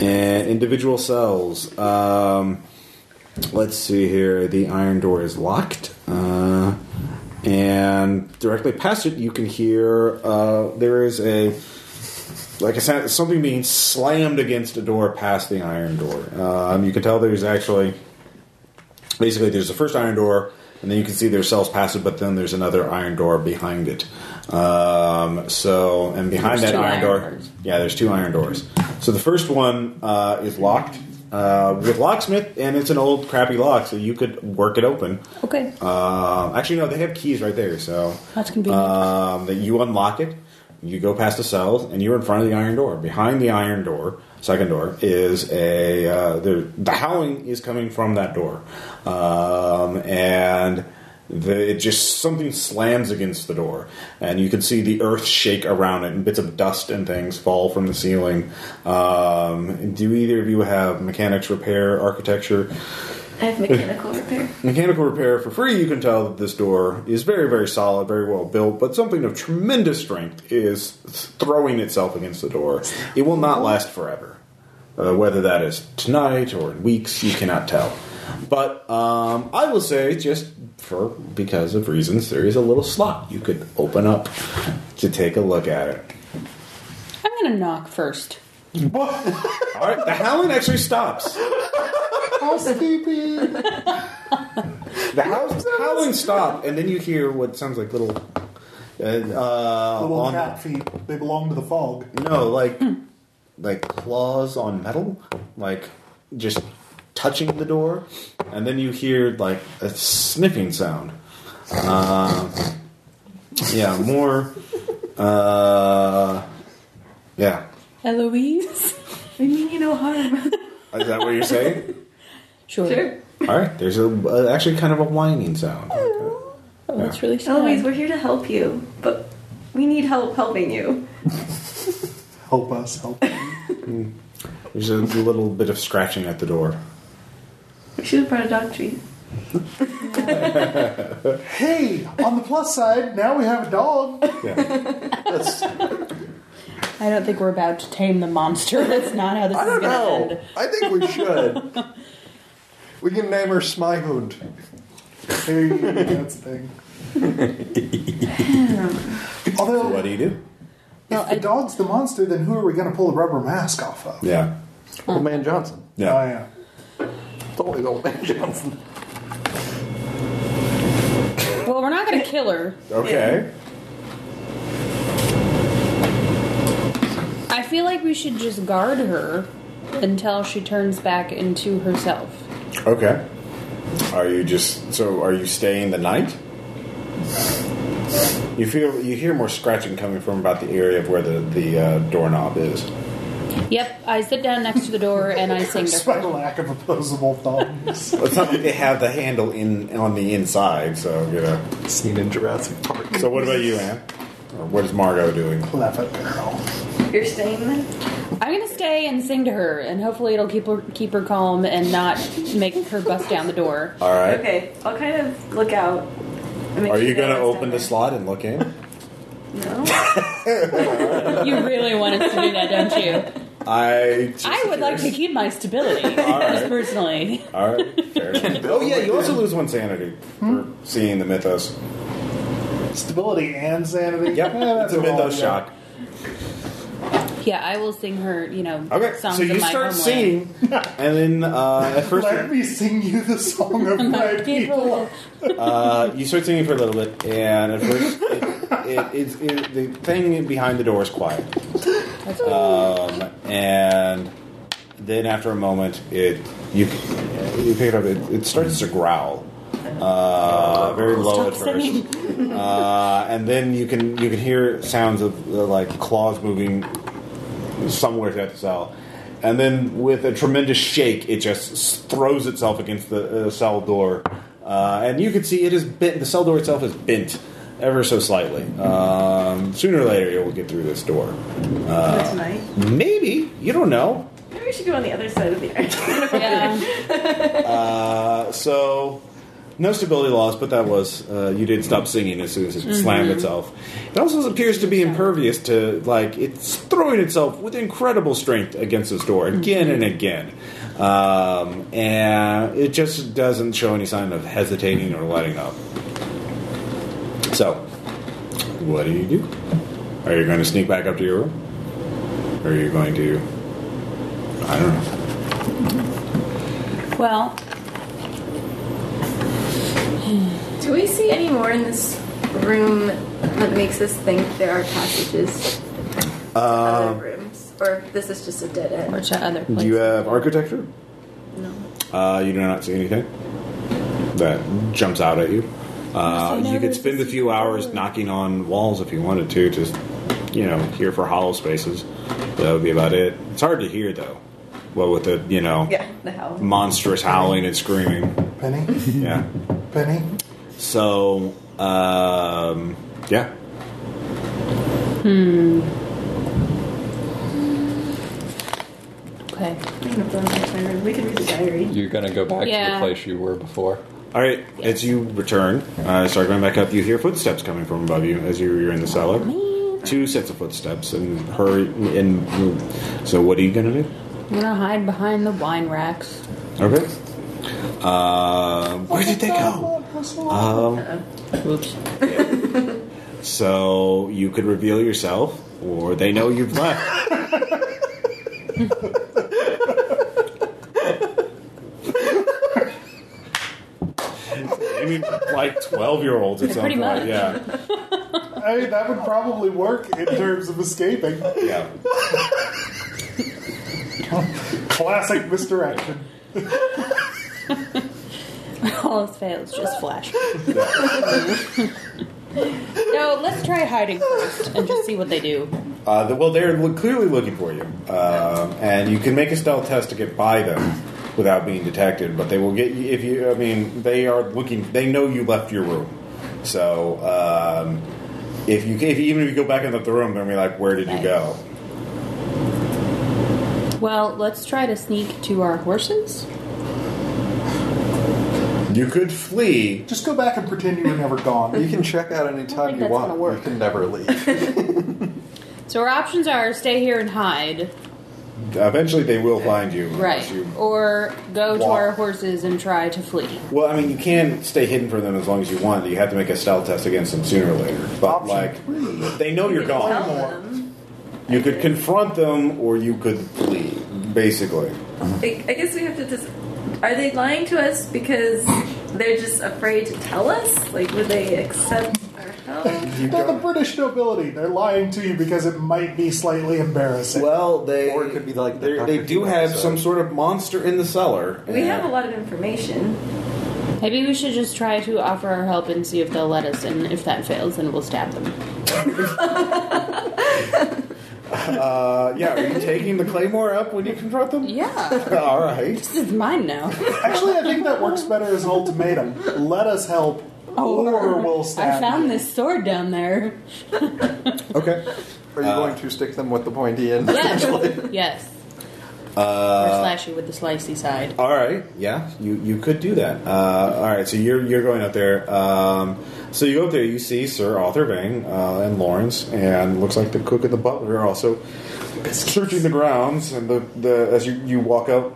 and individual cells. Um, let's see here. The iron door is locked, uh, and directly past it, you can hear uh, there is a like I said, something being slammed against a door past the iron door. Um, you can tell there's actually basically there's the first iron door, and then you can see their cells past it, but then there's another iron door behind it. Um, so and behind that There's two iron, iron door, doors. yeah, there's two iron doors. So the first one uh, is locked. Uh, with locksmith, and it's an old crappy lock, so you could work it open. Okay. Um, actually, no, they have keys right there, so That's convenient. Um, that you unlock it, you go past the cells, and you're in front of the iron door. Behind the iron door, second door, is a uh, the, the howling is coming from that door, um, and. The, it just something slams against the door, and you can see the earth shake around it, and bits of dust and things fall from the ceiling. Um, do either of you have mechanics, repair, architecture? I have mechanical <laughs> repair. Mechanical repair for free, you can tell that this door is very, very solid, very well built, but something of tremendous strength is throwing itself against the door. It will not last forever. Uh, whether that is tonight or in weeks, you cannot tell. But um, I will say, just for because of reasons, there is a little slot you could open up to take a look at it. I'm gonna knock first. All right, the howling actually stops. Housekeeping. The house, howling stop, and then you hear what sounds like little. Uh, uh, Little on- cat feet. They belong to the fog. No, like like claws on metal, like just touching the door, and then you hear like a sniffing sound. Uh, yeah, more. Uh, yeah, Eloise? I mean you no harm. <laughs> is that what you're saying? Sure. Sure. All right, there's a uh, actually kind of a whining sound. Oh, that's really sad. Eloise, we're here to help you, but we need help helping you. Help us. Help. There's a little bit of scratching at the door. We should have brought a dog treat. hey, on the plus side, now we have a dog. Yeah. I don't think we're about to tame the monster. <laughs> That's not how this I is don't gonna know. end. I think we <laughs> should. we can name her Smyhund. There you go. That's the <laughs> thing. Although, What do you do? Well, if I- the dog's the monster, then who are we going to pull the rubber mask off of? Yeah. Old Man Johnson. Yeah. Oh, yeah. It's always Old Man Johnson. Well, we're not gonna kill her. Okay. I feel like we should just guard her until she turns back into herself. Okay. Are you just so? Are you staying the night? You feel you hear more scratching coming from about the area of where the the uh, doorknob is. Yep, I sit down next to the door and I sing to Despite her. a lack of opposable <laughs> thumbs. Well, It's not like they have the handle in on the inside, so you know. Seen in Jurassic Park. So what about you, Anne? Or what is Margot doing? Clever girl. You're staying there? I'm gonna stay and sing to her, and hopefully it'll keep her keep her calm and not make her bust down the door. All right. Okay, I'll kind of look out. and make Are you sure gonna no one's open down the slot and look in? there. No. You really want us to do that, don't you? I. just I would like to keep my stability, just personally. All right. <laughs> Fair enough. Hmm? oh yeah, you also lose one sanity for seeing the mythos. Stability and sanity. Yep, Eh, that's it's a all mythos we shock. got. Yeah, I will sing her, you know, Okay, songs so of you my start <laughs> homeland. singing, and then uh, at first Let me sing you the song of my people. Uh, you start singing for a little bit, and at first, it, it, it's it, the thing behind the door is quiet. Um, and then after a moment, it you you pick it up. It, it starts to growl, uh, very low Stop at first, uh, and then you can you can hear sounds of uh, like claws moving somewhere throughout the cell. And then, with a tremendous shake, it just s- throws itself against the uh, cell door, uh, and you can see it is bent. The cell door itself is bent ever so slightly. Um, sooner or later, it will get through this door. For tonight. Maybe you don't know. Maybe we should go on the other side of the iron. Yeah. Uh, so, no stability loss, but that was uh, you did stop singing as soon as it slammed itself. It also appears to be impervious to like it's throwing itself with incredible strength against this door again and again, um, and it just doesn't show any sign of hesitating or letting up. So, what do you do? Are you going to sneak back up to your room? Or are you going to? I don't know. Well, <laughs> Do we see any more in this room that makes us think there are passages to other Um, rooms, or this is just a dead or end? to other Do places. you have architecture? No. Uh, you do not see anything that jumps out at you. Uh, you could spend a few hours knocking on walls if you wanted to, just you know, here for hollow spaces. That would be about it. It's hard to hear though. Well, with the you know Yeah, the hell. monstrous howling and screaming, Penny? yeah. Penny? So, um, yeah, okay. I'm gonna blow my room. We can read the <laughs> diary. You're going to go back to Yeah. the place you were before. All right, as you return, uh, start going back up, you hear footsteps coming from above you as you- you're in the cellar. Two sets of footsteps, and her and so. What are you gonna do? I'm gonna hide behind the wine racks. <laughs> Okay. Uh, where did they go? Um, Uh, Oops. <laughs> so you could reveal yourself, or they know you've left. <laughs> I mean, like twelve-year-olds at some Pretty point. much. Yeah. Hey, that would probably work in terms of escaping. Yeah. Classic misdirection. All his fails just flash. <laughs> no, let's try hiding first and just see what they do. Uh, the, well, they're lo- clearly looking for you, um, and you can make a stealth test to get by them without being detected. But they will get you if you. I mean, they are looking. They know you left your room, so um, if you if even if you go back into the room, they're gonna be like, "Where did you go?" Well, let's try to sneak to our horses. You could flee. Just go back and pretend you were never gone. You can check out any think time you that's want. gonna work. You can never leave. So our options are stay here and hide, Eventually, they will find you. right? unless you- Or go to Walk. our horses and try to flee. well, I mean, you can stay hidden from them as long as you want. You have to make a stealth test against them sooner or later. But Option like, three. they know you're gone. Tell them. You could confront them, or you could flee. Basically. I, I guess we have to just. Are they lying to us because they're just afraid to tell us? Like, would they accept our help? You They're go- the British nobility. They're lying to you because it might be slightly embarrassing. Well, they Or it could be like the they're- they Dr. do Who have episode. some sort of monster in the cellar. We have a and- lot of information. Maybe we should just try to offer our help and see if they'll let us. And if that fails, then we'll stab them. Uh, yeah, are you taking the claymore up when you confront them? Yeah, <laughs> All right. <laughs> this is mine now. Actually, I think that works better as an ultimatum. Let us help, or we'll stab. Oh, <laughs> I found you. this sword down there. Okay. Are you going to stick them with the pointy end? Yes, yes. or slash you with the slicey side. <laughs> All right. Yeah, you you could do that. Uh, all right. So you're you're going up there. Um, so you go up there. You see Sir Arthur Vane uh, and Lawrence, and looks like the cook and the butler are also searching the grounds. And the, the as you, you walk up,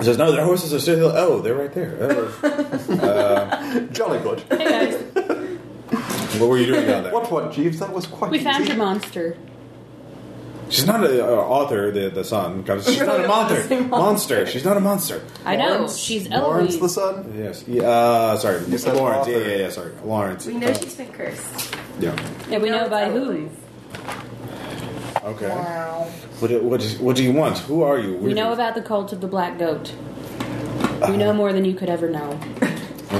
it says no, their horses are still. Oh, they're right there. Oh. Jolly good. Hey guys, What were you doing down there? <laughs> What what, Jeeves? That was quite we found easy. your monster. She's not an uh, author, the, the son. 'cause She's not a monster. Monster. She's not a monster. I know Lawrence- she's Lawrence Eloise. the son. Yes. Yeah, uh, sorry. You said Lawrence. author. Yeah, yeah, yeah. Sorry. Lawrence. We know she's been cursed. <laughs> Yeah. yeah, we No, know it's by who. Eloise. Okay. What, do- what, is, what do you want? Who are you? We know about the cult of the black goat. We know more than you could ever know.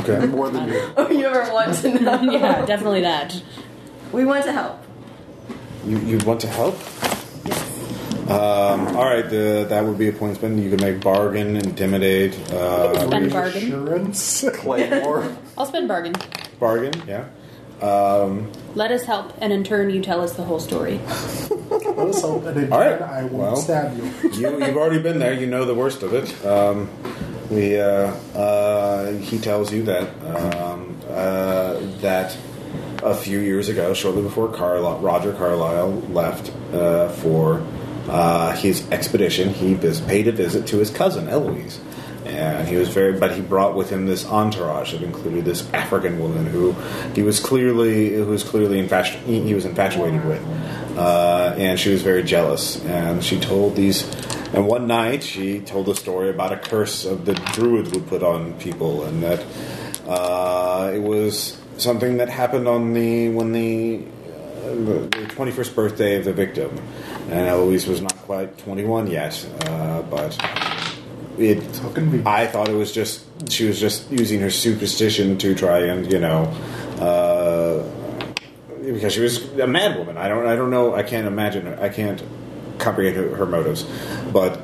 Okay. More <laughs> than you. Oh, you ever want to know? yeah, definitely that. We want to help. You, you want to help? Um, all right. The, that would be a point spend. You can make bargain, intimidate, uh, Spend bargain. Insurance. Claymore. I'll spend bargain. bargain. Yeah. Um, Let us help, and in turn, you tell us the whole story. Also, and in All right. turn, I won't Well. stab you. <laughs> you, you've already been there. You know the worst of it. Um, we, uh, uh, he tells you that um, uh, that a few years ago, shortly before Carl- Roger Carlyle left uh, for uh, his expedition, he vis- paid a visit to his cousin Eloise, and he was very. But he brought with him this entourage that included this African woman who he was clearly who was clearly infatu- he he was infatuated with, uh, and she was very jealous. And she told these. And one night she told a story about a curse of the druid would put on people, and that uh, it was something that happened on the when the the 21st birthday of the victim, and Eloise was not quite 21 yet, uh, but it. convenient. I thought it was just she was just using her superstition to try and you know, uh, because she was a mad woman. I don't I don't know. I can't imagine. Her, I can't comprehend her, her motives, but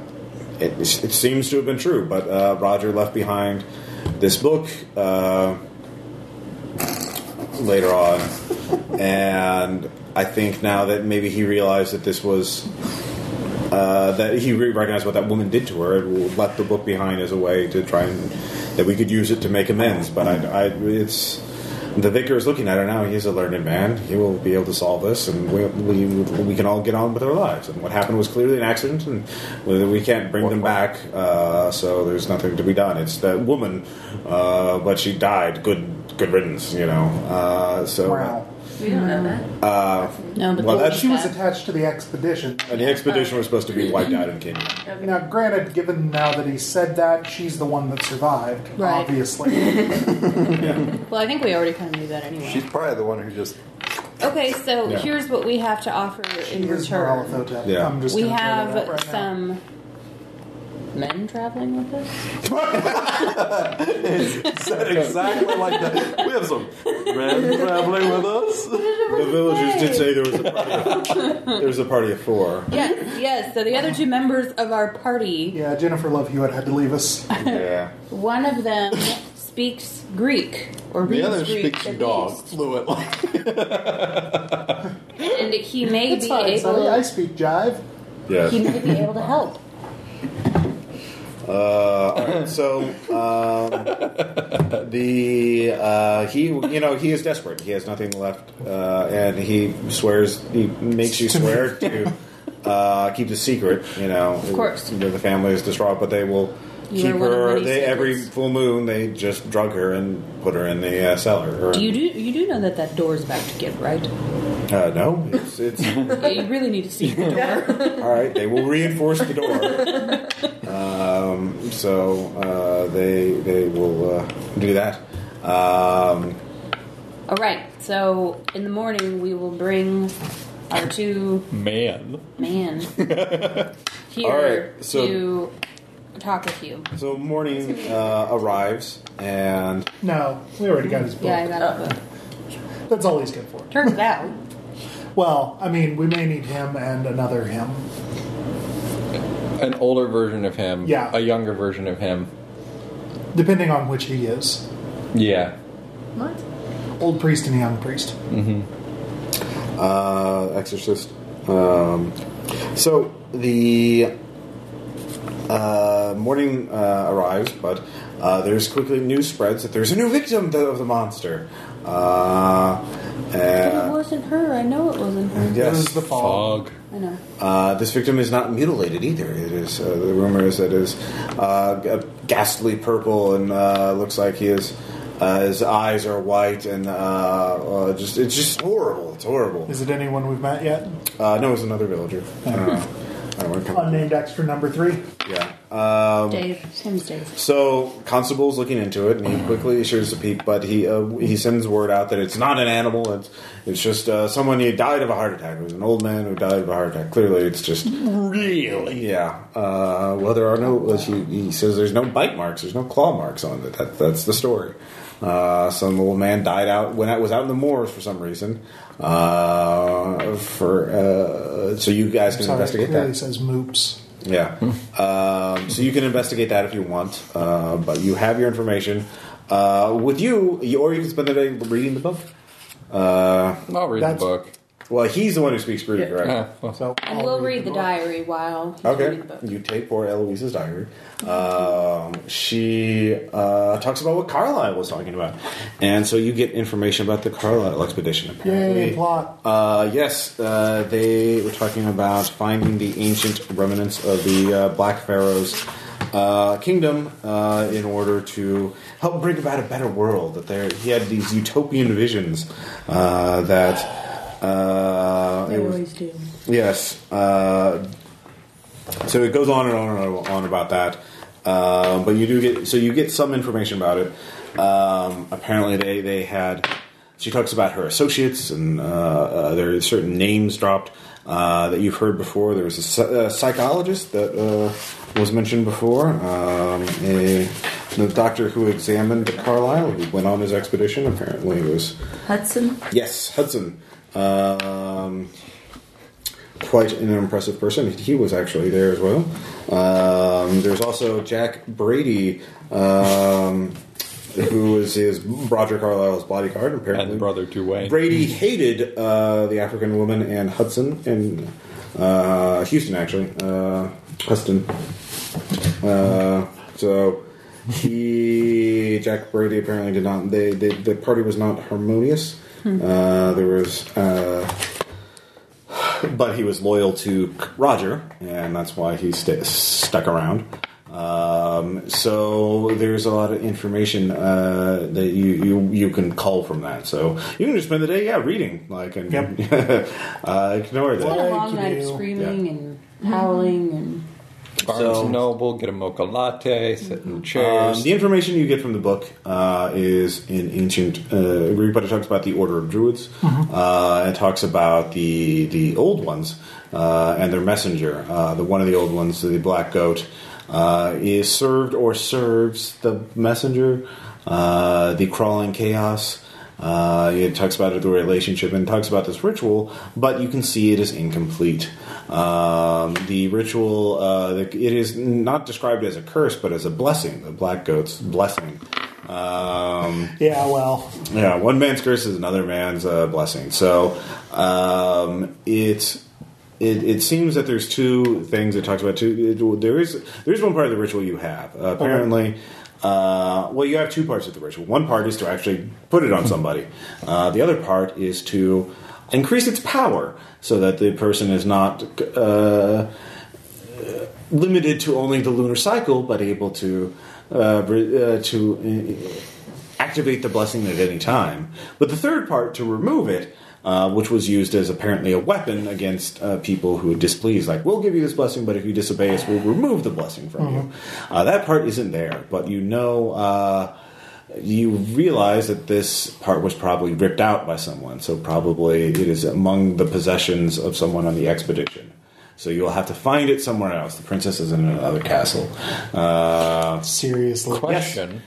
it, it seems to have been true. But uh, Roger left behind this book. Uh, later on, and I think now that maybe he realized that this was uh, that he re- recognized what that woman did to her and left the book behind as a way to try and that we could use it to make amends. But I, I it's the vicar is looking at her now. He's a learned man. He will be able to solve this, and we, we, we can all get on with our lives. And what happened was clearly an accident, and we we can't bring them back. Uh, so there's nothing to be done. It's that woman, uh, but she died. Good good riddance, you know. Uh, so Wow. We don't know that. No, but Well, the- that's- She was attached to the expedition. and the expedition was supposed to be wiped out in Kenya. Okay. Now, granted, given now that he said that, she's the one that survived, Right. obviously. well, I think we already kind of knew that anyway. She's probably the one who just Okay, so Yeah. here's what we have to offer <laughs> in She is return. Moralathotep. Yeah. I'm just We gonna throw have that out right now. some men traveling with us. <laughs> said exactly like that. We have some men traveling with us. The villagers did say there was a party of, <laughs> there was a party of four. Yes, yes. So the other two members of our party, Yeah, Jennifer Love Hewitt had to leave us. Yeah. one of them speaks Greek or The reads other Greek speaks at dog least. fluently. and he may It's be fine, Sonny. able. I speak jive. Yes. he may be able to help. Uh, all right, so um, the uh, he you know he is desperate. He has nothing left, uh, and he swears he makes you swear to uh, keep the secret. You know, of course. the family is distraught, but they will You keep are one of her. many They every secrets. full moon they just drug her and put her in the uh, cellar. Or, Do you do you do know that that door is about to give <laughs> right? Uh, no, it's, it's Yeah, you really need to see the door. All right, they will reinforce the door. Um, so uh, they they will uh, do that. Um, All right. So in the morning we will bring our two Man. <laughs> men here All right, so- to talk with you. so morning uh, arrives, and No, we already got his book. Yeah, I got uh, it. That's all he's good for. Turns out, Well, I mean, we may need him and another him. An older version of him. Yeah. A younger version of him. Depending on which he is. Yeah. What? Old priest and young priest. uh, exorcist. Um, so the uh, morning uh, arrives, but uh, there's quickly news spreads that there's a new victim to- of the monster. Uh, it and, wasn't her. I know it wasn't her. This yes, is the fall. Fog. I know. Uh, this victim is not mutilated either. It is uh, the rumor is that it is uh, g- uh, ghastly purple and uh, looks like he is. Uh, his eyes are white and uh, uh, just it's just horrible. It's horrible. Is it anyone we've met yet? Uh, no, it was another villager. Uh, I don't know. I don't want to come. Unnamed extra number three. Yeah. Um, Dave. His name's Dave. so constable's looking into it, and he quickly assures the peep, but he uh, he sends word out that it's not an animal. It's it's just uh, someone who died of a heart attack. It was an old man who died of a heart attack. Clearly, it's just really yeah. Uh, well, there are no. as He, he says there's no bite marks. There's no claw marks on it. That, that's the story. Uh, some old man died out when I was out in the moors for some reason. Uh, for uh, so you guys can Sorry, it investigate clearly that. says moops. Yeah. Um, so you can investigate that if you want, uh, but you have your information uh, with you, you, or you can spend the day reading the book. Uh, I'll read That's- the book. well, he's the one who speaks Greek, right? Yeah, Uh, well, So And I'll we'll read the, book. diary while he's Oh, Okay, reading the book. you take poor Eloise's diary. Um, she uh, talks about what Carlyle was talking about, and so you get information about the Carlyle expedition. Apparently, Yay, plot. Uh, yes, uh, they were talking about finding the ancient remnants of the uh, Black Pharaoh's uh, kingdom uh, in order to help bring about a better world. That there, he had these utopian visions uh, that uh, it was- do. Yes. Uh, so it goes on and on and on about that. Uh, but you do get so you get some information about it. Um, apparently, they they had. She talks about her associates, and uh, uh, there are certain names dropped uh, that you've heard before. There was a, psy- uh psychologist that uh, was mentioned before, um, a, the doctor who examined Carlisle, who went on his expedition. Apparently, it was Hudson. Yes, Hudson. Um, quite an impressive person. He was actually there as well. Um, there's also Jack Brady, um, who was his Roger Carlyle's bodyguard. Apparently, And brother to Wayne. Brady hated uh, the African woman and Hudson and uh, Houston actually. Uh, Huston. Uh, so he Jack Brady apparently did not. They, they the party was not harmonious. Uh, there was, uh, but he was loyal to Roger, and that's why he sta stuck around. Um, so there's a lot of information uh, that you, you you can call from that. So you can just spend the day, yeah, reading, like, and <laughs> uh, ignore that. It's been a long Thank night of you. screaming and howling and. Barnes So- and Noble, get a mocha latte, sit in Um, chairs. the information you get from the book uh, is in ancient uh, Greek, but it talks about the order of druids. Uh, it talks about the the old ones uh, and their messenger. Uh, the one of the old ones, the black goat, uh, is served or serves the messenger. Uh, the crawling chaos. Uh, it talks about the relationship and talks about this ritual, but you can see it is incomplete. Um, the ritual, uh, the, it is not described as a curse, but as a blessing, the black goat's blessing. Um, Yeah, well, yeah, one man's curse is another man's uh, blessing. So um, it, it it seems that there's two things it talks about. Two, it, there is there is one part of the ritual you have uh, apparently. Uh, well, you have two parts of the ritual. One part is to actually put it on somebody. Uh, the other part is to increase its power so that the person is not uh, limited to only the lunar cycle, but able to uh, re- uh, to uh, activate the blessing at any time. But the third part to remove it, uh, which was used as apparently a weapon against uh, people who displeased, like we'll give you this blessing, but if you disobey us, we'll remove the blessing from you. Uh, that part isn't there, but you know. Uh, you realize that this part was probably ripped out by someone, so probably it is among the possessions of someone on the expedition. So you'll have to find it somewhere else. The princess is in another castle. Uh, seriously. question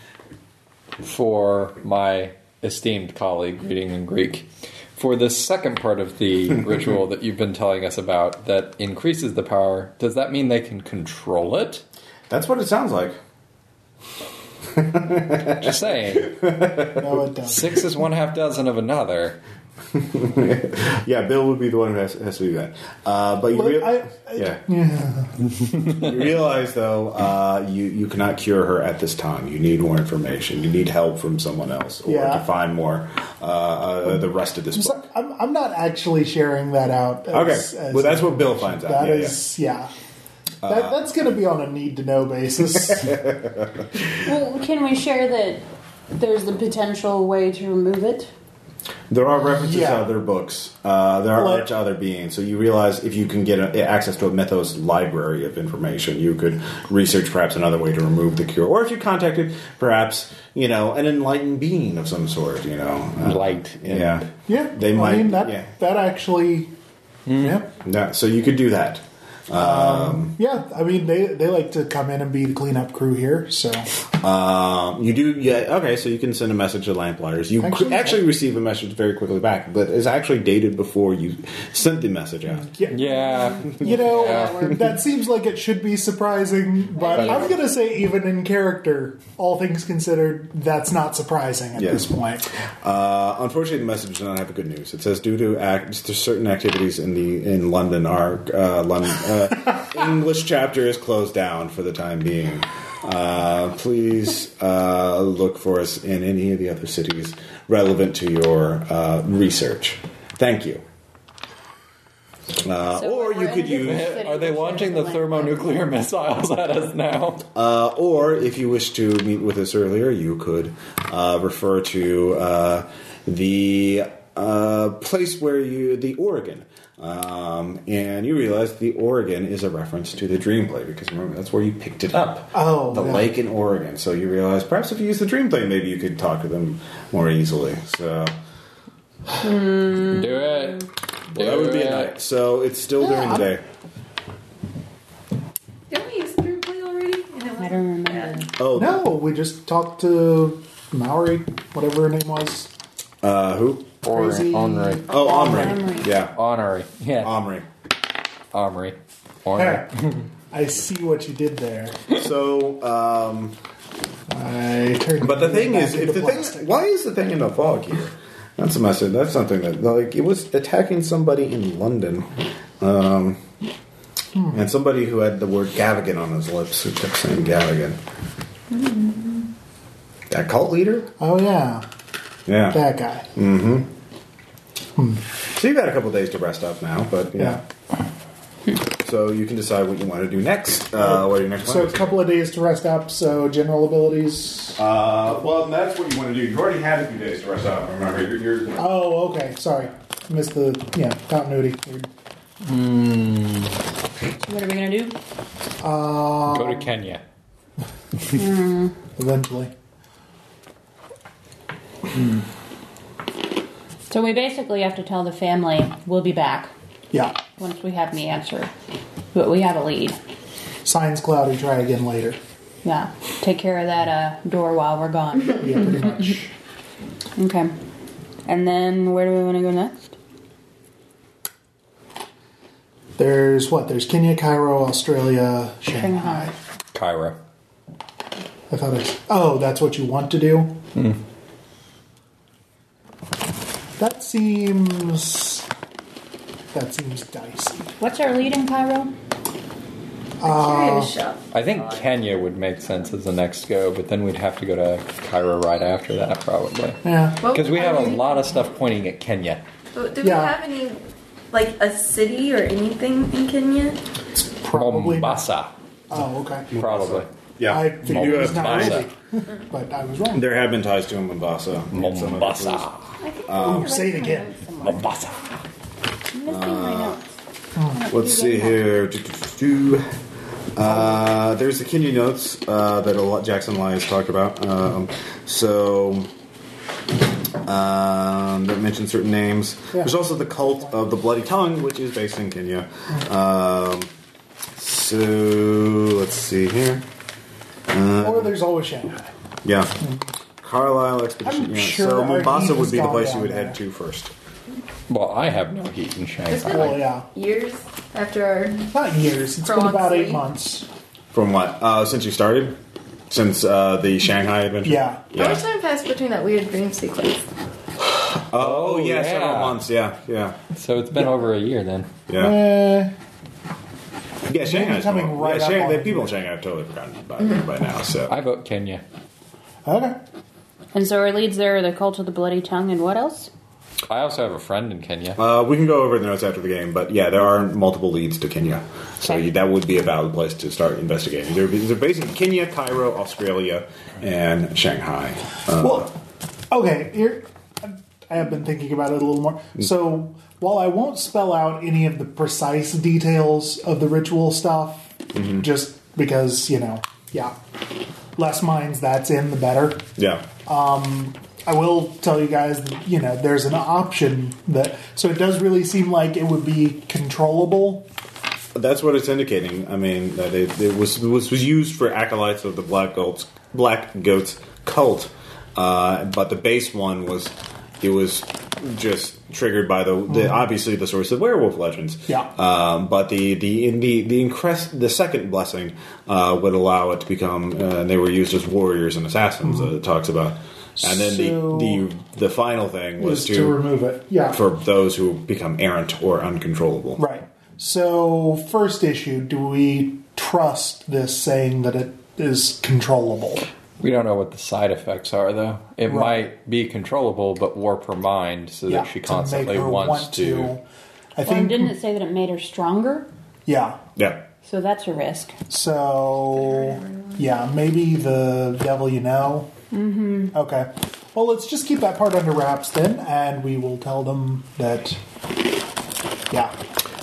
for my esteemed colleague reading in Greek. For the second part <laughs> of the ritual that you've been telling us about that increases the power, does that mean they can control it? that's what it sounds like. Just saying. Yes. No, it doesn't. Six is one half dozen of another. Yeah, Bill would be the one who has, has to do that. Uh, but you, Look, real- I- I- yeah. <laughs> you realize, though, uh, you, you cannot cure her at this time. You need more information. You need help from someone else or Yeah. to find more uh, uh, the rest of this So book. I'm, I'm not actually sharing that out. Okay, As, as- well, that's what Bill finds out. that yeah, Uh, is- yeah. That, that's going to be on a need to <laughs> know basis. Well, can we share that there's the potential way to remove it? yeah. There are references Yeah. to other books. Uh, there are Like- to other beings. So you realize if you can get a, access to a Mythos library of information, you could research perhaps another way to remove the cure. Or if you contacted perhaps, you know, an enlightened being of some sort, you know. Uh, Light. Yeah. yeah, They I might- mean, that, yeah. Hmm. that actually. Yeah, No, so you could do that. yeah. I mean, they they like to come in and be the cleanup crew here. So Um, you do, yeah. Okay, so you can send a message to Lamplighters. You actually, Actually- actually receive a message very quickly back, but it's actually dated before you sent the message out. Yeah. you know, Yeah, we're- <laughs> that seems like it should be surprising, but Yeah. I'm gonna say even in character, all things considered, that's not surprising at Yeah. this point. Uh, unfortunately, the message does not have good news. It says due to act, to certain activities in the in London, our uh, London uh, English chapter is closed down for the time being. Uh, please uh, look for us in any of the other cities relevant to your uh, research. Thank you. Uh, So or we're you in could the use city, Are they which launching is the like- thermonuclear missiles at us now? Uh, or if you wish to meet with us earlier, you could uh, refer to uh, the uh, place where you, the Oregon. Um, and you realize the Oregon is a reference to the dream play because remember that's where you picked it up. Oh, the yeah. lake in Oregon. So you realize perhaps if you use the dream play, maybe you could talk to them more easily. So Do it. Do Mm. that would be it. a night. So it's still during the day. Didn't we use through play already? And it I was- don't remember. Oh, No, we just talked to Maori, whatever her name was. uh, who? Or Crazy. Onry. Oh, Omri. Omri. Yeah, Honorary. Yeah. Omri. Omri. Ornery. There. I see what you did there. So. Um, I turned. But the thing back is, if into the plastic. thing, why is the thing in a fog here? That's a message. That's something that like it was attacking somebody in London, um, Hmm. and somebody who had the word Gavigan on his lips who kept saying Gavigan. Hmm. That cult leader. Oh yeah, Yeah. that guy. Mm. So you've had a couple days to rest up now, but yeah. Yeah. So you can decide what you want to do next. Uh, what your next So plan a is. couple of days to rest up. So general abilities. Uh, well, that's what you want to do. You've already had a few days to rest up. Remember, you're, you're Oh, okay. Sorry, missed the yeah continuity. What are we gonna do? Uh, Go to Kenya. eventually. So we basically have to tell the family we'll be back Yeah. once we have the answer, but we have a lead. Signs cloudy. Try again later. Yeah, take care of that uh, door while <laughs> we're gone. Yeah, pretty much. okay, and then where do we want to go next? There's what? There's Kenya, Cairo, Australia, Shanghai. Shanghai. Cairo. I thought it. Oh, that's what you want to do. That seems. That seems dicey. What's our lead in Cairo? Curious shop. I think Kenya would make sense as the next go, but then we'd have to go to Cairo right after that, probably. Yeah. What Because we would have I a do? lot of stuff pointing at Kenya. But Do Yeah. we have any, like a city or anything in Kenya? It's probably. Mombasa, Oh, okay. probably. yeah. I figured it was not Mombasa. really, <laughs> but I was wrong. There have been ties to Mombasa. Mombasa. I think Oh, Say it again. Mombasa. I'm missing Uh, my notes. Let's see here. Do, do, do, do. Uh, there's the Kenya notes uh, that a lot Jackson Lyons talked about. Um, so um, that mention certain names. Yeah. There's also the cult of the Bloody Tongue, which is based in Kenya. Um, so let's see here. Uh, Or there's always Shanghai. Yeah. Carlisle Expedition. Hmm. I'm yeah. sure so our Mombasa heat would has be the gone place you down would there. head to first. Well, I have no heat in It's been Shanghai. Oh like yeah. years after our. Not years. It's been Prolonged about eight sleep. months. From what? Uh, since you started? Since uh, the Shanghai adventure? Yeah. How much time passed between that weird dream sequence? Oh, Oh, yeah, yeah. several months. Yeah, yeah, So it's been over a year then. yeah. Eh, Yeah, Shanghai's coming going- right yeah, up Shanghai, on the people in Shanghai have totally forgotten about it by now. So I vote Kenya. okay. And so our leads there are the cult of the bloody tongue, and what else? I also have a friend in Kenya. uh, we can go over the notes after the game, but yeah, there are multiple leads to Kenya, so Okay. you, that would be a valid place to start investigating. They're, they're based in Kenya, Cairo, Australia, and Shanghai. Uh, Well, okay. Here, I have been thinking about it a little more. So, while I won't spell out any of the precise details of the ritual stuff, just because you know, yeah, less minds that's in, the better. yeah, I will tell you guys, that, you know, there's an option that. So it does really seem like it would be controllable. that's what it's indicating. I mean, that it, it was was was used for acolytes of the black goats, black goats cult, uh, but the base one was it was just triggered by the, the obviously the source of werewolf legends. Mm-hmm. Yeah. Um, but the the in the the, incres- the second blessing uh, would allow it to become, uh, and they were used as warriors and assassins. Uh, it talks about, and then Mm-hmm. So- the, the the final thing was is to, to remove it. Yeah. for those who become errant or uncontrollable. Right. So, first issue do we trust this saying that it is controllable? We don't know what the side effects are, though. It Right. might be controllable, but warp her mind so that she to make constantly her wants want to, I Well, think. didn't it say that it made her stronger? Yeah. Yeah. So that's a risk. So yeah, maybe the devil you know. Mm-hmm. Okay. Well, let's just keep that part under wraps then, and we will tell them that. Yeah.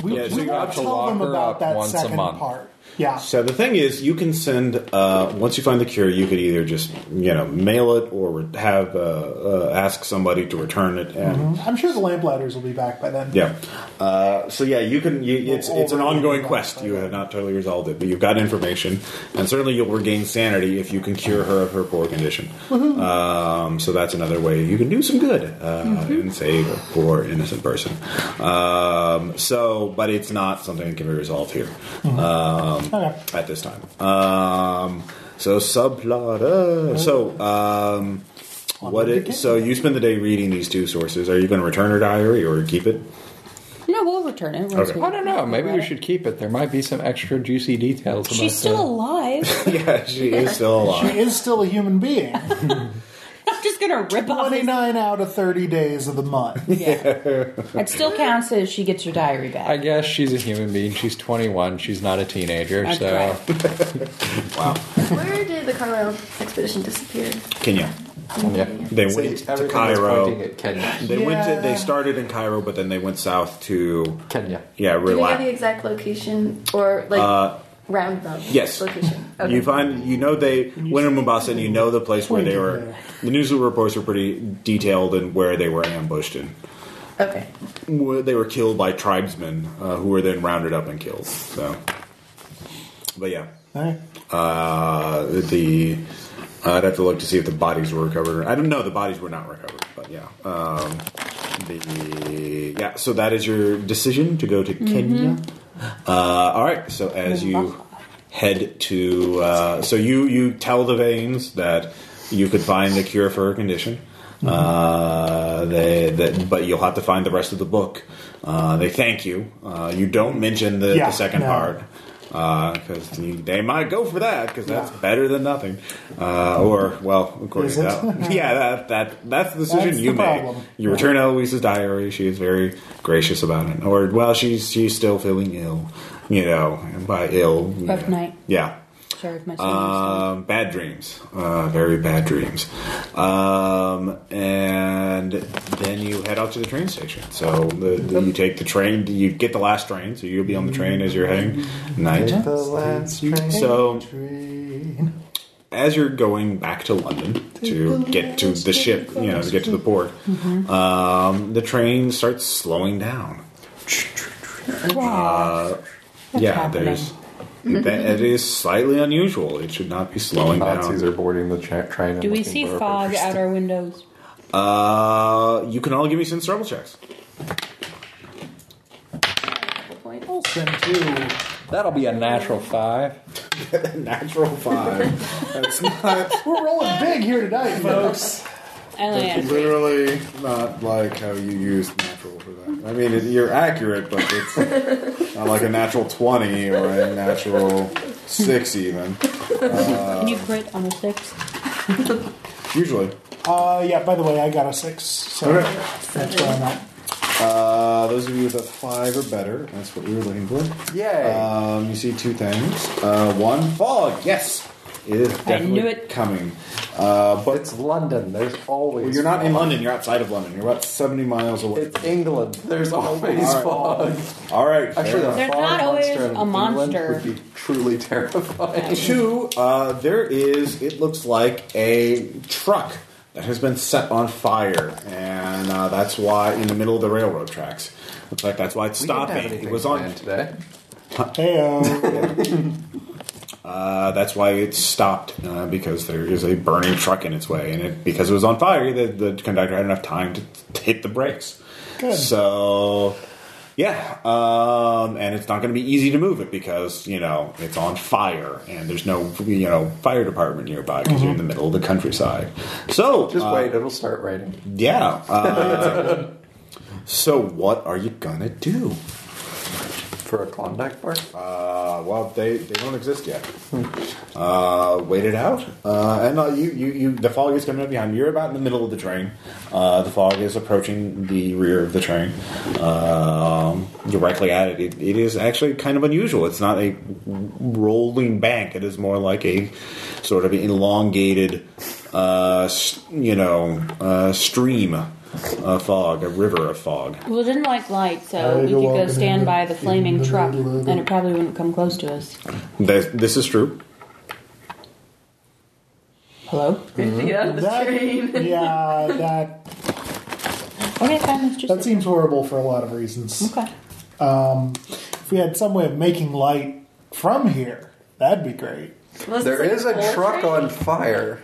We, Yeah, so we you won't have to tell lock them her about up that once a second month. part. Yeah. So the thing is, you can send uh, once you find the cure, you could either just you know mail it or re- have uh, uh, ask somebody to return it, and I'm sure the lamplighters will be back by then. yeah. Uh, so yeah, you can. You, it's it's an ongoing quest. You have not totally resolved it, but you've got information, and certainly you'll regain sanity if you can cure her of her poor condition. Um, so that's another way you can do some good uh, and save a poor innocent person. Um, so, but it's not something that can be resolved here Okay. at this time. Um, so subplot. Uh, so um, what? It, so you spend the day reading these two sources. Are you going to return her diary or keep it? No, we'll return it. once Okay. we- I don't know. Maybe read we it. should keep it. There might be some extra juicy details. About She's still the- <laughs> alive. yeah, she is still She alive. is still a human being. I'm just gonna rip off. His, 29 out of 30 days of <laughs> the month. yeah. it still counts as she gets her diary back. I guess she's a human being. She's 21. She's not a teenager. That's so <laughs> right. Where did the Carlisle expedition disappear? Kenya. yeah. They See, went to everything is pointing Cairo. at Kenya. They went. To, they Yeah. started in Cairo, but then they went south to Kenya. yeah, Do we know the relax. exact location or like Uh, roundabout? yes. Location. Okay. You find you know they went in Mombasa, and you know the place where they were. Pointing The news reports were pretty detailed in where they were ambushed in. okay. Well, they were killed by tribesmen uh, who were then rounded up and killed. So, but yeah, Alright. uh, the I'd have to look to see if the bodies were recovered. I don't know. The bodies were not recovered, but yeah. Um, the yeah. So that is your decision to go to Mm-hmm. Kenya. Uh, all right. So as you head to, uh, so you you tell the veins that you could find the cure for her condition. Mm-hmm. Uh, they that, but you'll have to find the rest of the book. Uh, they thank you. Uh, you don't mention the, Yeah, the second no. part because uh, they might go for that because that's better than nothing. Uh, or well, according Is to it? that, <laughs> yeah, that, that that's the decision That's you the make. problem. You return Eloise's diary. She is very gracious about it. Or well, she's she's still feeling ill, you know, and by ill, you Rough know. night. Yeah. Sorry if my uh, Um, bad dreams, uh, very bad dreams, um, and then you head out to the train station. So the, the, you take the train, you get the last train, so you'll be on the train as you're heading night. The last train. So Train. as you're going back to London to get to the ship, you know, to get to the port, um, the train starts slowing down. Uh, yeah, happening. there's that it is slightly unusual. It should not be slowing Nazis down. are boarding the tra- train. and Do we looking see for a fog purpose. out our windows? Uh, you can all give me some trouble checks. Cool point. Oh, I'll send two. That'll be a natural five. <laughs> Natural five. <laughs> That's not We're rolling big here tonight, folks. I only had a three. literally not like how you use natural for that. I mean, it, you're accurate, but it's <laughs> not like a natural twenty or a natural six even. Can Uh, you crit on a six? Usually, Uh, yeah, by the way, I got a six. So Okay. that's where I'm at. uh, those of you with a five or better, that's what we were looking for. Yay. Um, you see two things. Uh, one fog. Yes, it is definitely knew it. coming. Uh, but It's London. There's always. well, you're not in London. You're outside of London. You're about seventy miles away. It's England. There's always All right. fog. All right. fair Actually, the enough. There's fog not always monster in a monster. England would be truly terrifying. Two, uh, there is, it looks like a truck that has been set on fire, and uh, that's why in the middle of the railroad tracks. Looks like that's why it's stopping. It was on. today. Heyo. Uh, that's why it stopped uh, because there is a burning truck in its way, and it because it was on fire, the, the conductor had enough time to, to hit the brakes. Good. So, yeah, um, and it's not going to be easy to move it because you know it's on fire, and there's no you know fire department nearby because you're in the middle of the countryside. So, Just uh, wait, it'll start raining. yeah. Uh, so, what are you gonna do? For a Klondike bar? Uh, well, they, they don't exist yet. Uh, wait it out. Uh, and uh, you, you, you, the fog is coming up behind. you. You're about in the middle of the train. Uh, the fog is approaching the rear of the train. Um directly at it. it. It is actually kind of unusual. It's not a rolling bank. It is more like a sort of elongated, uh, s- you know, uh, stream of fog, a river of fog. Well, it didn't like light, so I we could go go walking stand in the- by the in flaming the truck, middle of and it probably wouldn't come close to us. This, this is true. Hello? Yeah, That, yeah, that Okay, fine, let's that just. seems horrible for a lot of reasons. Okay. If we had some way of making light from here, that'd be great. There is a truck on fire.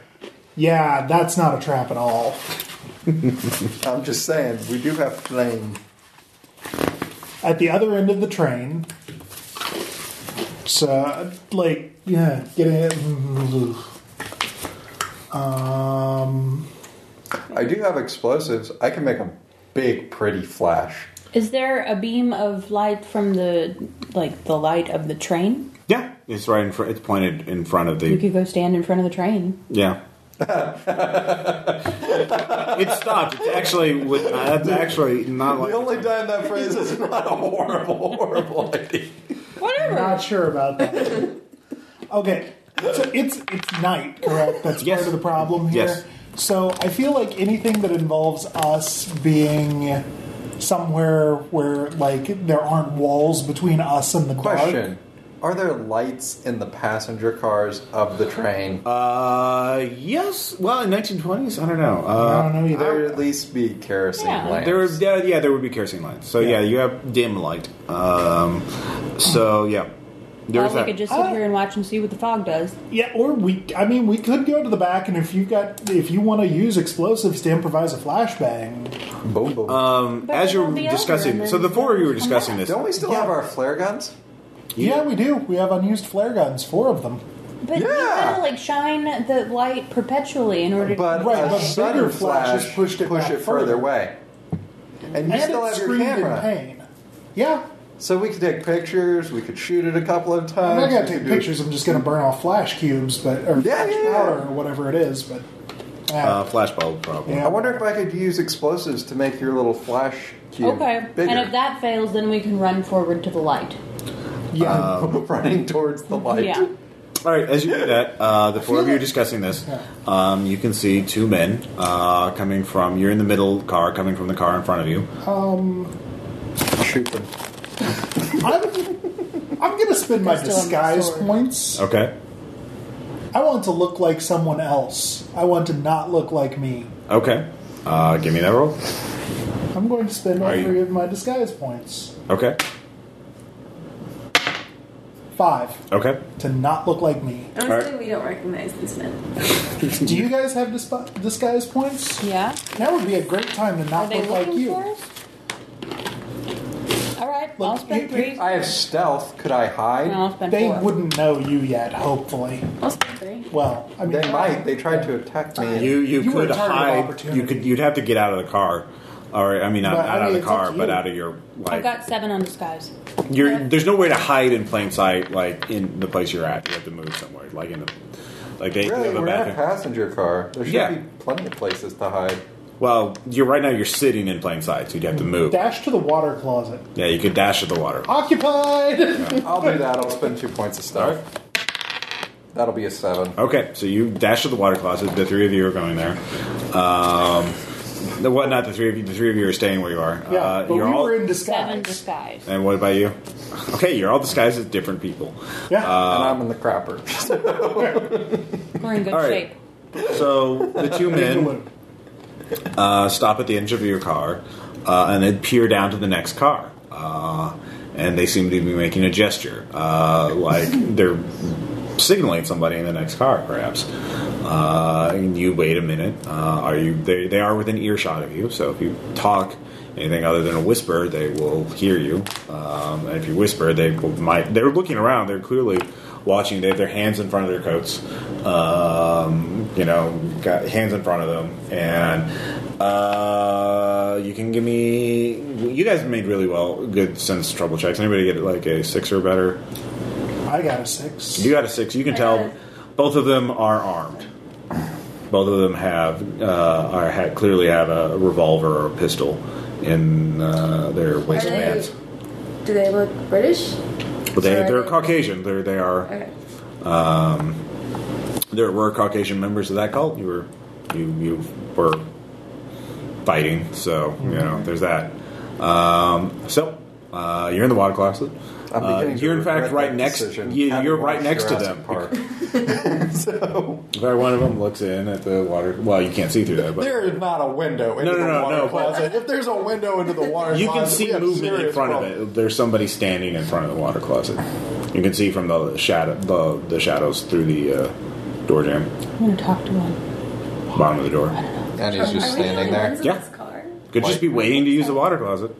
Yeah, that's not a trap at all. I'm just saying, we do have flame. At the other end of the train, so like yeah, getting it. mm-hmm, Um, I do have explosives. I can make a big, pretty flash. Is there a beam of light from the, like, the light of the train? Yeah, it's right in front. It's pointed in front of We the. could go stand in front of the train. <laughs> Yeah. it stopped. It's actually with, uh, that's actually not The like only time that <laughs> phrase is not a horrible, horrible idea. I'm not sure about that. Okay, so it's it's night, correct? That's Yes. part of the problem here. Yes. So I feel like anything that involves us being somewhere where like there aren't walls between us and the dark. Question. Are there lights in the passenger cars of the train? Uh, yes. Well, in 1920s, I don't know. I Uh, don't know either. there would at least be kerosene Yeah. lamps. There would, yeah, yeah, there would be kerosene lights. So yeah, Yeah. you have dim light. Um, so yeah, there's Well, we that. could just sit here and watch and see what the fog does. Yeah, or we. I mean, we could go to the back, and if you got, if you want to use explosives to improvise a flashbang, Boom, boom. Uh, um, But as you're it'll be over discussing, and so the then four of you were come discussing back. this. Don't we still have our flare guns? yeah. we do. We have unused flare guns, four of them. But you Yeah. gotta, like, shine the light perpetually in order to. But Right, a but sudden bigger flashes flash pushed it push back it further further. away. And you and still it have your screamed in camera. pain. Yeah, So we could take pictures, we could shoot it a couple of I'm times. not gonna we take could do- pictures. I'm just gonna burn off flash cubes, but or Yeah, flash yeah, yeah. powder or whatever it is. But yeah. uh, flashbulb problem. Yeah. I wonder if I could use explosives to make your little flash cube Okay. bigger. And if that fails, then we can run forward to the light. yeah. <laughs> uh, running towards the light. Yeah. All right, as you do that, uh, the four of you are discussing this. Um, you can see two men uh, coming from. You're in the middle car, coming from the car in front of you. Shoot them. I'm, I'm gonna spend my They're still on the disguise sword. points. Okay. I want to look like someone else. I want to not look like me. Okay. Uh, give me that roll. I'm going to spend all Are you- three of my disguise points. Okay. Five Okay. to not look like me. Honestly, we don't recognize these men. Do you guys have disp- disguise points? Yeah? That would be a great time to Are not they look looking like you. for us? Alright, Look, I'll spend you- you- three. I have stealth. Could I hide? and I'll spend They 4 wouldn't know you yet, hopefully. I'll spend three. Well, I mean, They might. They tried to attack me. You you, You were a could target of hide. opportunity. You could you'd have to get out of the car, or I mean, not, But, not I mean, out of the it's up car, to but you. out of your I've like. got seven on disguise. You're, there's no way to hide in plain sight, like in the place you're at. You have to move somewhere, like in the like they Really, have a we're in a bathroom. passenger car. There should Yeah. be plenty of places to hide. Well, you're right now. You're sitting in plain sight, so you'd have Mm-hmm. to move. dash to the water closet. Yeah, you could dash at the water. Uh, Occupied! I'll do that. I'll spend two points of stealth. That'll be a seven. Okay, so you dash to the water closet. The three of you are going there. Um, the, what? Not the three of you. The three of you are staying where you are. <laughs> Yeah, uh, but we you're all, were in Seven disguise. disguise. And what about you? <laughs> Okay, you're all disguised as different people. Yeah. Uh, and I'm in the crapper. We're in good All right. shape. So the two men uh, stop at the edge of your car uh, and then peer down to the next car. Uh, and they seem to be making a gesture, uh, like they're signaling somebody in the next car, perhaps. Uh, and you wait a minute. Uh, are you? They, they are within earshot of you, so if you talk anything other than a whisper, they will hear you. Um, and if you whisper, they will, might. They're looking around. They're clearly watching. They have their hands in front of their coats, um, you know, got hands in front of them, and uh, you can give me. You guys made really well, good sense trouble checks. Anybody get like a six or better? I got a six. You got a six. You can I got tell it. both of them are armed. Both of them have uh, are ha clearly have a revolver or a pistol in uh, their Are they, waistbands. do they look British? But they so are they're they- Caucasian. They're they are Okay. there were Caucasian members of that cult. You were you you were fighting. So you Mm-hmm. know there's that. Um, so uh, you're in the water closet. I'm Uh, beginning to you're in fact regret right that next. decision. You, Having you're right watched next to Jurassic them. <laughs> Park. so In fact, one of them looks in at the water. Well, you can't see through that, but there is not a window into No, no, the no, water no, but- closet. If there's a window into the water You can closet, see we have movement in serious front problems. of it. There's somebody standing in front of the water closet. You can see from the shadow, the, the shadows through the uh, door jam, I'm going to talk to one. bottom of the door. And he's just Are we the standing only there. ones in Yeah. this car? Could just be waiting to use the water closet.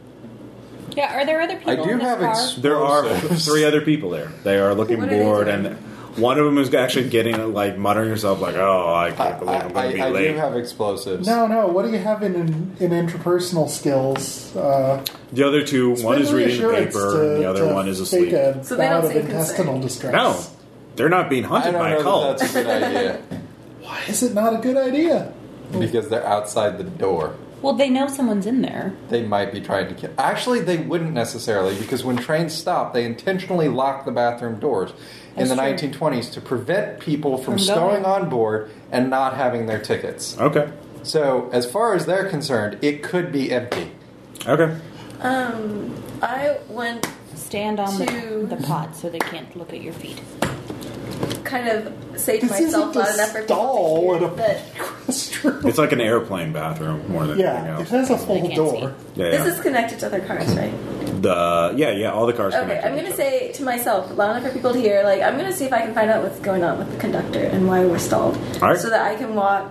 Yeah, are there other people I do in this have car? ex- There are <laughs> Explosives. three other people there. They are looking What are they bored, doing? and one of them is actually getting like muttering herself, like, "Oh, I I, can't believe I'm I- going to be I late." do have explosives. No, no. What do you have in in, in interpersonal skills? Uh, the other two, one spend is reading the reassurance paper, to- and the other to one is asleep. fake A So they don't bout of seem concerned. intestinal distress. No, they're not being I hunted don't by a know cult. that that's a good <laughs> idea Why is it not a good idea? <laughs> because they're outside the door. Well, they know someone's in there. They might be trying to kill. Actually, they wouldn't necessarily because when trains stop, they intentionally lock the bathroom doors in That's the true. 1920s to prevent people From from, stowing going. on board and not having their tickets. Okay, So, as far as they're concerned, it could be empty. okay. Um, I went Stand on Two. the, the pot so they can't look at your feet. kind of saved This myself isn't loud a enough for stall people at to a hear that restroom. It's like an airplane bathroom more than anything Yeah, it else. has a They full can't door. Yeah, yeah. this is connected to other cars, right? The yeah, yeah, all the cars. Okay, connected I'm to gonna each other. say to myself, loud enough for people to hear, like, I'm gonna see if I can find out what's going on with the conductor and why we're stalled. All right. So that I can walk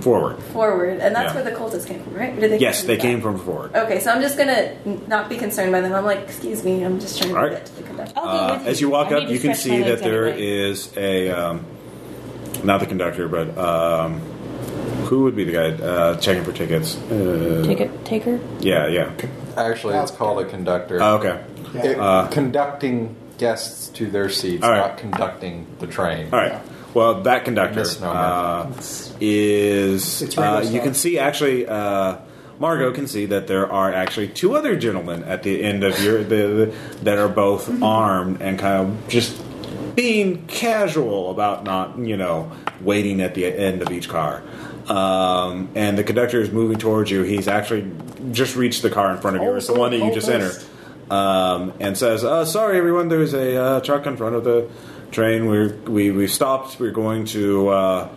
forward. forward. And that's Yeah. where the cultists came from, right? Or did they Yes, they back? came from forward. Okay, so I'm just gonna n- not be concerned by them. I'm like, excuse me, I'm just trying to All right. get to the conductor. <laughs> I'll be Uh, with as you walk Oh, I need up, to you can stretch my see legs that there anyway. is a um, not the conductor, but um, who would be the guy uh, checking for tickets? Uh, Take it, take her. Yeah, yeah. Actually, it's called a conductor. Oh, okay. Yeah. It- conducting guests to their seats, uh, All right. not conducting the train. All right. Well, that conductor Misnomer. uh, is. It's uh, Ringo you can Starr. see actually. Uh, Margot can see that there are actually two other gentlemen at the end of your the, the- that are both armed and kind of just being casual about not you know waiting at the end of each car. Um, and the conductor is moving towards you. He's actually just reached the car in front of you. Oh, It's the one that you oh, just nice. entered um, and says, uh, "Sorry, everyone. There's a uh, truck in front of the train. We're, we we stopped. We're going to." Uh,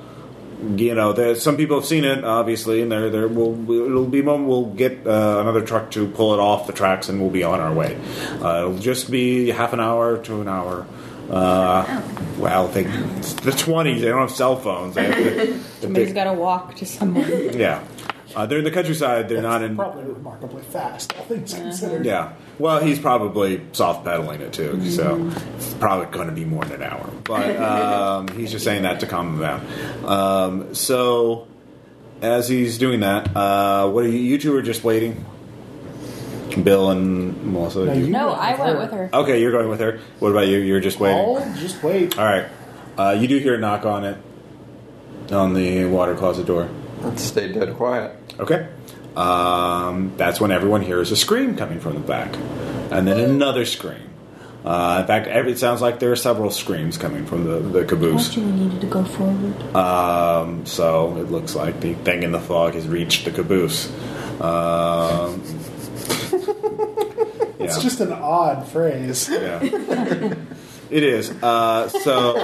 you know, there, some people have seen it, obviously, and there, there will we'll, it'll be one. We'll get uh, another truck to pull it off the tracks, and we'll be on our way. Uh, it'll just be half an hour to an hour. Uh, well, they, it's the twenties. They don't have cell phones. They have to, Somebody's got to walk <laughs> to someone. yeah, uh, they're in the countryside. They're not in Probably remarkably fast, all things Uh-huh. considered. yeah. Well, he's probably soft pedaling it too, so it's probably going to be more than an hour. But um, he's just saying that to calm him down. Um, so, as he's doing that, uh, what are you, you two are just waiting? Bill and Melissa. No, you- you no, I went with her. okay, you're going with her. What about you? You're just waiting. Oh, just wait. All right. Uh, you do hear a knock on it on the water closet door. Let's stay dead quiet. Okay. Um, that's when everyone hears a scream coming from the back, and then another scream. Uh, in fact, every, it sounds like there are several screams coming from the, the caboose. Actually, we needed to go forward. Um, so it looks like the thing in the fog has reached the caboose. <laughs> Um, yeah. It's just an odd phrase. Yeah. it is. Uh, so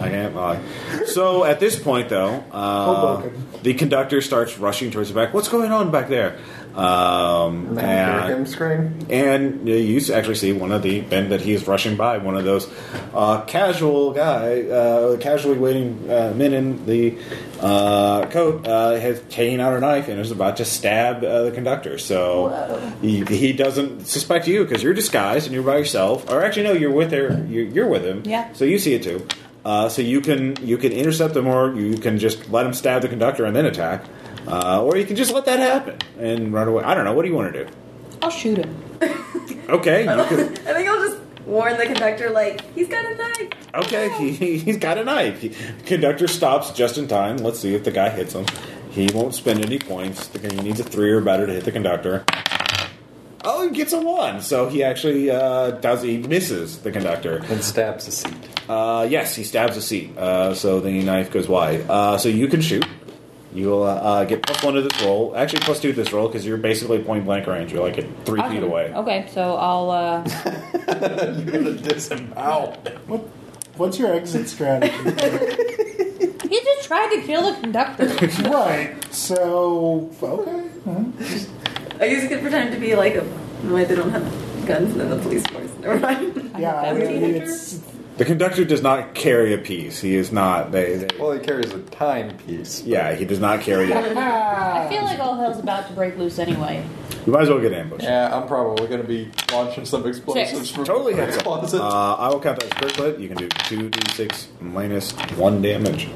I can't lie. So at this point, though, uh, Hoboken. the conductor starts rushing towards the back. What's going on back there? Uh, Um, And then hear him and scream. and you actually see one of the men that he is rushing by, one of those uh, casual guy, uh, casually waiting uh, men in the uh, coat, uh, has taken out a knife and is about to stab uh, the conductor. So he, he doesn't suspect you because you're disguised and you're by yourself. Or actually, no, you're with her. You're, you're with him. Yeah. So you see it too. Uh, so you can you can intercept them, or you can just let him stab the conductor and then attack, uh, or you can just let that happen and run away. I don't know. What do you want to do? I'll shoot him. Okay, you can, I think I'll just warn the conductor, like, he's got a knife. Okay, he, he's got a knife. He, conductor stops just in time. Let's see if the guy hits him. He won't spend any points. The guy- He needs a three or better to hit the conductor. Oh, he gets a one. So he actually uh, does. He misses the conductor. And stabs the seat. Uh, yes, he stabs a seat. Uh, so the knife goes wide. Uh, so you can shoot. You'll uh, uh, get plus one to this roll. Actually, plus two to this roll because you're basically point blank range. You're like at three feet Awesome. away. Okay, so I'll. Uh, You're gonna disavow. What, what's your exit strategy? <laughs> he just tried to kill <laughs> the conductor. right. So okay. I guess you could pretend to be like a. No, wait, they don't have guns in the police force. <laughs> Never mind. Yeah, I Okay. mean, it's The conductor does not carry a piece. He is not. They, they, Well, he carries a timepiece. yeah, he does not carry it. I feel like all hell's about to break loose anyway. You might as well get ambushed. Yeah, I'm probably gonna be launching some explosives from Totally the hits it. closet. Uh, I will count that as crit. You can do 2d6 minus 1 damage.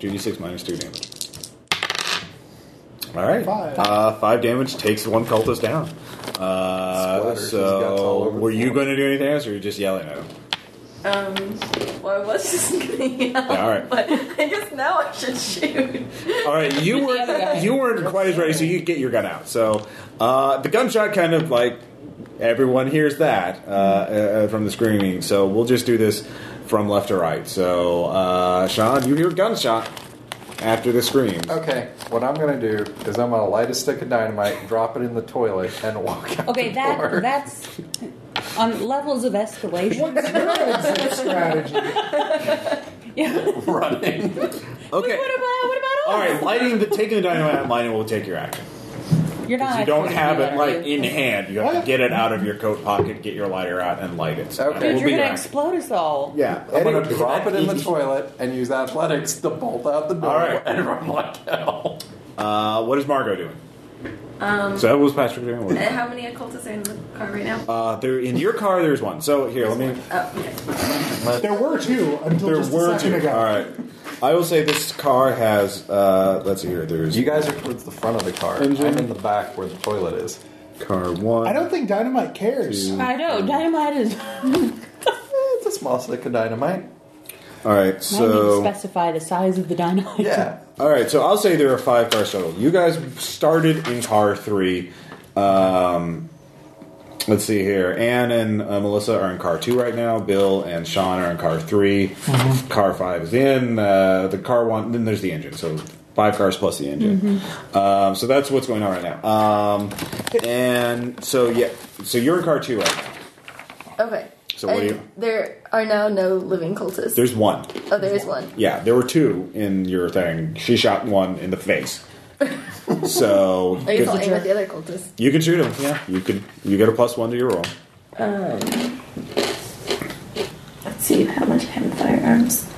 2d6 minus 2 damage. Alright. Five. Uh, 5 damage takes one cultist down. Uh, Splatters his guts all so, over the were you floor. going to do anything else or were you just yelling at him? Um, well, I was just getting out. Yeah, all right. But I guess now I should shoot. <laughs> Alright, you were you weren't quite as ready, so you get your gun out. So, uh, the gunshot kind of like everyone hears that uh, uh, from the screaming. So, we'll just do this from left to right. So, uh, Sean, you hear gunshot after the scream. Okay, what I'm gonna do is I'm gonna light a stick of dynamite, drop it in the toilet, and walk out Okay, the that <laughs> door. that's on levels of <laughs> escalation. what's your exit strategy? Yeah. <laughs> <laughs> what running. Okay. about what about All us? right, lighting the taking the dynamite out and lighting will take your action. You're not. Because you don't actually have gonna it Ah, do like that, are you? in hand. You have What? to get it out of your coat pocket, get your lighter out, and light it. So Okay. that Dude, will you're be gonna your action. explode us all. Yeah, I'm gonna Eddie- drop it in the toilet and use athletics to bolt out the door All right. and run like hell. Uh, what is Margot doing? Um, so what was Patrick doing? What- And how many occultists are in the car right now? Uh, there in your car. There's one. So here, let me. Oh, okay. There were two until There just a were second two. ago. All right. I will say this car has. Uh, let's see here. There's You guys are towards the front of the car. Engine. I'm in the back where the toilet is. car one. I don't think dynamite cares. Two. I know. Dynamite is. <laughs> Eh, it's a small stick of dynamite. All right. I need to So specify the size of the dynamite. Yeah. all right. So I'll say there are five cars total. You guys started in car three. Um, let's see here. Anne and uh, Melissa are in car two right now. Bill and Sean are in car 3 Car five is in. Uh, the car one. Then there's the engine. So five cars plus the engine. Um, so that's what's going on right now. Um, and so yeah. So you're in car two right now. okay. So what do And you- There are now no living cultists. There's one. oh, there is one. Yeah, there were two in your thing. She shot one in the face. So I guess I'll good- aim at the other cultist. you can shoot him. Yeah, you could. You get a plus one to your roll. Let's see how much I have in firearms.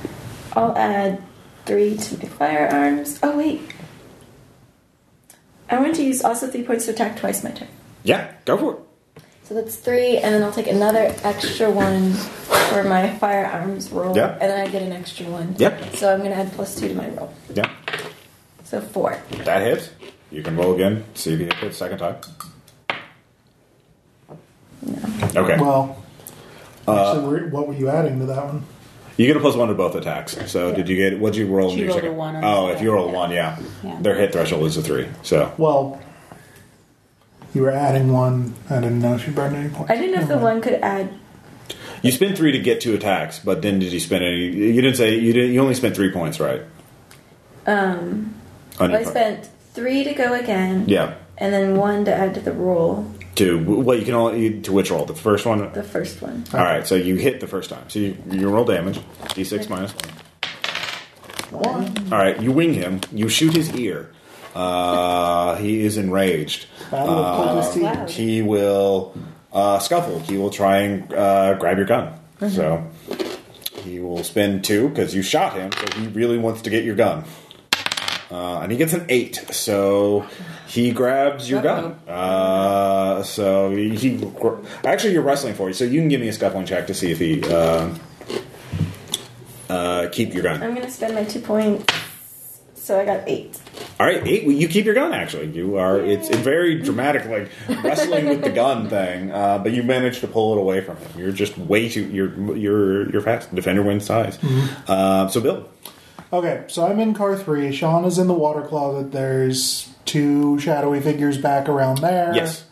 I'll add three to my firearms. Oh wait. I want to use also three points to attack twice my turn. Yeah, go for it. So that's three, and then I'll take another extra one for my firearms roll. Yeah. And then I get an extra one. Yeah. So I'm gonna add plus two to my roll. Yeah, So four. that hits. You can roll again. See if you hit it second time. Okay, Well, Uh, actually, we're- what were you adding to that one? you get a plus one to both attacks. So did you get? What'd you roll? in She your rolled a second? one on Oh, the if you roll a second. one, yeah. Yeah. their hit threshold is a three. So Well, you were adding one. I didn't know if you burned any points. I didn't know if the Mm-hmm. Never mind. one could add. you spend three to get two attacks, but then did you spend any? You didn't say you didn't. You only spent three points, right? Um, I spent three to go again. Yeah. And then one to add to the roll, To well, you can only you, to which roll? The first one. the first one. All right, so you hit the first time. So you, you roll damage, d6 minus one. All right, you wing him. You shoot his ear. Uh, he is enraged. Battle of Uh, Cultus Team. wow. He will uh, scuffle. He will try and uh, grab your gun. So he will spend two because you shot him, so he really wants to get your gun. Uh, and he gets an eight, so he grabs your gun. Uh, so he, he actually you're wrestling for it, so you can give me a scuffling check to see if he uh, uh, keep your gun. I'm gonna spend my two points. So I got eight. All right, eight. Well, you keep your gun. Actually, you are. It's a very dramatic, like wrestling with the gun thing. Uh, but you manage to pull it away from him. You're just way too. You're you're you're fast. Defender wins ties. Mm-hmm. Uh, so Bill, Okay, so I'm in car three. Sean is in the water closet. There's two shadowy figures back around there. Yes.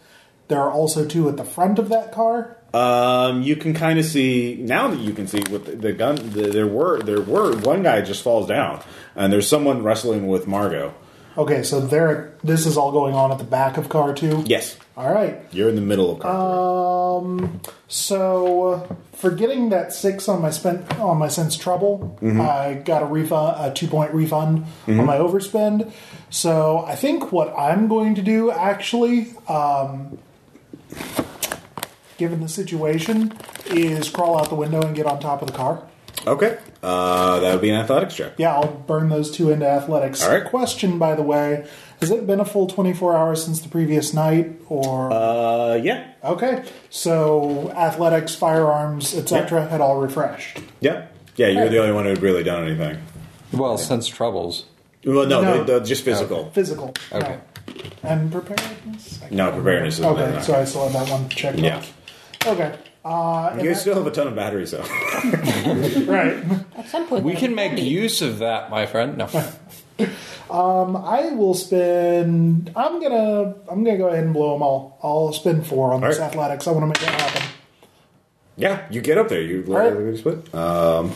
There are also two at the front of that car. um, you can kind of see now that you can see with the, the gun. The, there were there were one guy just falls down, and there's someone wrestling with Margot. Okay, so there. This is all going on at the back of car two. Yes, All right. you're in the middle of. Carter. Um. So, forgetting that six on my spent on my sense trouble, Mm-hmm. I got a refund, a two point refund on my overspend. So, I think what I'm going to do, actually, um, given the situation, is crawl out the window and get on top of the car. okay, uh, that would be an athletics check. Yeah, I'll burn those two into athletics. All right. Question, by the way, has it been a full twenty four hours since the previous night, or? Uh, yeah, Okay, so athletics, firearms, etc. had all refreshed. yeah, yeah. You're the only one who had really done anything. Well, since troubles. Well, no, No. They, they're just physical. Physical. no. Okay. And preparedness? I No, preparedness is can't- there. Okay, so I still have that one checked Yeah. off. Okay, uh, and You that- still have a ton of batteries, though. <laughs> right. <laughs> At some point, We they're can make funny. use of that, my friend. No. <laughs> I will spend. I'm gonna. I'm gonna go ahead and blow them all. I'll spend four on All this right. athletics. I want to make that happen. yeah, you get up there. You right. literally split. Um,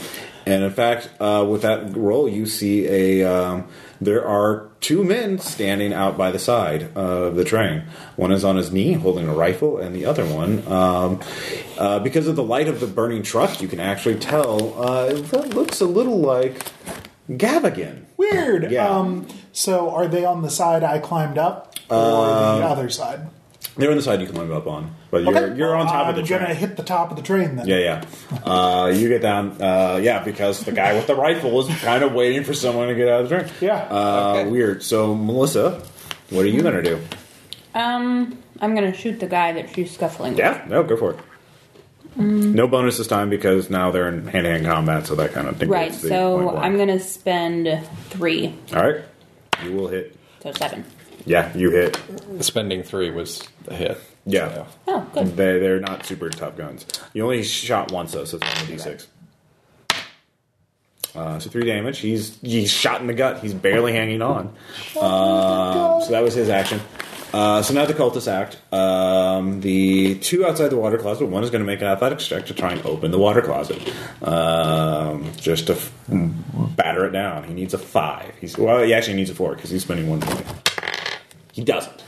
and in fact, uh, with that roll, you see a. Um, there are two men standing out by the side of the train. One is on his knee holding a rifle, and the other one, um, uh, because of the light of the burning truck, you can actually tell uh, that looks a little like Gavigan. Weird. Yeah. Um, so are they on the side I climbed up, or the other side? They're on the side you can climb up on, but Um, you're, Okay. Uh, you're on top of the I'm train. gonna hit the top of the train then. Yeah, yeah. Uh, you get down. Uh, yeah, because the guy with the rifle is kind of waiting for someone to get out of the train. Yeah. Uh, Okay. Weird. So, Melissa, what are you going to do? Um, I'm gonna shoot the guy that she's scuffling. with. Yeah, no, go for it. Mm. No bonus this time because now they're in hand to hand combat, so that kind of thing. Right. So I'm gonna spend three, All right. You will hit. so seven. Yeah, you hit. Spending three was a hit. Yeah. Oh, good. They, they're not super tough guns. You only shot once, though, so it's only d6. Uh, so three damage. He's he's shot in the gut. He's barely hanging on. Um, so that was his action. Uh, so now the cultists act. Um, the two outside the water closet. One is going to make an athletics check to try and open the water closet, um, just to f- batter it down. He needs a five. He's well, he actually needs a four because he's spending one point. He doesn't.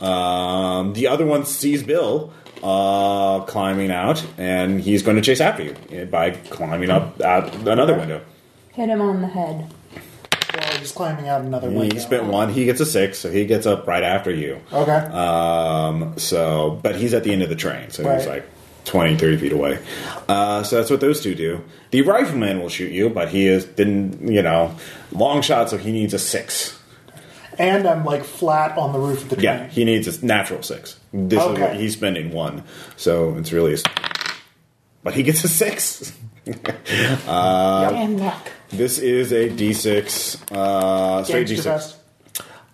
Um, the other one sees Bill uh, climbing out, and he's going to chase after you eh, by climbing up out another window. Hit him on the head. Well, he's climbing out another window. He spent one. He gets a six, so he gets up right after you. Okay. Um, so, but he's at the end of the train, so he's Right. like 20, 30 feet away. Uh, so that's what those two do. The rifleman will shoot you, but he is didn't you know long shot, so he needs a six. and I'm like flat on the roof of the train. Yeah, he needs a natural six. This is Okay. what he's spending one, so it's really. A, but he gets a six. Damn luck. This is a D6. Uh, straight Gangster D6. vest.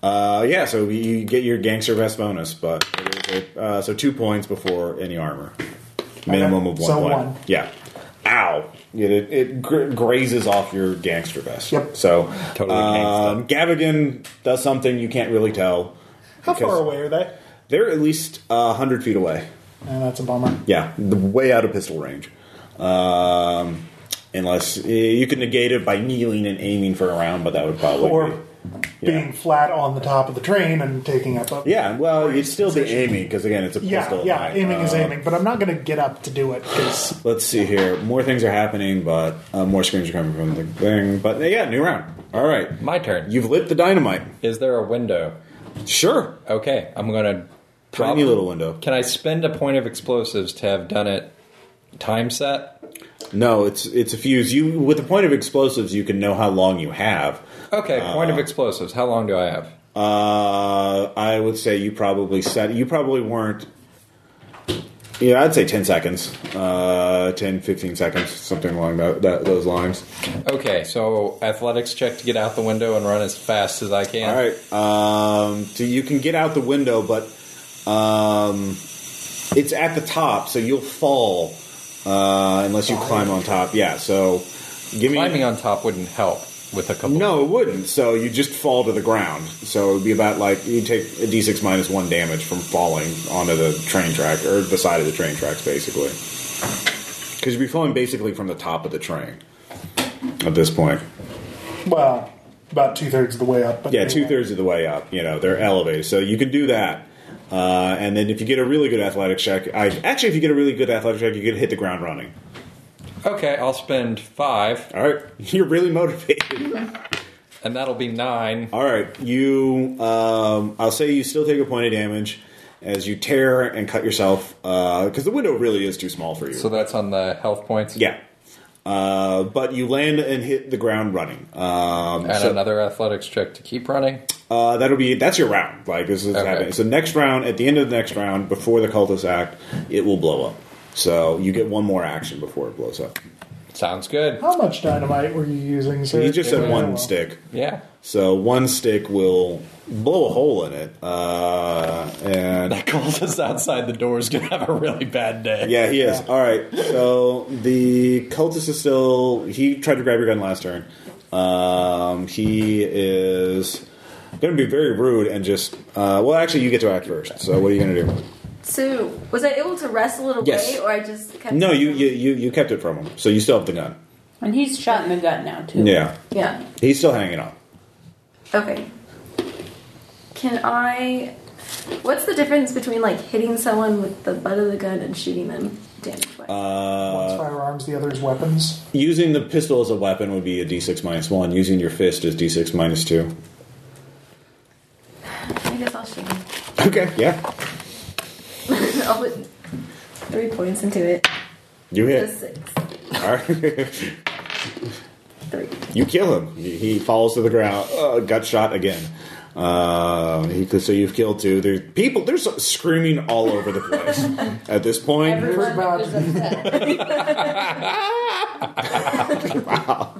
Uh, yeah, so you get your gangster vest bonus, but it is a, uh, so two points before any armor. Minimum of one So point. one. Yeah. Ow! It, it, it gr- grazes off your gangster vest. Yep. So Totally um, Gavigan does something you can't really tell. How because far away are they? They're at least uh, hundred feet away. And that's a bummer. Yeah, the way out of pistol range. Um, unless eh, you could negate it by kneeling and aiming for a round, but that would probably Or be, being flat on the top of the train and taking up. A, yeah. yeah. Well, you'd still be aiming because again, it's a yeah, pistol. yeah, right? Aiming is Uh, aiming, but I'm not going to get up to do it because Let's see here. More things are happening, but uh, more screams are coming from the thing. But eh, yeah, new round. All right. My turn. You've lit the dynamite. Is there a window? Sure. Okay, I'm gonna. drop- Tiny little window. Can I spend a point of explosives to have done it? Time set. No, it's it's a fuse. You with the point of explosives, you can know how long you have. Okay, point of explosives. How long do I have? Uh, I would say you probably set. You probably weren't. Yeah, I'd say 10 seconds. Uh, 10, 15 seconds, something along that, that, those lines. Okay, so athletics check to get out the window and run as fast as I can. All right. Um, so you can get out the window, but um, it's at the top, so you'll fall uh, unless you climb on top. Yeah. So give me Climbing on top wouldn't help with a couple. No, it wouldn't. So you just fall to the ground. So it would be about like you take a d6 minus one damage from falling onto the train track or the side of the train tracks, basically. Because you'd be falling basically from the top of the train at this point. Well, about two thirds of the way up. But Yeah, anyway. two thirds of the way up. You know, they're elevated, so you can do that. Uh, and then if you get a really good athletic check, I actually if you get a really good athletic check, you can hit the ground running. Okay, I'll spend five, All right, <laughs> you're really motivated. and that'll be nine. All right, you. Um, I'll say you still take a point of damage as you tear and cut yourself because the window really is too small for you. So that's on the health points. yeah, uh, but you land and hit the ground running. Um, And so, another athletics check to keep running. uh, that'll be that's your round. Like this is Okay. happening. So next round, at the end of the next round, before the cultist act, it will blow up. So you get one more action before it blows up. Sounds good. Oh. How much dynamite were you using, sir? You just said Yeah, one well. stick. Yeah. So one stick will blow a hole in it, uh, and That <laughs> cultist outside the door is going to have a really bad day. Yeah, he is. All right. So the cultist is still. He tried to grab your gun last turn. Um, he is going to be very rude and just. Uh, well, actually, you get to act first. So what are you going to do? So, was I able to wrestle it away, Yes. or I just kept? No, you, you you you kept it from him. So you still have the gun. And he's shot in the gut now too. <laughs> Yeah, Yeah. he's still hanging on. Okay. Can I? What's the difference between like hitting someone with the butt of the gun and shooting them damage wise? One's Uh, firearms, the other's weapons. using the pistol as a weapon would be a d6 minus one. Using your fist is d6 minus two. I guess I'll shoot. him. Okay. Yeah. I'll put three points into it. You So hit. six, All right. three. You kill him. He he falls to the ground. Uh, gut shot again. Uh, he, so you've killed two. There's people. There's screaming all over the place at this point. Everyone Here's is upset.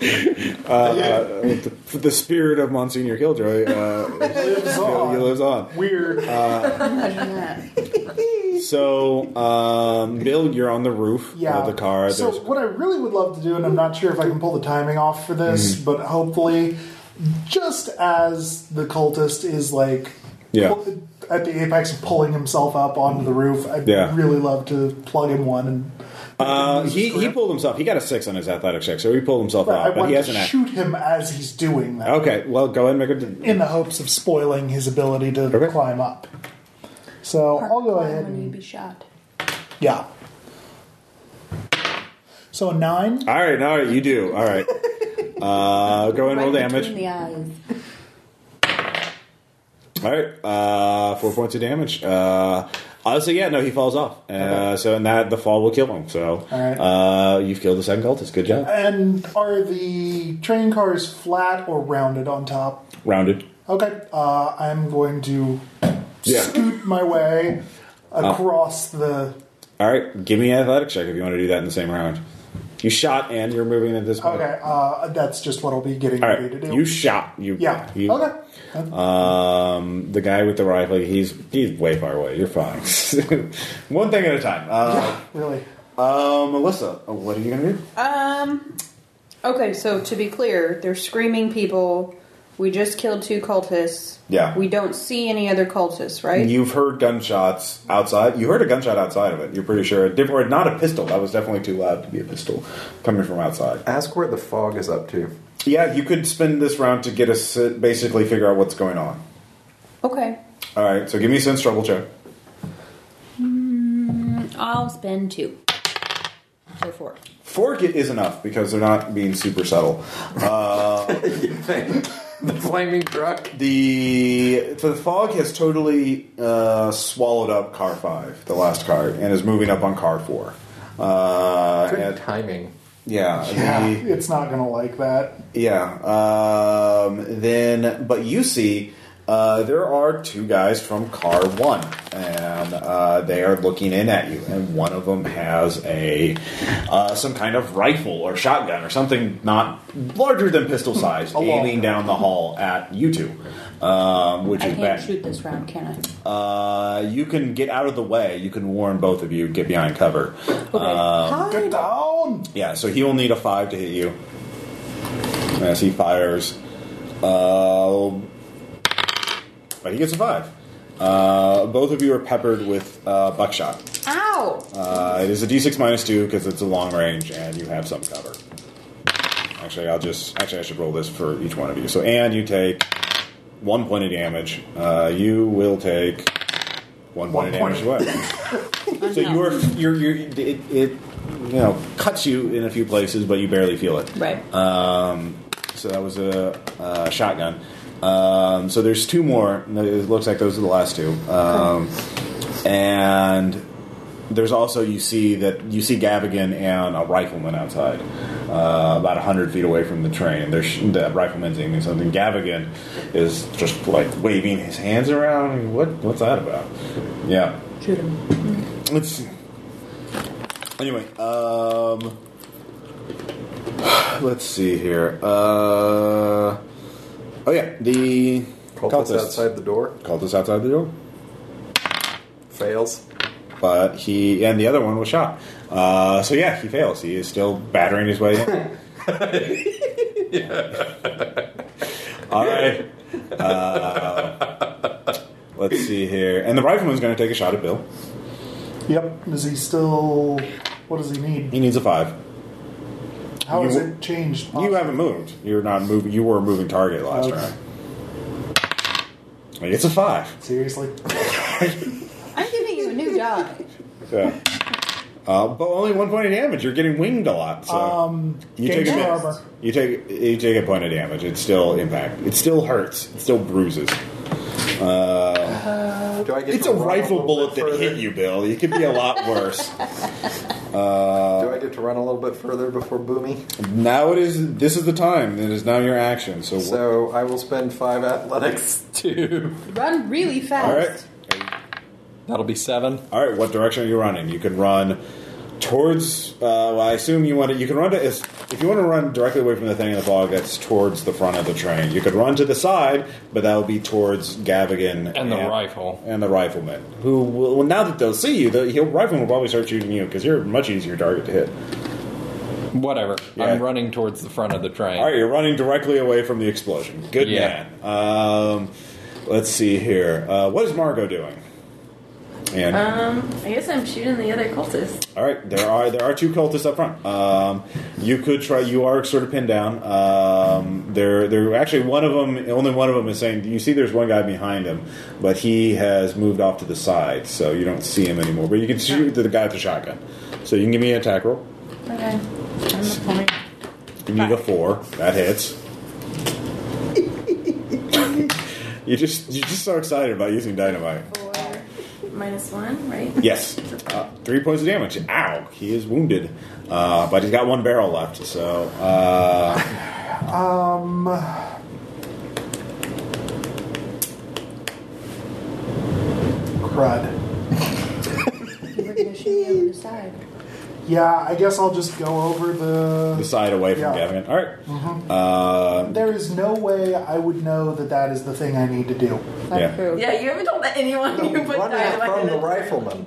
<laughs> Uh, the, the spirit of Monsignor Killjoy uh, Lives he on. lives on. Weird. Imagine that. So, um, Bill, you're on the roof yeah. of the car. So There's- what I really would love to do, and I'm not sure if I can pull the timing off for Mm-hmm. this, but hopefully, just as the cultist is like. Yeah. pull- At the apex of pulling himself up onto the roof, I'd Yeah. really love to plug him one and. uh, he, he Screw. pulled himself. He got a six on his athletic check, so he pulled himself But I up. But want he to hasn't. act- shoot him as he's doing that, Okay. Well, go ahead and make a. in the hopes of spoiling his ability to Okay. climb up. So I'll go ahead When and you be shot. Yeah. So a nine. All right. All right. You do. All <laughs> right. Uh, go ahead and roll Right damage. between the eyes. All right, uh, four points of damage. Uh, honestly, yeah, no, he falls off. Uh, So, and that the fall will kill him. So, All right. uh, you've killed the second cultist. Good job. And are the train cars flat or rounded on top? Rounded. Okay, uh, I'm going to Yeah. Uh. scoot my way across the. All right, give me an athletic check if you want to do that in the same round. You shot and you're moving at this point. Okay, uh, that's just what I'll be getting All ready to right, do. you shot. You yeah. You, okay. Um, the guy with the rifle. He's he's way far away. You're fine. <laughs> One thing at a time. Uh, Really. uh, Melissa, what are you gonna do? Um. Okay, so to be clear, they're screaming people. We just killed two cultists. Yeah. We don't see any other cultists, right? You've heard gunshots outside. You heard a gunshot outside of it. You're pretty sure. Diff- Or not a pistol. That was definitely too loud to be a pistol coming from outside. Ask where the fog is up to. Yeah, you could spend this round to get us uh, basically figure out what's going on. okay. All right. So give me a sense trouble check. I'll spend two. So four. Fork it is enough because they're not being super subtle. The flaming truck. The the fog has totally uh, swallowed up car five, the last card, and is moving up on car four. Uh, Good and- timing. yeah, Yeah, the- Ah, it's not going to like that. Yeah. Um, then, but you see, uh, there are two guys from car one, and uh, they are looking in at you. And one of them has a uh, some kind of rifle or shotgun or something not larger than pistol size, long aiming down the hall at you two, um, which I is can't bad. shoot this round, can I? Uh, you can get out of the way. You can warn both of you. Get behind cover. Uh, Get down! Yeah, so he will need a five to hit you as he fires. Uh, but he gets a five. Uh, both of you are peppered with uh, buckshot. Ow! Uh, it is a d6 minus two because it's a long range and you have some cover. Actually, I'll just actually I should roll this for each one of you. So, Anne, you take one point of damage. Uh, you will take one point of One damage as well. So you're you're, you're it, it you know cuts you in a few places, but you barely feel it. Right. Um, so that was a, uh shotgun. Um, so there's two more. No, It looks like those are the last two. Um, and there's also you see that you see Gavigan and a rifleman outside, uh, about hundred feet away from the train. There's the rifleman's aiming something. Gavigan is just like waving his hands around. What what's that about? Yeah. Shoot him. Let's see. Anyway, um, <sighs> let's see here. Uh, oh yeah, the Cultist outside the door Cultist outside the door, fails. but he and the other one was shot. Uh, so yeah, he fails. He is still battering his way. in. <laughs> All right. Uh, let's see here, and the rifleman's going to take a shot at Bill. Yep. Is he still. What does he need? He needs a five. How has You- it changed? You haven't moved. You're not moving. You were a moving target last Okay. round. Like, It's a five. Seriously? I'm giving you a new die. Yeah. Uh, but only one point of damage. You're getting winged a lot. So Um, you gain take a some bit- armor. You take you take a point of damage. It's still impact. It still hurts. It still bruises. Do I get It's to a run rifle little bullet bit that further? hit you, Bill. You could be a lot worse. Do I get to run a little bit further before Boomy? now it is. This is the time. It is now your action. So, So I will spend five athletics. <laughs> Two. Run really fast. all right. That'll be seven. All right, what direction are you running? You can run towards. Uh, well, I assume you want to. You can run to. is- If you want to run directly away from the thing in the fog, that's towards the front of the train. You could run to the side, but that would be towards Gavigan And the rifle. and the rifleman. Who will well, now that they'll see you, the he'll, rifleman will probably start shooting you because you're a much easier target to hit. Whatever. Yeah. I'm running towards the front of the train. All right, you're running directly away from the explosion. Good Yeah. man. Um, let's see here. Uh, what is Margot doing? And Um, I guess I'm shooting the other cultist. All right, there are there are two cultists up front. Um, you could try. You are sort of pinned down. Um, there, there. Actually, one of them. Only one of them is saying. You see, there's one guy behind him, but he has moved off to the side, so you don't see him anymore. But you can shoot the guy with the shotgun. So you can give me an attack roll. Okay. I'm pulling. You need a four. That hits. <laughs> you just you're just so excited about using dynamite. Four minus one, right? Yes. Uh, three points of damage. Ow. He is wounded. Uh, but he's got one barrel left, so. Uh, Um. Crud. You were gonna shoot me on the side. Yeah, I guess I'll just go over the. the side away from Yeah. Mm-hmm. Gavin. Alright. Uh, There is no way I would know that that is the thing I need to do. Fuck Yeah. who? Yeah, you haven't told anyone you put Running dynamite from in the it. rifleman.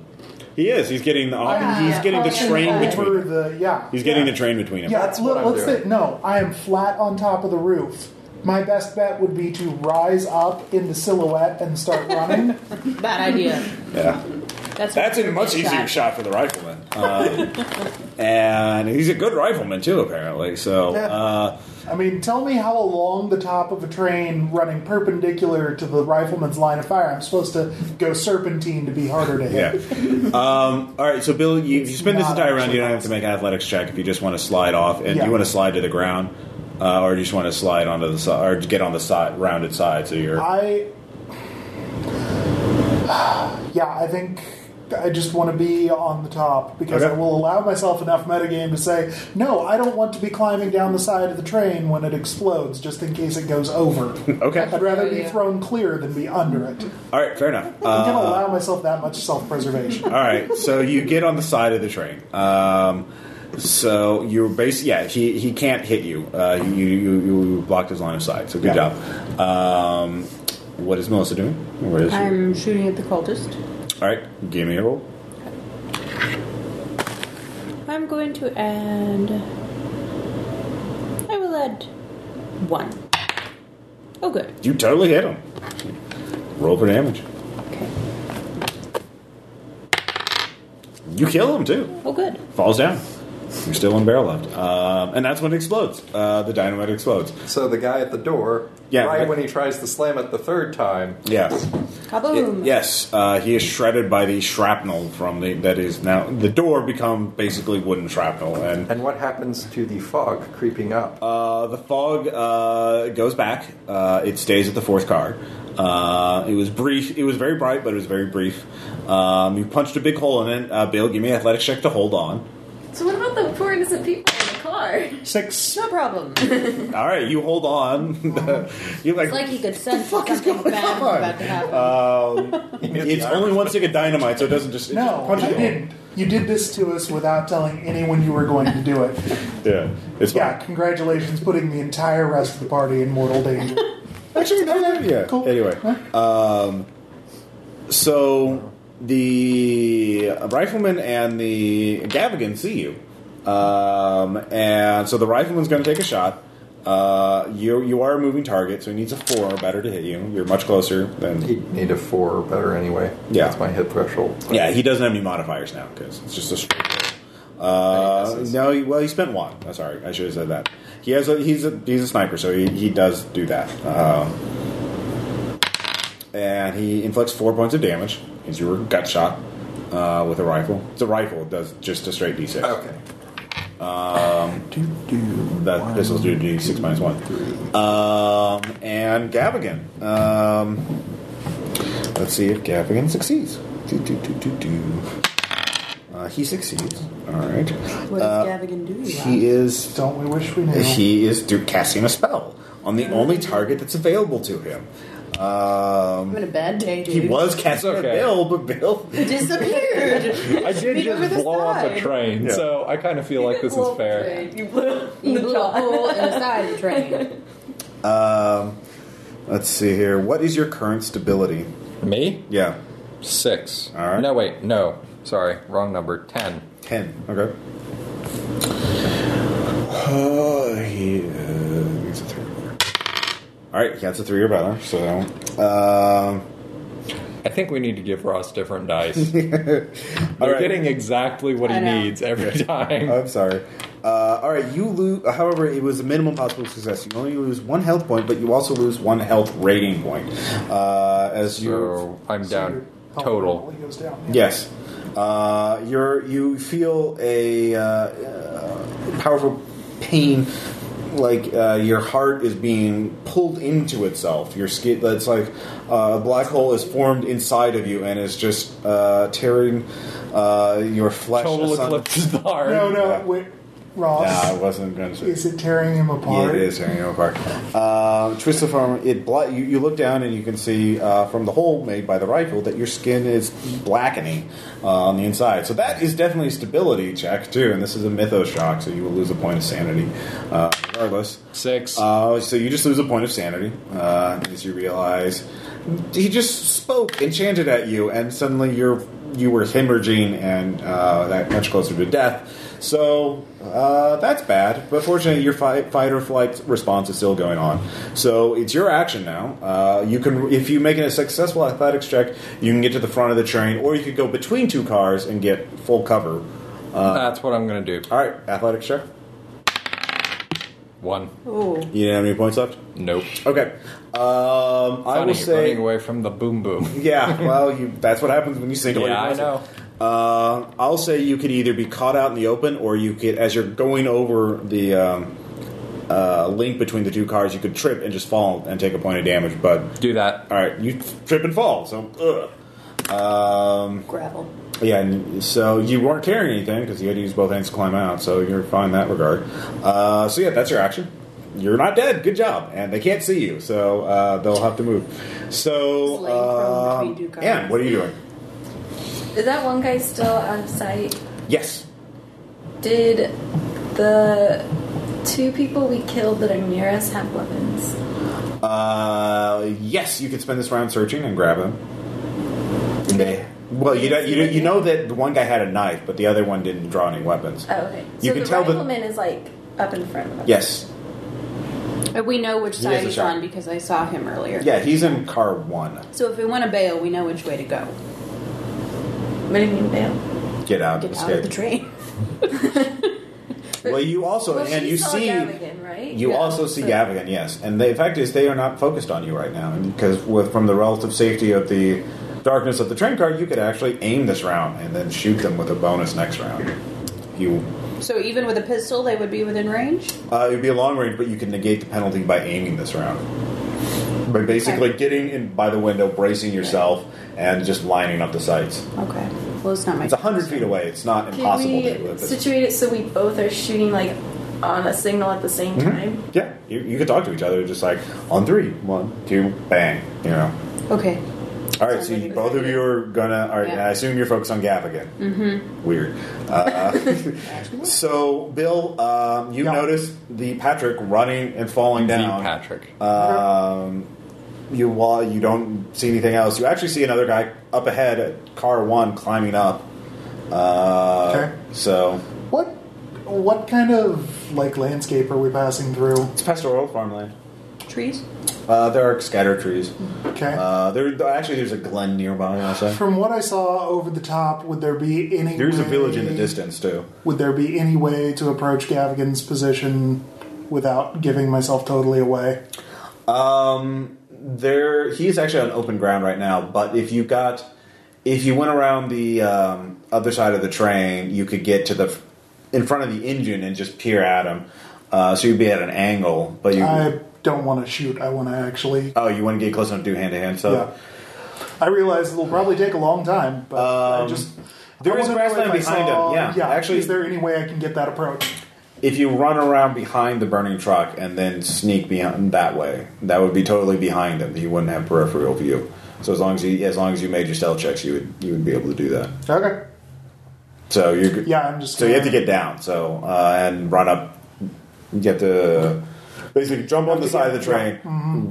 he is. He's getting the, Yeah. he's getting the Yeah. train Yeah. between Over him. the yeah. He's yeah. getting the train between him. Yeah, That's let- what I'm let's doing. think. No, I am flat on top of the roof. My best bet would be to rise up into silhouette and start <laughs> running. Bad idea. Yeah. That's That's a what much we easier shot. shot for the rifleman. Um, and he's a good rifleman, too, apparently. So. Uh, I mean, tell me how along the top of a train running perpendicular to the rifleman's line of fire I'm supposed to go serpentine to be harder to hit. Yeah. Um, all right. So, Bill, you, if you spend this not entire round, you actually don't have to make an athletics check if you just want to slide off, and Yeah. you want to slide to the ground, uh, or you just want to slide onto the side, or get on the side, rounded side. So you're. I. Yeah, I think I just want to be on the top because Okay. I will allow myself enough metagame to say, no, I don't want to be climbing down the side of the train when it explodes just in case it goes over. <laughs> okay. I'd rather be Yeah. thrown clear than be under it. All right. Fair enough. I'm <laughs> going to Uh, allow myself that much self preservation. all right. So you get on the side of the train. Um, so you're basically yeah. He, he can't hit you. Uh, you, you you blocked his line of sight. So good Yeah. job. Um, what is Melissa doing? Where is she? I'm shooting at the cultist. All right. Give me a roll. I'm going to add. I will add one. Oh, good. You totally hit him. Roll for damage. Okay. You kill him too. Oh, good. Falls down. You're still in barrel left. Um, and that's when it explodes. Uh, the dynamite explodes. So the guy at the door, Yeah, right but- when he tries to slam it the third time, Yeah. Kaboom! Yes. Uh, he is shredded by the shrapnel from the that is now the door become basically wooden shrapnel and and what happens to the fog creeping up? Uh, the fog uh, goes back. Uh, it stays at the fourth card. Uh, it was brief. It was very bright, but it was very brief. Um, you punched a big hole in it. Uh, Bill, give me an athletics check to hold on. So what about the poor innocent people in the car? <laughs> Six. <laughs> No problem. All right, you hold on. <laughs> you like. It's like he could sense something bad was about to happen. Uh, it's only one stick of dynamite, so it doesn't just it No, just I punches a hole. didn't. You did this to us without telling anyone you were going to do it. Yeah, it's Yeah, fine. congratulations, putting the entire rest of the party in <laughs> mortal danger. Actually, no, no, yeah. Cool. Anyway, um, so the rifleman and the Gavigan see you, um, and so the rifleman's going to take a shot. Uh, you you are a moving target, so he needs a four or better to hit you. You're much closer than. He'd need a four or better anyway. Yeah. That's my hit threshold. Yeah, he doesn't have any modifiers now because it's just a straight. roll. I think Uh, this is- no, he, well, he spent one. I'm sorry, I should have said that. He has a, he's a he's a sniper, so he, he does do that. Um, and he inflicts four points of damage as you were gut shot uh, with a rifle. It's a rifle. It does just a straight d6. Okay. That pistols do d6 minus one. Um, and Gavigan. Um, let's see if Gavigan succeeds. Do, do, do, do, do. Uh, he succeeds. All right. What does Gavigan do? He is Don't we wish we knew? he is do- casting a spell on the only target that's available to him. Um, having a bad day, dude. he was casting It's a okay. Bill, but Bill. <laughs> disappeared. I did Speak over the just blow up a side. train, Yeah. so I kind of feel like this is fair. You blew <laughs> You the blew a top. hole <laughs> in the side of the train. Um, let's see here. What is your current stability? Me? Yeah, Six. All right. No, wait, no. Sorry, wrong number. Ten. ten. Okay. Uh, he is a three. or better. All right, that's a three or better. So, um, I think we need to give Ross <laughs> different dice. They're all right. getting exactly what he I know. needs every time. I'm sorry. Uh, all right, you lose. However, it was a minimum possible success. You only lose one health point, but you also lose one health rating point. Uh, as you, so I'm So your down health total. probably goes down. yes, uh, you're you feel a uh, uh, powerful pain, like uh, your heart is being pulled into itself. Your skin, that's like uh, a black hole is formed inside of you and is just uh, tearing uh, your flesh. Total asunder. <laughs> eclipse is the heart. No, no, Yeah. wait, Nah, I Ross. wasn't going to. is it tearing him apart? Yeah, it is tearing you apart. Uh, twist of arm. It bla- you, you look down and you can see uh, from the hole made by the rifle that your skin is blackening uh, on the inside. So that is definitely a stability check too. And this is a mythos shock, so you will lose a point of sanity uh, regardless. Six. Uh, so you just lose a point of sanity uh, as you realize he just spoke and chanted at you, and suddenly you're you were hemorrhaging and uh, that much closer to death. So uh, that's bad. But fortunately, your fight, fight or flight response is still going on. So it's your action now. Uh, you can, if you make a successful athletics check, you can get to the front of the train, or you could go between two cars and get full cover. That's what I'm going to do. All right, athletics check. One. Ooh. You have any points left? Nope. Okay. Um, I Running- will say. running away from the <laughs> boom boom. Yeah, well, you, that's what happens when you sink away. Yeah, from I acid. know. Uh, I'll say you could either be caught out in the open, or you could, as you're going over the um, uh, link between the two cars, you could trip and just fall and take a point of damage. But Do that. all right, you trip and fall. So, ugh. um, Gravel. yeah, and so you weren't carrying anything because you had to use both hands to climb out, so you're fine in that regard. Uh, so yeah, that's your action. You're not dead. Good job. And they can't see you, so uh, they'll have to move. So, Just laying prone um, between two guys. Anne, what are you doing? Is that one guy still out of sight? Yes. Did the two people we killed that are near us have weapons? Uh, yes, you could spend this round searching and grab them. And they- well, you don't, you, don't- you know that the one guy had a knife, but the other one didn't draw any weapons. Oh, okay. So You can the tell the- rifleman is like up in front of us. Yes. But we know which He side has a he's shot. on because I saw him earlier. Yeah, he's in car one. So if we want to bail, we know which way to go. What do you mean, bam? Get out, Get out escape. of the train. <laughs> well, you also Well, and she you saw see Gavigan, right? You Yeah. also see So- Gavigan, yes, and the fact is they are not focused on you right now because with from the relative safety of the darkness of the train car, you could actually aim this round and then shoot them with a bonus next round. You, So even with a pistol, they would be within range. uh, it would be a long range, but you can negate the penalty by aiming this round by basically getting in by the window, bracing yourself, and just lining up the sights. Okay. Well, it's not my. It's hundred feet away. It's not Can impossible to do we it. but- situate it so we both are shooting like on a signal at the same Mm-hmm. time? Yeah, you, you can talk to each other just like on three, one, two, bang. You know. Okay. All right, so you, both of you are gonna. All right, Yeah. and I assume you're focused on Gavigan. Mm-hmm. Weird. Uh, so, Bill, um, you Yeah. notice the Patrick running and falling down. Uh, The Patrick. Um, you while you don't see anything else, you actually see another guy up ahead, at car one, climbing up. Uh, Okay. So What what kind of like landscape are we passing through? it's pastoral farmland. Trees. Uh, there are scattered trees. Okay. Uh, there actually there's a glen nearby. Also, From what I saw over the top, would there be any? there's a village in the way- distance too. Would there be any way to approach Gavigan's position without giving myself totally away? Um, there he is actually on open ground right now. But if you got, if you went around the um, other side of the train, you could get to the f- in front of the engine and just peer at him. Uh, so you'd be at an angle, but you I don't want to shoot. I want to actually. oh you want to get close enough to do hand to hand Yeah. stuff. Uh, I realize it'll probably take a long time, but I Um, just. there I is wanna know grassland if I behind saw- him, yeah. Actually- is there any way I can get that approach? If you run around behind the burning truck and then sneak beyond that way, that would be totally behind him. You wouldn't have peripheral view. So as long as you as long as you made your stealth checks, you would you would be able to do that. Okay. So you're Yeah, I'm just. So you have to get down. So uh, and run up. You have to basically jump on the side of the train,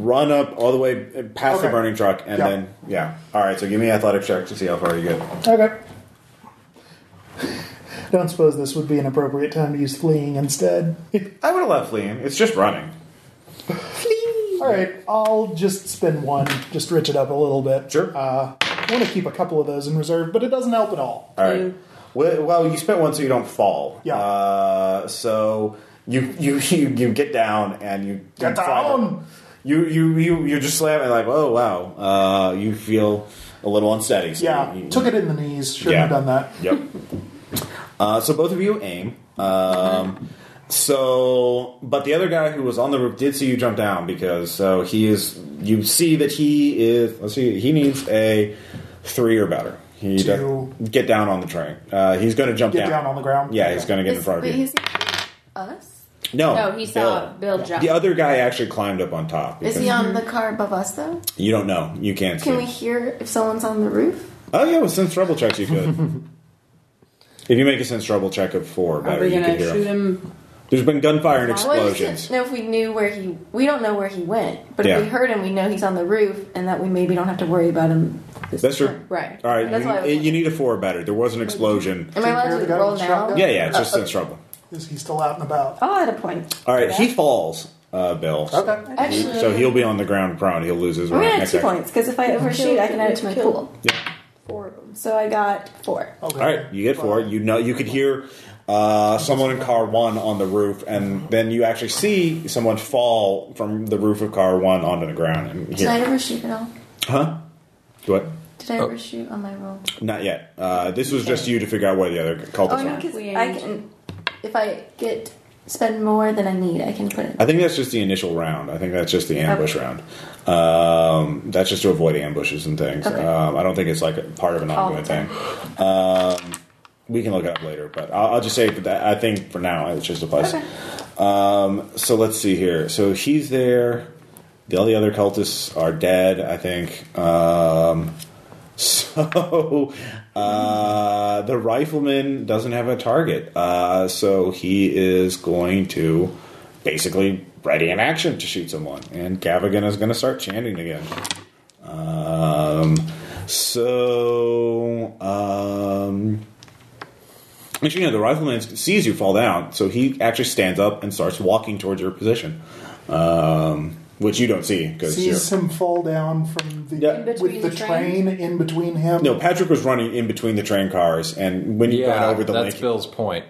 run up all the way past the Okay. burning truck, and Yeah. then Mm-hmm. yeah. All right. So give me an athletic check to see how far you get. Okay. <laughs> Don't suppose this would be an appropriate time to use fleeing instead. <laughs> I would have left fleeing. It's just running. All right, I'll just spend one, just rich it up a little bit. Sure. Uh, I want to keep a couple of those in reserve, but it doesn't help at all. All right. Mm. Well, well, you spent one so you don't fall. Yeah. Uh, so you you <laughs> you you get down and you Get you fly- down! You you you you just slam and like oh wow. Uh, you feel a little unsteady. So Yeah, you- you- took it in the knees. Shouldn't have done that. Yep. uh, so both of you aim. Um, so, but the other guy who was on the roof did see you jump down because so he is. You see that he is. Let's see. He needs a three or better. He To- does- get down on the train. Uh, he's going to jump Get down on the ground. Yeah, he's going to get in Is- front of wait, you. he's us? No, No, he saw Bill, jump. The other guy actually climbed up on top. Is he on the car above us though? You don't know. You can't see. Can we hear if someone's on the roof? Oh yeah, with sense trouble checks you <laughs> could. if you make a sense trouble check of four or Are better, we you gonna could hear shoot him? There's been gunfire and Well, I just explosions. didn't know if we knew where he. We don't know where he went, but Yeah. if we heard him, we know he's on the roof, and that we maybe don't have to worry about him. This That's true. time. Right. All right, That's you, why I was Uh, you need a four or better. There was an explosion. Am I Can you hear allowed the to guy roll Oh, with the now? shotgun? Yeah, yeah, it's just uh, sense trouble. Is he still out and about? I'll add a point. All right, he falls, uh, Bill. Okay. Actually, So he'll be on the ground prone. He'll lose his I'm gonna round add next two action. points because if I overshoot, I can add it to my Kill. pool. Yeah. Four of them. So I got four. okay. All right, you get four. You know, you could hear uh, someone in car one on the roof, and then you actually see someone fall from the roof of car one onto the ground. And Did I here, ever shoot at all? huh? What? Did I ever shoot on my roll? Not yet. Uh, this was just you to figure out where the other cultists Oh no, are. because We I ain't. can. If I get spend more than I need, I can put it. I think that's just the initial round. I think that's just the ambush round. Um, that's just to avoid ambushes and things. Okay. Um, I don't think it's like a part of an All ongoing the time. thing. Um, we can look it up later, but I'll, I'll just say that I think for now it just applies. Um, so let's see here. So he's there. The all the other cultists are dead. I think. Um, <laughs> so uh, the rifleman doesn't have a target. Uh, so he is going to basically ready in action to shoot someone, and Gavigan is going to start chanting again. Um, so um, Actually, you know, the rifleman sees you fall down, so he actually stands up and starts walking towards your position, um, which you don't see because you're. Sees him fall down from the Yeah. In with between the the train. train? in between him. No, Patrick was running in between the train cars, and when you Yeah, got over the that's lake, Bill's point.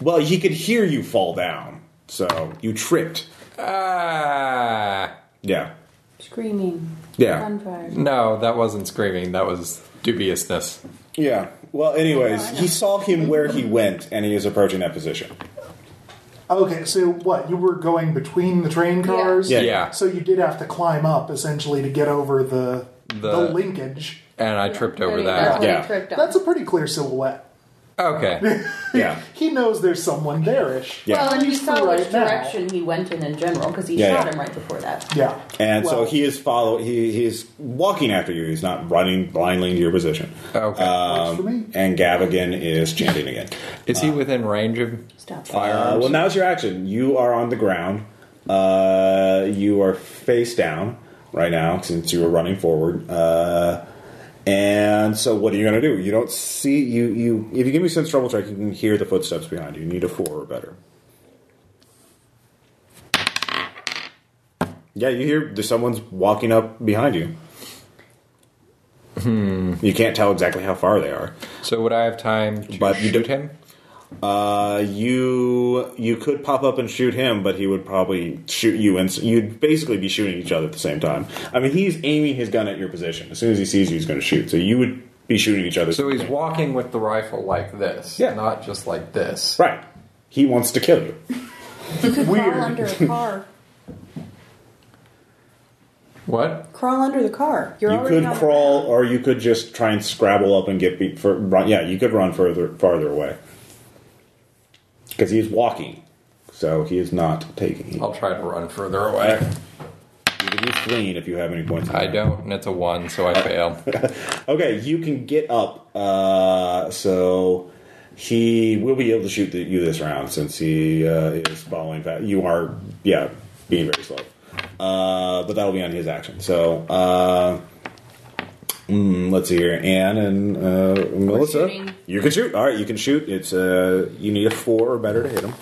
well, he could hear you fall down, so you tripped. Ah, Yeah, Screaming. Yeah. Gunfire. no, that wasn't screaming. That was dubiousness. yeah. Well, anyways, he saw him where he went, and he is approaching that position. Okay, so what? You were going between the train cars? Yeah. Yeah. So you did have to climb up essentially to get over the the, The- linkage. And I tripped over Pretty- that. that's what he Yeah. tripped on. That's a pretty clear silhouette. Okay. <laughs> Yeah, He knows there's someone there-ish. Yeah. Well, and he Just saw right which now. direction he went in in general because he Yeah, shot yeah. him right before that. Yeah. and Well, so he is follow. He he is walking after you. He's not running blindly into your position. Okay. Um, for me. And Gavigan is chanting again. Is he within range of Stop. Uh, firearms? well, now's your action. You are on the ground. Uh, you are face down right now since you were running forward. Uh, and so, what are you going to do? You don't see you. You if you give me sense trouble check, you can hear the footsteps behind you. You need a four or better. Yeah, you hear there's someone's walking up behind you. Hmm. You can't tell exactly how far they are. so would I have time to But you shoot him? Uh, you you could pop up and shoot him, but he would probably shoot you, and so you'd basically be shooting each other at the same time. I mean, he's aiming his gun at your position. As soon as he sees you, he's going to shoot. So you would be shooting each other. So he's walking with the rifle like this, Yeah. not just like this. right. He wants to kill you. You could Weird. crawl <laughs> under a car. What? Crawl under the car. You're You already could on the crawl, or you could just try and scrabble up and get beat. For run, yeah, you could run further farther away because he's walking. So he is not taking. You I'll try to run further away. can use fleeing if you have any points. in I that. don't, and it's a one, so I <laughs> fail. Okay, you can get up. Uh, so he will be able to shoot the, you this round since he uh, is following. Fa- you are, yeah, being very slow. Uh, but that'll be on his action. So uh, mm, let's see here, Anne and uh, Melissa. shooting. You can shoot. All right, you can shoot. It's uh, you need a four or better to hit him.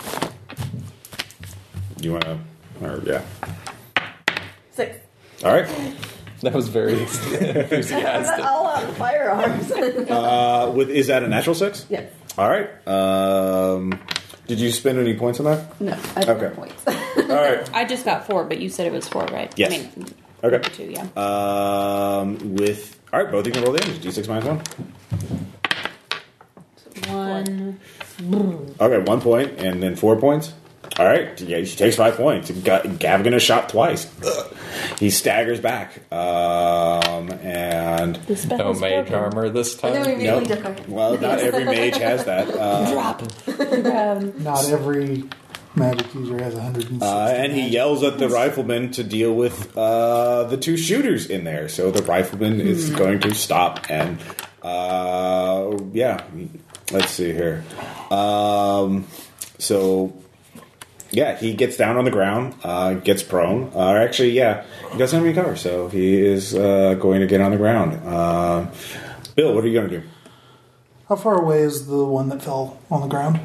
You want to, or yeah. Six. All right. that <laughs> was very enthusiastic. All out firearms. Uh, with is that a natural six? yes. All right. Um, did you spend any points on that? No. I don't Okay. have points. <laughs> All right. I just got four, but you said it was four, right? Yes. I mean, Okay. two, yeah. Um, with all right, both you can roll damage. D six minus one. One. Okay, one point, and then four points. All right. Yeah, she takes five points. Got, Gavigan is shot twice. Ugh. He staggers back. Um, and The spell No is mage broken. armor this And then we time. immediately Nope. duck away. well, not every mage has that. Uh, Um, Not every magic user has 160. Uh, and he yells at the rifleman to deal with uh, the two shooters in there. So the rifleman is going to stop and uh, yeah, let's see here. Um, so yeah, he gets down on the ground, uh, gets prone. Uh, or actually, yeah, he doesn't have any cover, so he is uh, going to get on the ground. Uh, Bill, what are you going to do? How far away is the one that fell on the ground?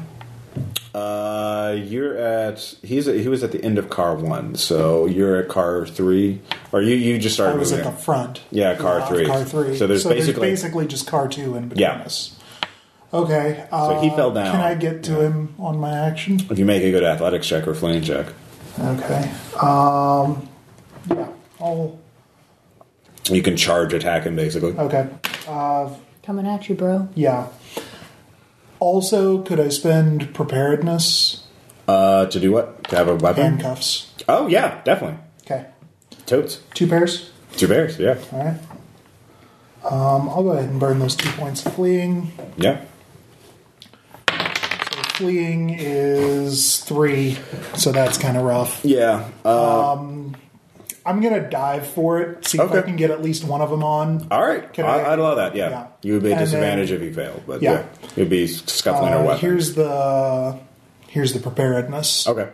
Uh, you're at he's at, he was at the end of car one, so you're at car three, or you you just I started was moving. at the it. front. Yeah, car Uh, three. Car three. So there's basically- just car two in between Yeah. us. Okay. Uh, he fell down. Can I get to him on my action? If you make a good athletics check or flange check, Okay. Um, yeah. I'll, you can charge attack him basically. okay. Uh, Coming at you, bro. Yeah. Also, could I spend preparedness Uh, to do what? To have a weapon? handcuffs? Oh yeah, definitely. Okay. Totes. Two pairs. Two bears. Yeah. All right. Um, I'll go ahead and burn those two points of fleeing. Yeah. So fleeing is three, so that's kind of rough. Yeah. Uh, I'm gonna dive for it, see if I Okay. can get at least one of them on. all right. Can I, I- would allow that. Yeah. Yeah. You would be at And disadvantage then- if you failed, but Yeah. yeah, you'd be scuffling Uh, a weapon. here's the here's the preparedness. okay.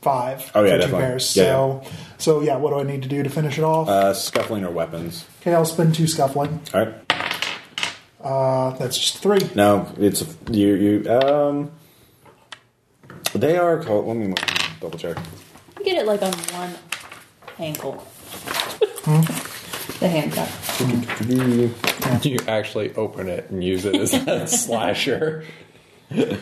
Five. Oh, yeah, for two definitely. pairs. Yeah, so so yeah, what do I need to do to finish it off? Uh, scuffling or weapons. okay, I'll spend two scuffling. All right. Uh, that's just three. No, it's you. You um, they are. Hold, let me double check. You get it like on one ankle. the handcuff. You actually open it and use it as a slasher. Uh,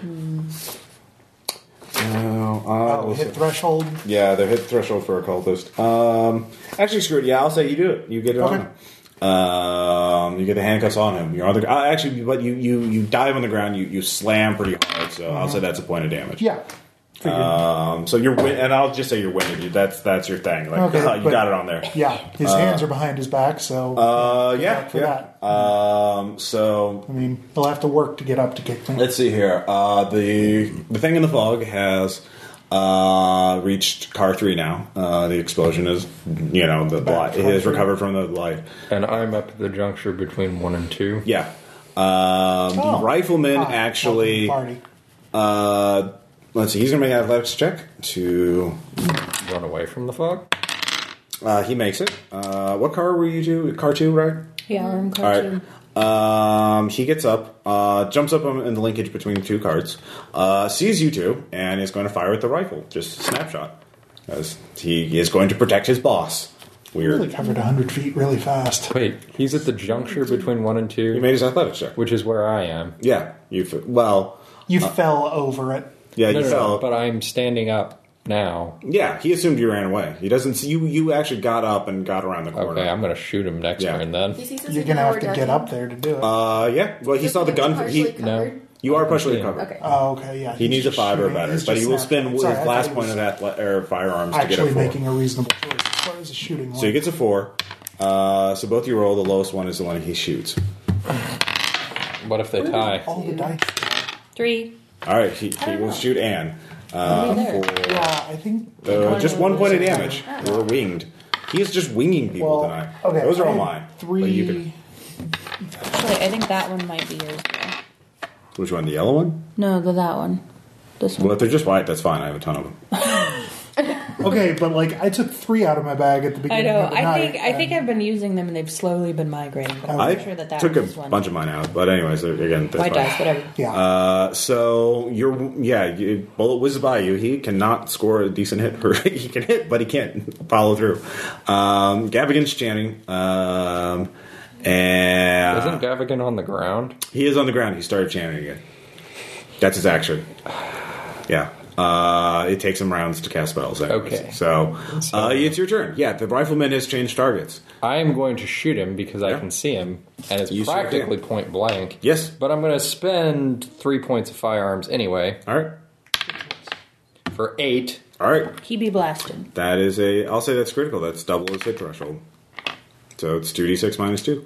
Oh, Oh, hit threshold. yeah, they hit threshold for a cultist. Um, actually, screw it. Yeah, I'll say you do it. You get it on Okay. him. Um, you get the handcuffs on him. You're on the. Uh, actually, but you you you dive on the ground. You you slam pretty hard. So I'll say that's a point of damage. Mm-hmm. Yeah. Figured. Um, so you're win- and I'll just say you're winning. You that's that's your thing. Like <laughs> Okay, you but- got it on there. yeah. His hands are behind his back, so Uh, yeah, luck for yeah. Um, so I mean he'll have to work to get up to kick me. Let's see here. Uh, the the thing in the fog has uh, reached car three now. Uh, the explosion is, you know, the Back light. to It car has three. recovered from the light. And I'm up at the juncture between one and two. Yeah. Um, Oh. The rifleman Hi, actually. welcome to the party. Uh, let's see. He's gonna make an athletics check to. Run away from the fog. Uh, he makes it. Uh, what car were you to? Car two, right? Yeah, arm All cartoon. right. Um, he gets up, uh, jumps up in the linkage between the two cards, uh, sees you two, and is going to fire at the rifle. Just snapshot. As he is going to protect his boss. Weird. Really covered hundred feet really fast. Wait, he's at the juncture between one and He two, made his athletics check. which is where I am. Yeah. You f- well. You fell over it. Yeah, No, you no, fell. no, but I'm standing up now. yeah, he assumed you ran away. He doesn't see you. You actually got up and got around the corner. Okay, I'm gonna shoot him next Yeah. turn then. You're gonna have to get up there to do it. Uh, yeah. Well, he saw the gun. He, No. you are partially Yeah. covered. Okay. oh, okay, yeah. He needs a five or better, but he will spend his last point of that. athle- or firearms to get a Actually, four. making a reasonable choice as far as a shooting. So he gets a four. Uh, so both you roll. The lowest one is the one he shoots. What if they tie? all the dice. Uh, Three. All right, he, he will shoot Anne. Uh, there. for, Yeah, I think. uh, just one point of damage. Oh. We're winged. He is just winging people Well, tonight. okay, Those are all I mine. had But Three. you can- Actually, I think that one might be yours. Though. which one? The yellow one? No, the that one. This one. Well, if they're just white, that's fine. I have a ton of them. Okay, but like I took three out of my bag at the I beginning. know. Of the I night, think I and- think I've been using them, and they've slowly been migrating. But I I'm sure that that took was a one. bunch of mine out, but anyways, they're- again, that's white fine. dice, whatever. Yeah. Uh, so you're yeah, you, bullet whizzes by you. He cannot score a decent hit. Or <laughs> he can hit, but he can't <laughs> follow through. Um, Gavigan's chanting, um, and Isn't Gavigan on the ground? he is on the ground. He started chanting again. That's his action. Yeah. Uh, it takes him rounds to cast spells. Anyways. Okay. So, uh, it's your turn. Yeah, the rifleman has changed targets. I am going to shoot him because I Yeah. can see him, and it's You sure can. practically point blank. Yes. But I'm going to spend three points of firearms anyway All right. for eight. All right. He be blasted. That is a. I'll say that's critical. That's double his hit threshold. So it's two d six minus two.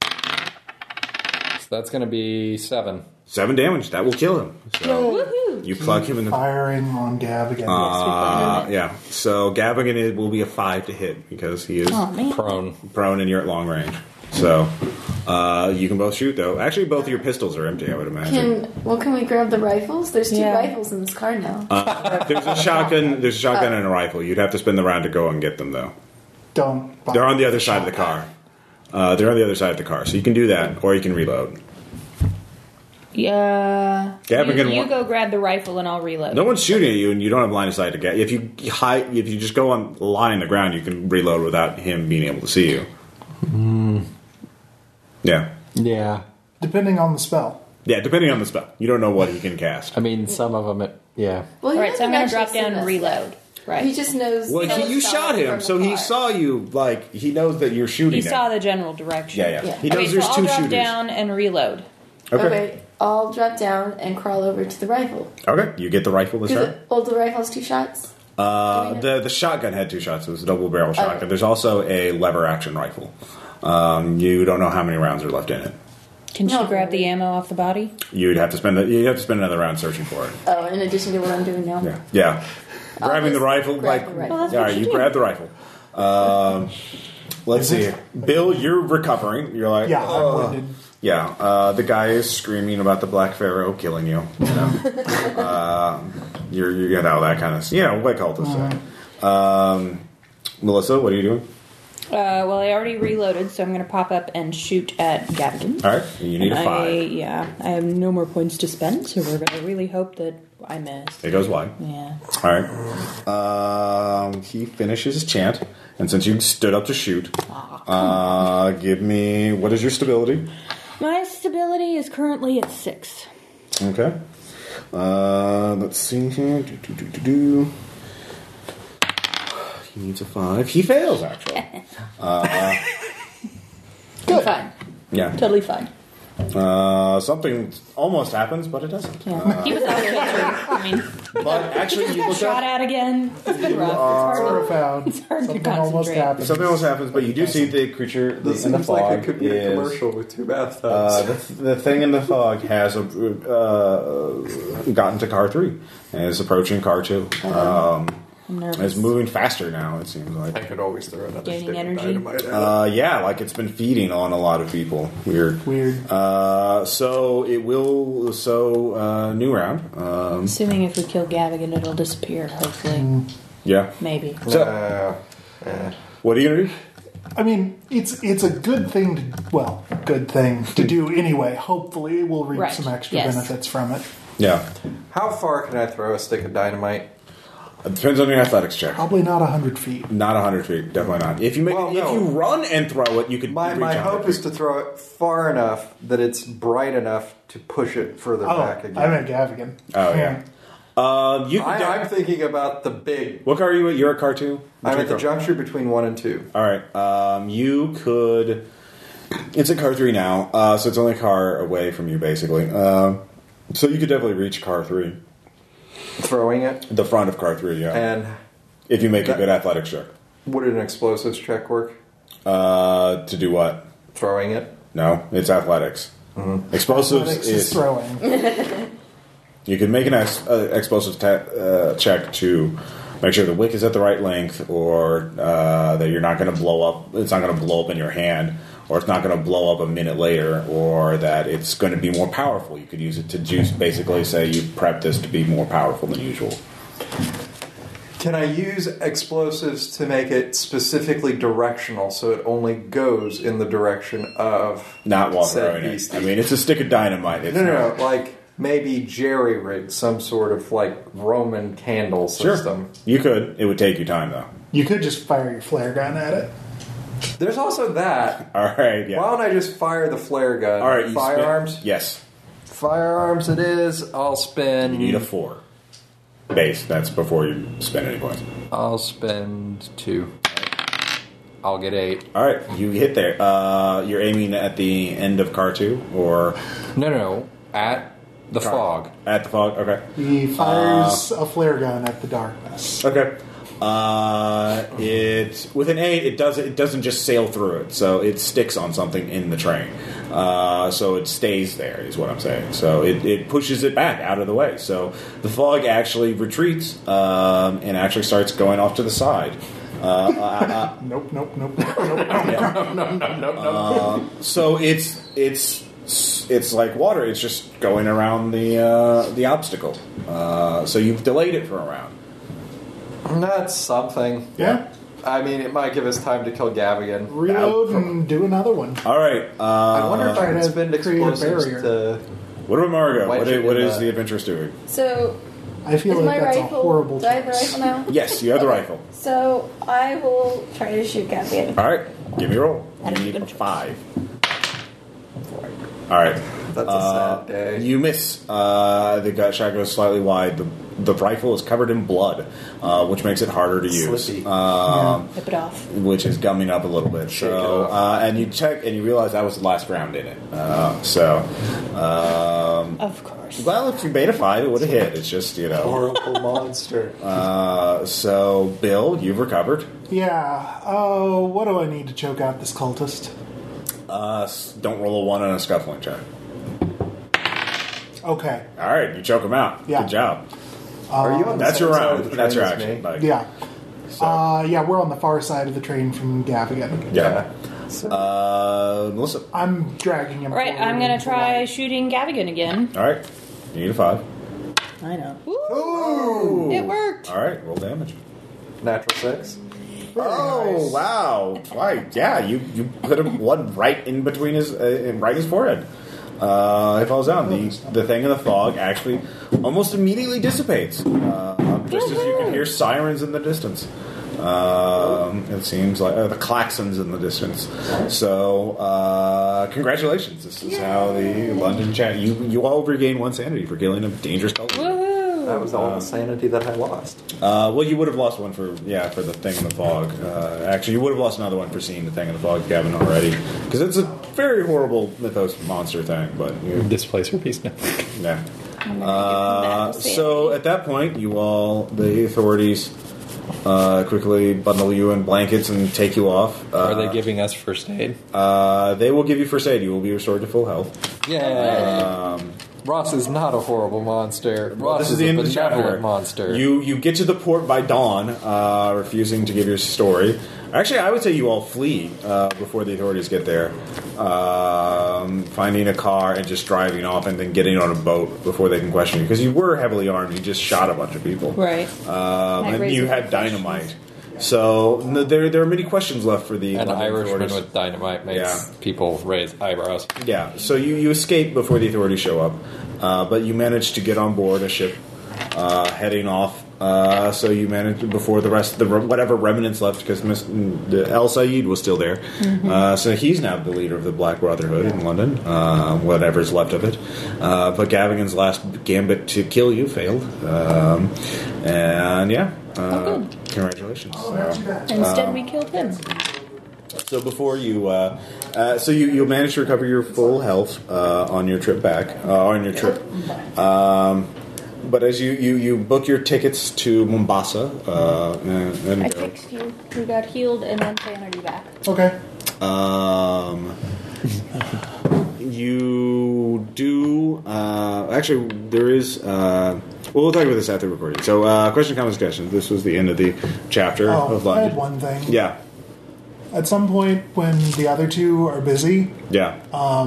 So that's going to be seven. Seven damage. That will kill him. So Woohoo! you pluck him in the. firing on Gav again. Uh, yeah. So Gavigan it will be a five to hit because he is Oh man. Prone. prone and you're at long range. So uh, you can both shoot though. Actually, both your pistols are empty. I would imagine. Can well, can we grab the rifles? There's two Yeah. rifles in this car now. Uh, There's a shotgun. There's a shotgun and a rifle. You'd have to spin the round to go and get them though. Don't. They're on the other side of the car. Uh, they're on the other side of the car, so you can do that, or you can reload. Yeah. Yeah, you, we're gonna you want- go grab the rifle, and I'll reload. No one's shooting at you, and you don't have line of sight to get. If you hide, if you just go on lie on the ground, you can reload without him being able to see you. Yeah, Yeah. Depending on the spell. Yeah, depending on the spell. You don't know what he can cast. I mean, some of them, it, yeah. Well, All he right, so I'm going hasn't to actually drop seen down this. reload. Right. He just knows. Well, knows he, you about shot it him, from so he afar. saw you. Like he knows that you're shooting. he him. saw the general direction. Yeah, yeah. Yeah. He knows okay, there's so I'll two drop shooters. down and reload. Okay. okay. Okay, I'll drop down and crawl over to the rifle. You get the rifle this Because turn. all the rifles two shots. Uh, the the shotgun had two shots. It was a double barrel shotgun. There's also a lever action rifle. Um, you don't know how many rounds are left in it. Can she No. grab the ammo off the body? You'd have to spend you'd have to spend another round searching for it. Oh, in addition to what I'm doing now. Yeah, yeah. I'll Grabbing the just rifle, grab like the rifle. Well, that's all what right, you you do. grab the rifle. Um, let's see, Bill, you're recovering. You're like, Yeah, "Oh." I'm wounded. yeah. Uh, the guy is screaming about the Black Pharaoh killing you. You know, <laughs> um, you're you get out that kind of you know what cultists say. Um, Melissa, what are you doing? Uh, well, I already reloaded, so I'm going to pop up and shoot at Gavin. All right, you need a I, five. yeah, I have no more points to spend, so we're going to really hope that I missed. It goes wide. Yeah. All right. Um, he finishes his chant, and since you stood up to shoot, uh, give me what is your stability? My stability is currently at six. Okay. Uh, let's see here. Do, do, do, do, do. He needs a five. He fails, actually. Uh, <laughs> Good. Fine. Yeah. Totally fine. Uh, something almost happens, but it doesn't. Yeah. he was out here. too. I <laughs> mean, But actually, you got look shot up. at again. It's been rough. It's hard to- <laughs> profound. It's hard to Something almost concentrate. happened. Something else happens, but you do see the creature This in the seems like fog it could be a is- commercial with two bathtubs. Uh, the, the thing in the fog has uh, uh, gotten to car three and is approaching car two. Oh. Um, I'm nervous. it's moving faster now. It seems like. <laughs> I could always throw another Gaining stick of energy. dynamite at it. Uh, yeah, like it's been feeding on a lot of people. Weird. Weird. Uh, so it will. So uh, new round. Um, Assuming if we kill Gavigan, it'll disappear. Hopefully, yeah. maybe. So Uh, eh. what are you gonna do? I mean, it's it's a good thing to well, good thing to do anyway. Hopefully, we'll reap Right, some extra yes. benefits from it. Yeah. How far can I throw a stick of dynamite? It depends on your athletics check. Probably not hundred feet. Not hundred feet, definitely not. If you make, Well, if no. you run and throw it, you could. My, reach my 100 hope is feet. to throw it far enough that it's bright enough to push it further Oh, back again. I'm at Gavigan. Oh, yeah. Uh, you. Could, I, am thinking about the big. what car are you at? You're a car two. I'm Which at the car? juncture between one and two. All right. Um, you could. It's at car three now, uh, so it's only a car away from you, basically. Um, so you could definitely reach car three, Throwing it, the front of car three, yeah. and if you make a that- good athletics check. would an explosives check work? Uh, to do what? Throwing it. No, it's athletics. Mm-hmm. Explosives Athletics is. is throwing. You can make an ex- uh, explosives ta- uh, check to make sure the wick is at the right length, or uh, that you're not going to blow up. It's not going to blow up in your hand, or it's not going to blow up a minute later, or that it's going to be more powerful. You could use it to juice. Basically, say you prep this to be more powerful than usual. Can I use explosives to make it specifically directional so it only goes in the direction of Not while said throwing it. beastie? I mean, it's a stick of dynamite. It's no, no, not- no. Like maybe jerry rig some sort of like Roman candle Sure, system. you could. It would take you time though. You could just fire your flare gun at it. There's also that. All right. Yeah. Why don't I just fire the flare gun? All right. you spin- firearms. yes. Firearms. It is. I'll spend. You need a four base. That's before you spend any points. I'll spend two. I'll get eight. All right, you hit there. Uh, you're aiming at the end of car two or No, no, no. At the fog. at the fog. Okay, He Uh, fires a flare gun at the darkness. okay. Uh, it with an eight, it does it doesn't just sail through it. So it sticks on something in the train. Uh, so it stays there is what I'm saying. So it, it pushes it back out of the way. So the fog actually retreats um, and actually starts going off to the side. Uh, Nope, nope, nope, nope, <laughs> nope. nope. So it's it's it's like water. It's just going around the uh, the obstacle. Uh, so you've delayed it for a round. That's something. Yeah. I mean, it might give us time to kill Gavigan. Reload and do another one. All right. Uh, I wonder if I can Try to spend create a explosives barrier. to. what about Margo? Why What should is, what we, is uh, the adventure's doing? So, I feel is like my that's rifle? a horrible do I have a choice. <laughs> rifle now? Yes, you have the rifle. So I will try to shoot Gavian. All right, give me a roll. You That is a need good a choice. five. All right. Uh, That's a sad day. You miss. Uh, the gut shot goes slightly wide. The, the rifle is covered in blood, uh, which makes it harder to use. Slippy. Um, Rip it off. Which is gumming up a little bit. Shake it So, off. uh, and you check and you realize that was the last round in it. Uh, so, um, Of course. well, if you beta five, it would have hit. It's just you know. <laughs> horrible monster. Uh, so, Bill, you've recovered. Yeah. Oh, what do I need to choke out this cultist? Uh, s- don't roll a one on a scuffling check. Okay. All right, you choke him out. Yeah. Good job. Are you on the That's same your side round. of the That's your train as action. me? buddy. Yeah. So, Uh, yeah, we're on the far side of the train from Gavigan. yeah. So, Uh, Melissa. I'm dragging him. Right, forward I'm gonna into the try light. shooting Gavigan again. All right. You need a five. I know. It worked. All right. Roll damage. natural six. oh wow! Why? Yeah, you you put him one right in between his uh, in right in his forehead. Uh, it falls down. The the thing in the fog actually almost immediately dissipates. Uh, just as you can hear sirens in the distance. Um, it seems like uh, the claxons in the distance. So, uh, congratulations! This is how the London chat. You you all regain one sanity for killing a dangerous cult. leader. That was all the sanity that I lost. Uh, well, you would have lost one for yeah for the thing in the fog. Uh, actually, you would have lost another one for seeing the thing in the fog cabin already because it's a very horrible mythos monster thing. But you, Displace her piece now. yeah. I'm gonna Uh, give him that so at that point, you all the authorities uh, quickly bundle you in blankets and take you off. Uh, Are they giving us first aid? Uh, they will give you first aid. You will be restored to full health. Yeah. Ross is not a horrible monster. Ross Um, this is, is the a end of the benevolent chapter. monster. You you get to the port by dawn, uh, refusing to give your story. Actually, I would say you all flee uh, before the authorities get there, um, finding a car and just driving off, and then getting on a boat before they can question you because you were heavily armed. You just shot a bunch of people, Right. Uh, Um, That and raises you had questions. dynamite, so no, there there are many questions left for the An London Irishman authorities. with dynamite makes Yeah. people raise eyebrows. Yeah, so you, you escape before the authorities show up, uh, but you manage to get on board a ship uh, heading off. Uh, so you manage before the rest, the re- whatever remnants left, because El Sayed was still there. Uh, so he's now the leader of the Black Brotherhood in London, uh, whatever's left of it. Uh, but Gavigan's last gambit to kill you failed, um, and yeah, uh, congratulations. So- uh, Instead, we killed him. so before you, uh, uh, so you you managed to recover your full health uh, on your trip back uh, on your trip, um, but as you, you you book your tickets to Mombasa uh, and, and I go. fixed you. You got healed and then sanity back. Okay. Um, you do. Uh, actually, there is. Uh, well, we'll talk about this after recording. So, uh, question, comments, discussion. This was the end of the chapter of Oh, I London. had one thing. Yeah, At some point when the other two are busy, yeah. Uh,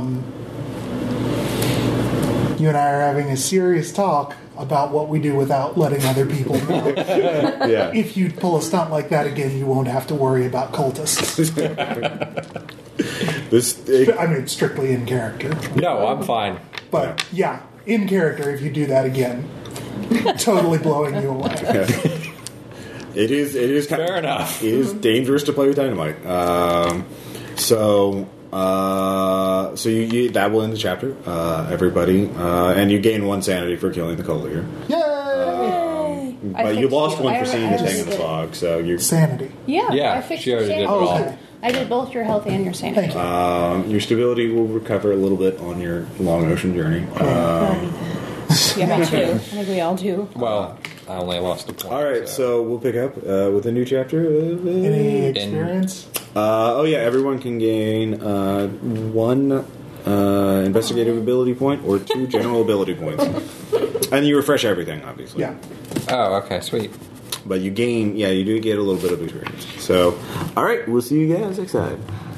you and I are having a serious talk about what we do without letting other people know. yeah. if you pull a stunt like that again, you won't have to worry about cultists. This. I mean, strictly in character. No, I'm fine. But yeah, in character, if you do that again, totally blowing you away. It is. It is kind Fair of, enough. It is dangerous to play with dynamite. Um, so, uh, so you, you that will end the chapter. Uh, everybody, uh, and you gain one sanity for killing the cult leader, Yay! I but you fixed lost you. one I- for seeing I the thing in the did it. fog. So you, Sanity. Yeah, Yeah, I fixed she already your did it sanity. all. Okay. I did both your health and your sanity. Thank you. um, your stability will recover a little bit on your long ocean journey. Um, Yeah, me too. <laughs> I think we all do. Well, I only lost a point. all right, so we'll pick up uh, with a new chapter. Of, uh, Any experience? Uh, oh yeah, everyone can gain uh, one uh, investigative ability point or two <laughs> general ability points, and you refresh everything, obviously. Yeah. Oh, okay, sweet. But you gain, yeah, you do get a little bit of experience. So, all right, we'll see you guys next time.